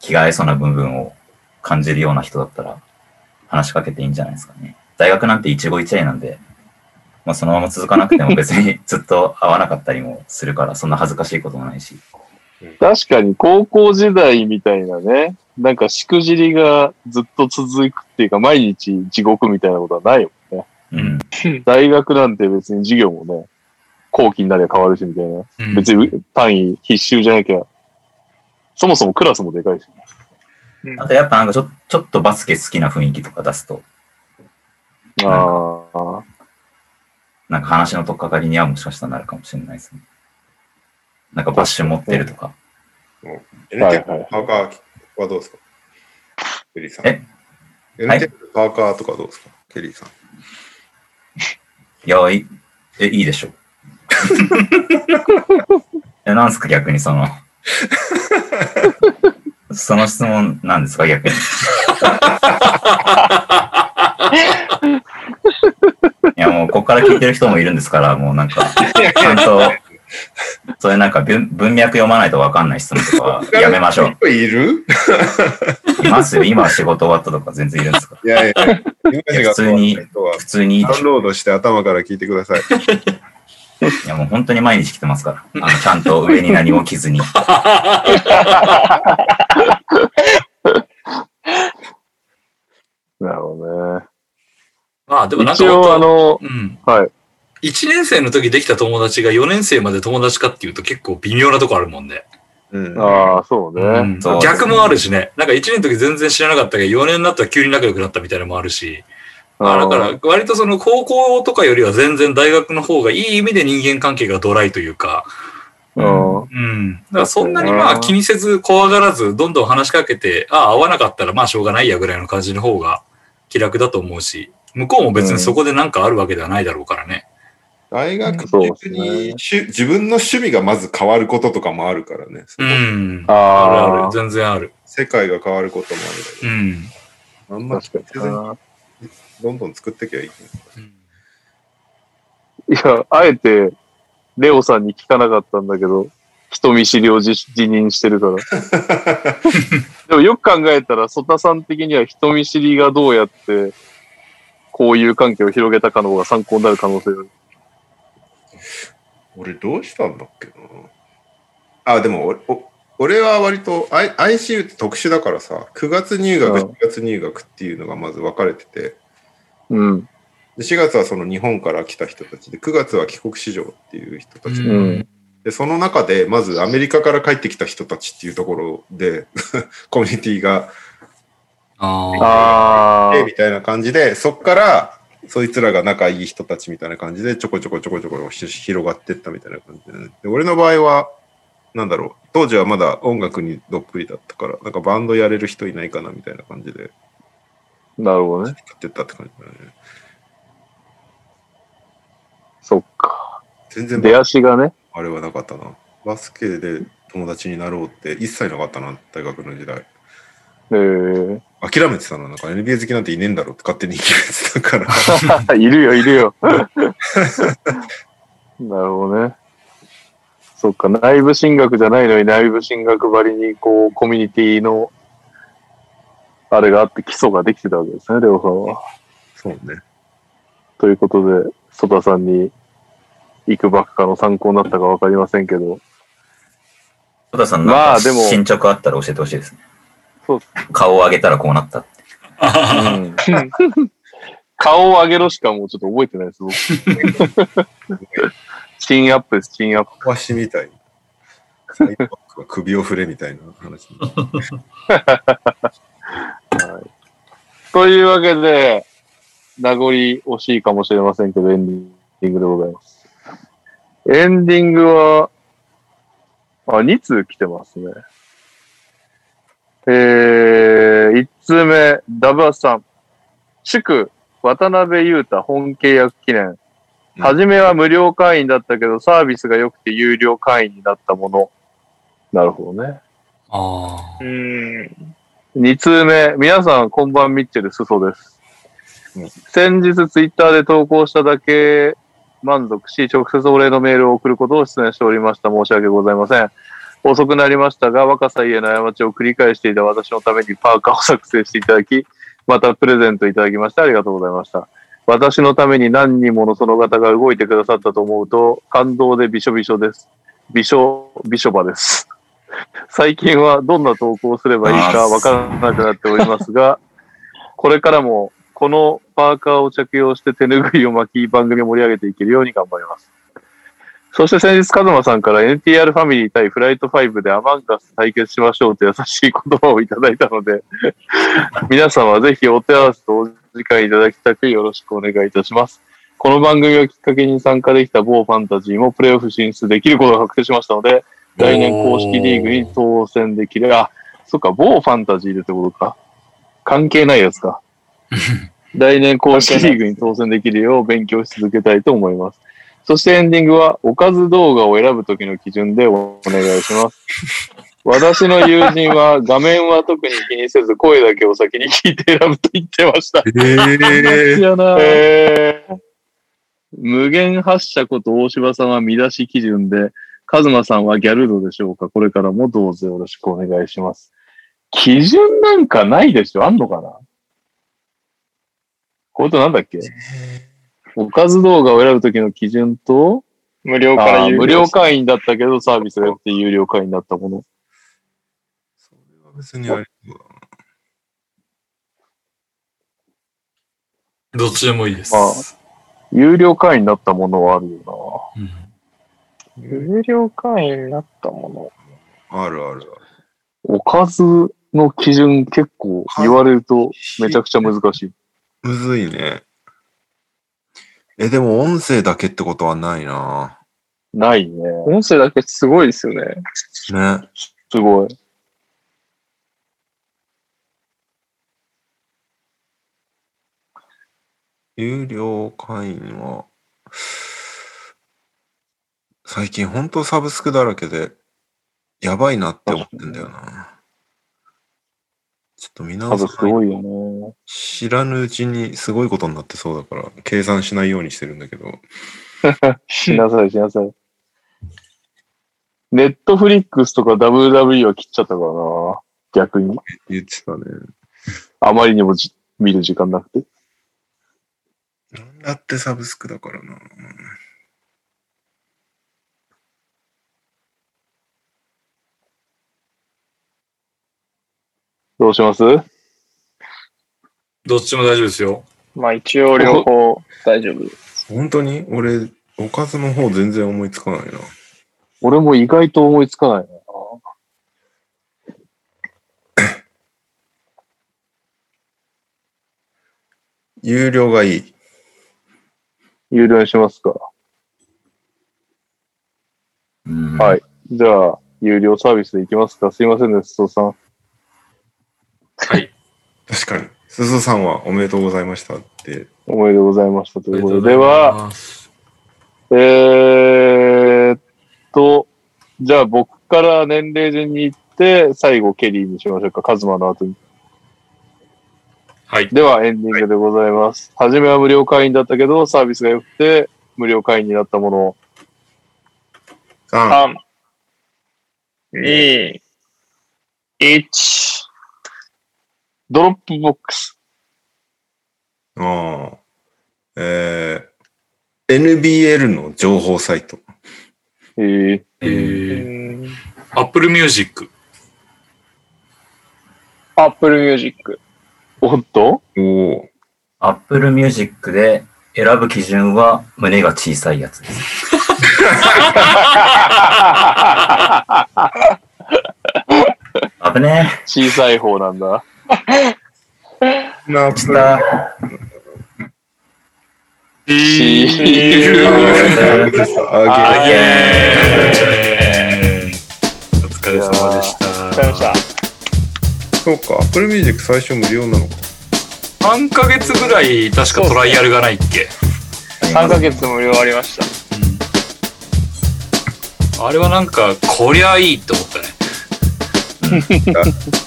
[SPEAKER 5] 気が合いそうな部分を感じるような人だったら話しかけていいんじゃないですかね。大学なんて一期一会なんで、まあそのまま続かなくても別にずっと会わなかったりもするから、そんな恥ずかしいこともないし。
[SPEAKER 2] 確かに高校時代みたいなね、なんかしくじりがずっと続くっていうか、毎日地獄みたいなことはないよね。
[SPEAKER 5] うん。
[SPEAKER 2] 大学なんて別に授業もね、後期になりゃ変わるしみたいな。
[SPEAKER 3] うん
[SPEAKER 2] 別に単位必修じゃなきゃ、そもそもクラスもでかいし。
[SPEAKER 5] あとやっぱなんかちょちょっとバスケ好きな雰囲気とか出すと、
[SPEAKER 2] ああ。
[SPEAKER 5] なんか話の取っかかりにはもしかしたらなるかもしれないですね。なんかバッシュ持ってるとか。
[SPEAKER 2] はい
[SPEAKER 1] NT
[SPEAKER 2] はい
[SPEAKER 1] パーカーはどうですかケリーさん。
[SPEAKER 5] え
[SPEAKER 1] ?NT パーカーとかどうですかケリーさん。
[SPEAKER 5] いや、いいえ、いいでしょ。え、なんすか逆にその。その質問なんですか逆に。いやもうここから聞いてる人もいるんですから、もうなんか、ちゃんと、そういうなんか文文脈読まないとわかんない質問とかはやめましょう。
[SPEAKER 1] いる
[SPEAKER 5] いますよ、今仕事終わったとか全然いるんですから。
[SPEAKER 1] いやいや、イメージが
[SPEAKER 5] 普通に
[SPEAKER 1] 変わった人は
[SPEAKER 5] 普通にいいで
[SPEAKER 1] ダウ
[SPEAKER 5] し
[SPEAKER 1] ン
[SPEAKER 5] ょ。
[SPEAKER 1] ロードして頭から聞いてください。
[SPEAKER 5] いやもう本当に毎日来てますから。あのちゃんと上に何も着ずに。
[SPEAKER 2] なるほどね。
[SPEAKER 3] まあでもなんか
[SPEAKER 2] 一応あ
[SPEAKER 3] 本
[SPEAKER 2] の、
[SPEAKER 3] 当、うん。
[SPEAKER 2] はい。
[SPEAKER 3] 1年生の時できた友達が4年生まで友達かっていうと結構微妙なとこあるもんで。
[SPEAKER 1] うん。
[SPEAKER 2] ああ、そうね。
[SPEAKER 3] うん
[SPEAKER 5] そうですね
[SPEAKER 3] 逆もあるしね。なんか1年の時全然知らなかったけど、4年になったら急に仲良くなったみたいなのもあるし。まあだから、割とその高校とかよりは全然大学の方がいい意味で人間関係がドライというか。
[SPEAKER 2] うん、
[SPEAKER 3] うん。だからそんなにまあ気にせず怖がらず、どんどん話しかけて、ああ、合わなかったらまあしょうがないやぐらいの感じの方が気楽だと思うし、向こうも別にそこでなんかあるわけではないだろうからね。
[SPEAKER 1] 大学
[SPEAKER 2] そうです
[SPEAKER 1] 別
[SPEAKER 2] ね
[SPEAKER 1] に、しゅ自分の趣味がまず変わることとかもあるからね。
[SPEAKER 3] うん。あるあ
[SPEAKER 2] あ
[SPEAKER 3] る、全然ある。
[SPEAKER 1] 世界が変わることもあるだ
[SPEAKER 3] う
[SPEAKER 1] け
[SPEAKER 3] ん。
[SPEAKER 1] ど。あん
[SPEAKER 2] あ
[SPEAKER 1] ま
[SPEAKER 2] 確かにな。
[SPEAKER 1] どんどん作ってきゃいい。
[SPEAKER 2] いや、あえて、レオさんに聞かなかったんだけど、人見知りを辞辞任してるから。でもよく考えたら、ソタさん的には人見知りがどうやって、こういう関係を広げたかの方が参考になる可能性がある。
[SPEAKER 1] 俺どうしたんだっけなあでも俺お俺は割と、I、ICU って特殊だからさ9月入学
[SPEAKER 2] うん
[SPEAKER 1] 4月入学っていうのがまず分かれてて
[SPEAKER 2] うん。
[SPEAKER 1] で4月はその日本から来た人たちで9月は帰国子女っていう人たち、
[SPEAKER 2] う
[SPEAKER 3] うん
[SPEAKER 2] ん。
[SPEAKER 1] でその中でまずアメリカから帰ってきた人たちっていうところで [laughs] コミュニティが
[SPEAKER 3] ああ。
[SPEAKER 2] あ
[SPEAKER 1] えみたいな感じでそっからそいつらが仲いい人たちみたいな感じでちょこちょこちょこちょこひ広がってったみたいな感じで,、ね、で俺の場合はなんだろう当時はまだ音楽にどっぷりだったからなんかバンドやれる人いないかなみたいな感じでや
[SPEAKER 2] あ。なるほどね。
[SPEAKER 1] ってったって感じだね
[SPEAKER 2] そっか。
[SPEAKER 1] 全然
[SPEAKER 2] 出足がね。
[SPEAKER 1] あれはなかったなバスケで友達になろうって一切なかったな大学の時代
[SPEAKER 2] えー、
[SPEAKER 1] 諦めてたのなんか NBA 好きなんていねえんだろうって勝手に決めてたから
[SPEAKER 2] [laughs] いるよ、いるよ。なるほどね。そっか、内部進学じゃないのに内部進学ばりに、こう、コミュニティの、あれがあって基礎ができてたわけですね、レオさんは。
[SPEAKER 1] そうね
[SPEAKER 2] ということで、ソタさんに、いくばっかの参考になったかわかりませんけど、
[SPEAKER 5] 小田さん、
[SPEAKER 2] ま
[SPEAKER 5] な
[SPEAKER 2] あ
[SPEAKER 5] ん
[SPEAKER 2] で
[SPEAKER 5] か
[SPEAKER 2] も
[SPEAKER 5] 進捗あったら教えてほしいですね。
[SPEAKER 2] そうっ
[SPEAKER 5] 顔を上げたらこうなったって。
[SPEAKER 2] 顔を上げろしかもうちょっと覚えてないです、僕。チンアップです、チンアップ。
[SPEAKER 1] わしみたいサイドバックは首を振れみたいな話
[SPEAKER 2] というわけで、名残惜しいかもしれませんけど、エンディングでございます。エンディングは、あ、2通来てますね。えー、1通目、ダバさん。祝、渡辺裕太本契約記念。
[SPEAKER 1] うん
[SPEAKER 2] 初めは無料会員だったけど、サービスが良くて有料会員になったもの。なるほどね。
[SPEAKER 3] あ
[SPEAKER 4] うーん。
[SPEAKER 2] 2通目、皆さん、こんばん、ミッチェル、すそです
[SPEAKER 1] うん。
[SPEAKER 2] 先日、ツイッターで投稿しただけ満足し、直接お礼のメールを送ることを失念しておりました。申し訳ございません。遅くなりましたが、若さゆえの過ちを繰り返していた私のためにパーカーを作成していただき、またプレゼントいただきましてありがとうございました。私のために何人ものその方が動いてくださったと思うと、感動でびしょびしょです。びしょ、びしょばです。最近はどんな投稿をすればいいかわからなくなっておりますが、これからもこのパーカーを着用して手拭いを巻き番組を盛り上げていけるように頑張ります。そして先日、カズマさんから NTR ファミリー対フライト5でアマンガス対決しましょうと優しい言葉をいただいたので、 [laughs] 皆さんはぜひお手合わせとお時間いただきたくよろしくお願いいたします。この番組をきっかけに参加できた某ファンタジーもプレーオフ進出できることが確定しましたので、来年公式リーグに当選できれば、あそっか、某ファンタジーでってことか。関係ないやつか。来年公式リーグに当選できるよう勉強し続けたいと思います。そしてエンディングは、おかず動画を選ぶときの基準でお願いします。私の友人は画面は特に気にせず声だけを先に聞いて選ぶと言ってました。
[SPEAKER 1] え
[SPEAKER 2] [laughs]
[SPEAKER 4] やな
[SPEAKER 2] えー無限発射こと大柴さんは見出し基準で、カズマさんはギャルドでしょうかこれからもどうぞよろしくお願いします。基準なんかないでしょあんのかなこれとなんだっけおかず動画を選ぶときの基準と、
[SPEAKER 4] 無料か
[SPEAKER 2] あ
[SPEAKER 4] ら
[SPEAKER 2] ー
[SPEAKER 4] 有料。
[SPEAKER 2] 無料会員だったけどサービスが良くて有料会員だったもの。
[SPEAKER 1] 別にあれ
[SPEAKER 3] ーどっちでもいいです。
[SPEAKER 2] あ有料会員になったものはあるよ
[SPEAKER 3] うん
[SPEAKER 4] 有料会員になったもの。
[SPEAKER 1] あるある
[SPEAKER 2] な。おかずの基準結構言われるとめちゃくちゃ難しい。
[SPEAKER 1] むずいね。え、でも音声だけってことはないな
[SPEAKER 2] ないね。
[SPEAKER 4] 音声だけすごいですよね。
[SPEAKER 1] ね。
[SPEAKER 2] すごい。
[SPEAKER 1] 有料会員は、最近ほんとサブスクだらけで、やばいなって思ってんだよな。ちょっと見
[SPEAKER 2] 家
[SPEAKER 1] 直
[SPEAKER 2] 族
[SPEAKER 1] さ
[SPEAKER 2] す
[SPEAKER 1] ない
[SPEAKER 2] ごいよね。
[SPEAKER 1] 知らぬうちにすごいことになってそうだから、計算しないようにしてるんだけど。
[SPEAKER 2] しなさい、しなさい。ネットフリックスとか WW は切っちゃったからな。逆に。
[SPEAKER 1] 言ってたね。
[SPEAKER 2] あまりにもじ見る時間なくて。
[SPEAKER 1] なんだってサブスクだからな。
[SPEAKER 2] どうします
[SPEAKER 3] どっちも大丈夫ですよ。
[SPEAKER 4] まあ一応両方大丈夫です。
[SPEAKER 1] 本当に俺、おかずの方全然思いつかないな。
[SPEAKER 2] 俺も意外と思いつかないな。
[SPEAKER 1] 有料がいい。
[SPEAKER 2] 有料にしますか。
[SPEAKER 5] うん
[SPEAKER 2] はいじゃあ、有料サービスでいきますか。すいませんね、須藤さん。
[SPEAKER 3] はい。
[SPEAKER 1] 確かに。すずさんはおめでとうございましたって。
[SPEAKER 2] おめでとうございました。ということで、
[SPEAKER 3] あ
[SPEAKER 2] で
[SPEAKER 3] りがとうござい
[SPEAKER 2] は、
[SPEAKER 3] ます、
[SPEAKER 2] えーっと、じゃあ僕から年齢順に行って、最後ケリーにしましょうか。カズマの後に。
[SPEAKER 3] はい。
[SPEAKER 2] ではエンディングでございます。はじめは無料会員だったけど、サービスが良くて、無料会員になったもの。
[SPEAKER 1] あ、
[SPEAKER 4] 3、2、1。
[SPEAKER 2] ドロップボックス。
[SPEAKER 1] あーえー、NBL の情報サイト。
[SPEAKER 2] えー、
[SPEAKER 3] えー、
[SPEAKER 4] うん
[SPEAKER 3] Apple Music。
[SPEAKER 4] Apple Music。
[SPEAKER 2] おっと
[SPEAKER 1] おお。
[SPEAKER 5] Apple Music で選ぶ基準は胸が小さいやつです。
[SPEAKER 2] [laughs]
[SPEAKER 5] 危ね
[SPEAKER 2] 小さい方なんだ。
[SPEAKER 1] な
[SPEAKER 5] え。下。
[SPEAKER 2] シ
[SPEAKER 3] [laughs]
[SPEAKER 2] ール
[SPEAKER 1] あ
[SPEAKER 2] あ
[SPEAKER 1] げ
[SPEAKER 2] イ
[SPEAKER 3] エーイお疲れ様でした。
[SPEAKER 4] わかりました。
[SPEAKER 1] そうか、Apple Music 最初無料なのか。
[SPEAKER 3] 3ヶ月ぐらい確かトライアルがないっけ
[SPEAKER 4] 3ヶ月無料ありました。
[SPEAKER 3] あれはなんかこりゃいいって思ったね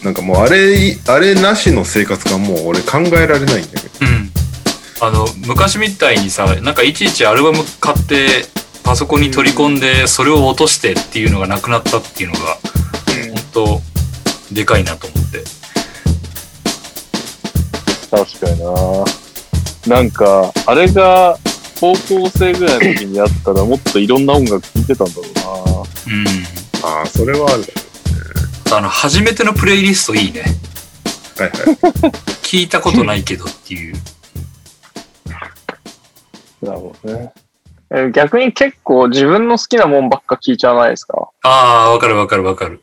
[SPEAKER 1] なんかもうあれ、あれなしの生活がもう俺考えられないんだけど。
[SPEAKER 3] うんあの昔みたいにさなんかいちいちアルバム買ってパソコンに取り込んでそれを落としてっていうのがなくなったっていうのが本当でかいなと思って
[SPEAKER 2] 確かにななんか、あれが高校生ぐらいの時にあったらもっといろんな音楽聴いてたんだろうな
[SPEAKER 3] うん
[SPEAKER 1] ああ、それはある。
[SPEAKER 3] あの初めてのプレイリストいいね
[SPEAKER 1] はいはい。
[SPEAKER 3] 聞いたことないけどっていう
[SPEAKER 2] なるほどね。
[SPEAKER 4] えー逆に結構自分の好きなもんばっか聞いちゃわないですか、
[SPEAKER 3] ああわかるわかるわかる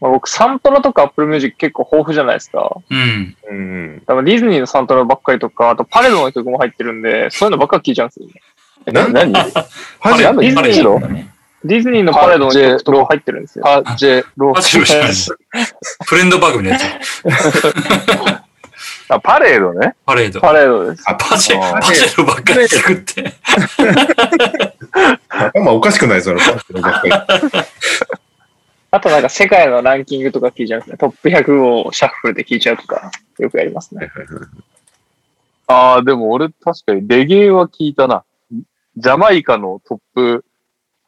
[SPEAKER 4] まあ、僕、サントラとか Apple Music 結構豊富じゃないですか。
[SPEAKER 3] うん
[SPEAKER 1] うん。
[SPEAKER 4] だからディズニーのサントラばっかりとか、あとパレードの曲も入ってるんで、そういうのばっか聞いちゃうんですよね。
[SPEAKER 1] な
[SPEAKER 2] 何
[SPEAKER 1] パジェ
[SPEAKER 2] なんだ
[SPEAKER 4] ディズニーの、
[SPEAKER 5] だね
[SPEAKER 4] ディズニーのパレードの曲とか入ってるんですよ。
[SPEAKER 2] パジェロ
[SPEAKER 3] パジェロ知らないフレンドバーグのやつ
[SPEAKER 2] あ、パレードね。
[SPEAKER 3] パレー
[SPEAKER 4] [laughs]
[SPEAKER 3] ド
[SPEAKER 4] [laughs] パレードです。
[SPEAKER 3] あパジェ
[SPEAKER 2] あー
[SPEAKER 3] パジェロばっかり聞くって
[SPEAKER 1] 頭おかしくないそれ。 [laughs] パジェロばっかり
[SPEAKER 4] あとなんか世界のランキングとか聞いちゃうんですね。トップ100をシャッフルで聞いちゃうとか、よくやりますね。
[SPEAKER 2] ああ、でも俺確かにレゲエは聞いたな。ジャマイカのトップ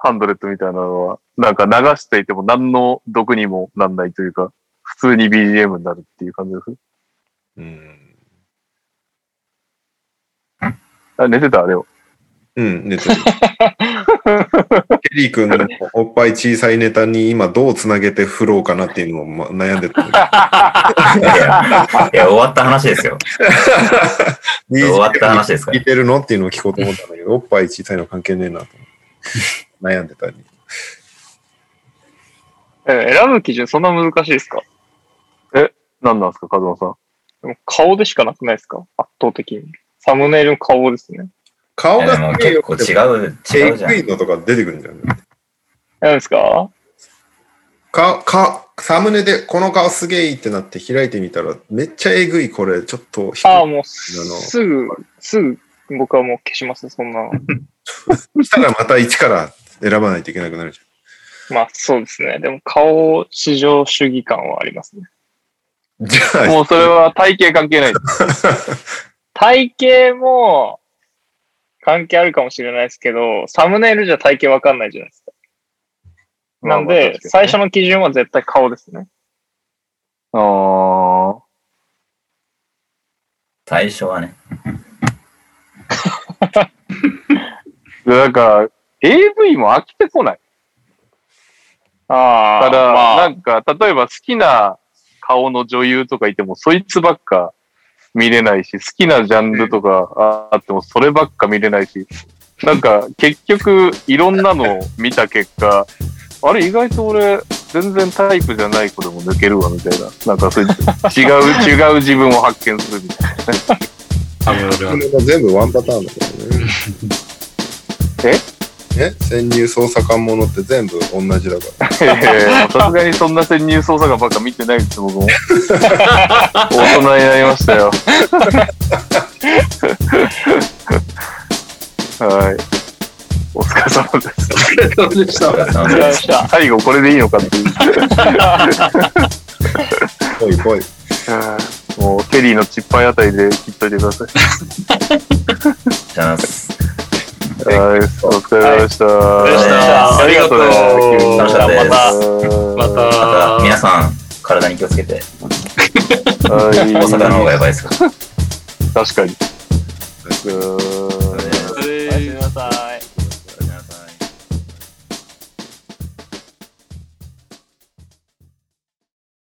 [SPEAKER 2] 100みたいなのは、なんか流していても何の毒にもなんないというか、普通に BGM になるっていう感じです。
[SPEAKER 1] うん。
[SPEAKER 2] あ、寝てたあれを。
[SPEAKER 1] うん、寝てる。ケリー君のおっぱい小さいネタに今どうつなげて振ろうかなっていうのをま悩んでたんだ
[SPEAKER 5] いやいやいや、終わった話ですよ。
[SPEAKER 1] け
[SPEAKER 5] 終 [laughs]
[SPEAKER 1] ど。
[SPEAKER 5] わった話ですから
[SPEAKER 1] 聞いてるのっていうのを聞こうと思ったんだけど、おっぱい小さいの関係ねえなと思って。悩んでたり。
[SPEAKER 4] えー選ぶ基準そんな難しいですか
[SPEAKER 2] 何なんですか、カズマさん。
[SPEAKER 4] でも顔でしかなくないですか圧倒的に。サムネイルの顔ですね。
[SPEAKER 1] 顔
[SPEAKER 5] いやでも
[SPEAKER 1] が
[SPEAKER 5] 結構違う、違
[SPEAKER 1] え
[SPEAKER 5] うじゃ
[SPEAKER 1] ぐい
[SPEAKER 5] ん。
[SPEAKER 1] のとか出てくるんじゃない
[SPEAKER 4] 何ですか
[SPEAKER 1] か、か、サムネでこの顔すげえいいってなって開いてみたら、めっちゃえぐいこれ、ちょっと、
[SPEAKER 4] ああ、もうすぐ、すぐ僕はもう消しますね、そんなの。
[SPEAKER 1] そしたらまた一から選ばないといけなくなるじ
[SPEAKER 4] まあそうですね。でも顔至上主義感はありますね。
[SPEAKER 1] ゃん。じゃあ、
[SPEAKER 2] もうそれは体型関係ない。
[SPEAKER 4] 体型も関係あるかもしれないですけど、サムネイルじゃ体型わかんないじゃないですか。なん
[SPEAKER 2] まあまあ
[SPEAKER 4] で、最初。の基準は絶対顔ですね。
[SPEAKER 2] ああ
[SPEAKER 5] 最初はね。
[SPEAKER 2] ー。でなんか、AV も飽きてこない。
[SPEAKER 4] ああ、
[SPEAKER 2] ただ、
[SPEAKER 4] ま
[SPEAKER 2] な
[SPEAKER 4] あ、
[SPEAKER 2] んか、例えば好きな顔の女優とかいても、そいつばっか見れないし、好きなジャンルとかあっても、そればっか見れないし、なんか、結局、いろんなのを見た結果、あれ、意外と俺、全然タイプじゃない子でも抜けるわ、みたいな。なんか、そういう違う、違う自分を発見するみたいな。
[SPEAKER 3] あの
[SPEAKER 1] サムネが全部ワンパターンだからね。え潜入捜査官ものって全部同じだから。
[SPEAKER 2] いやいやいやさすがにそんな潜入捜査官ばっか見てないです、僕も。大人になりましたよ。はい。お疲れ様です。
[SPEAKER 5] お疲れ
[SPEAKER 4] お
[SPEAKER 5] 様
[SPEAKER 4] 疲れ様
[SPEAKER 5] で
[SPEAKER 4] ですした。
[SPEAKER 2] 最後これでいいのかっていう。
[SPEAKER 1] ぽいぽい。
[SPEAKER 2] もう、ケリーのチッパイあたりで切っといてくださ
[SPEAKER 5] じゃあ、楽
[SPEAKER 2] い。はい。お疲れ様でした。
[SPEAKER 5] いお疲れ様でした
[SPEAKER 2] ありがとうね。
[SPEAKER 5] しかったです。
[SPEAKER 3] また
[SPEAKER 5] また皆さん、体に気をつけて、
[SPEAKER 2] た。はい。
[SPEAKER 5] 大阪の方がやばいですから。
[SPEAKER 2] 確かに。うーん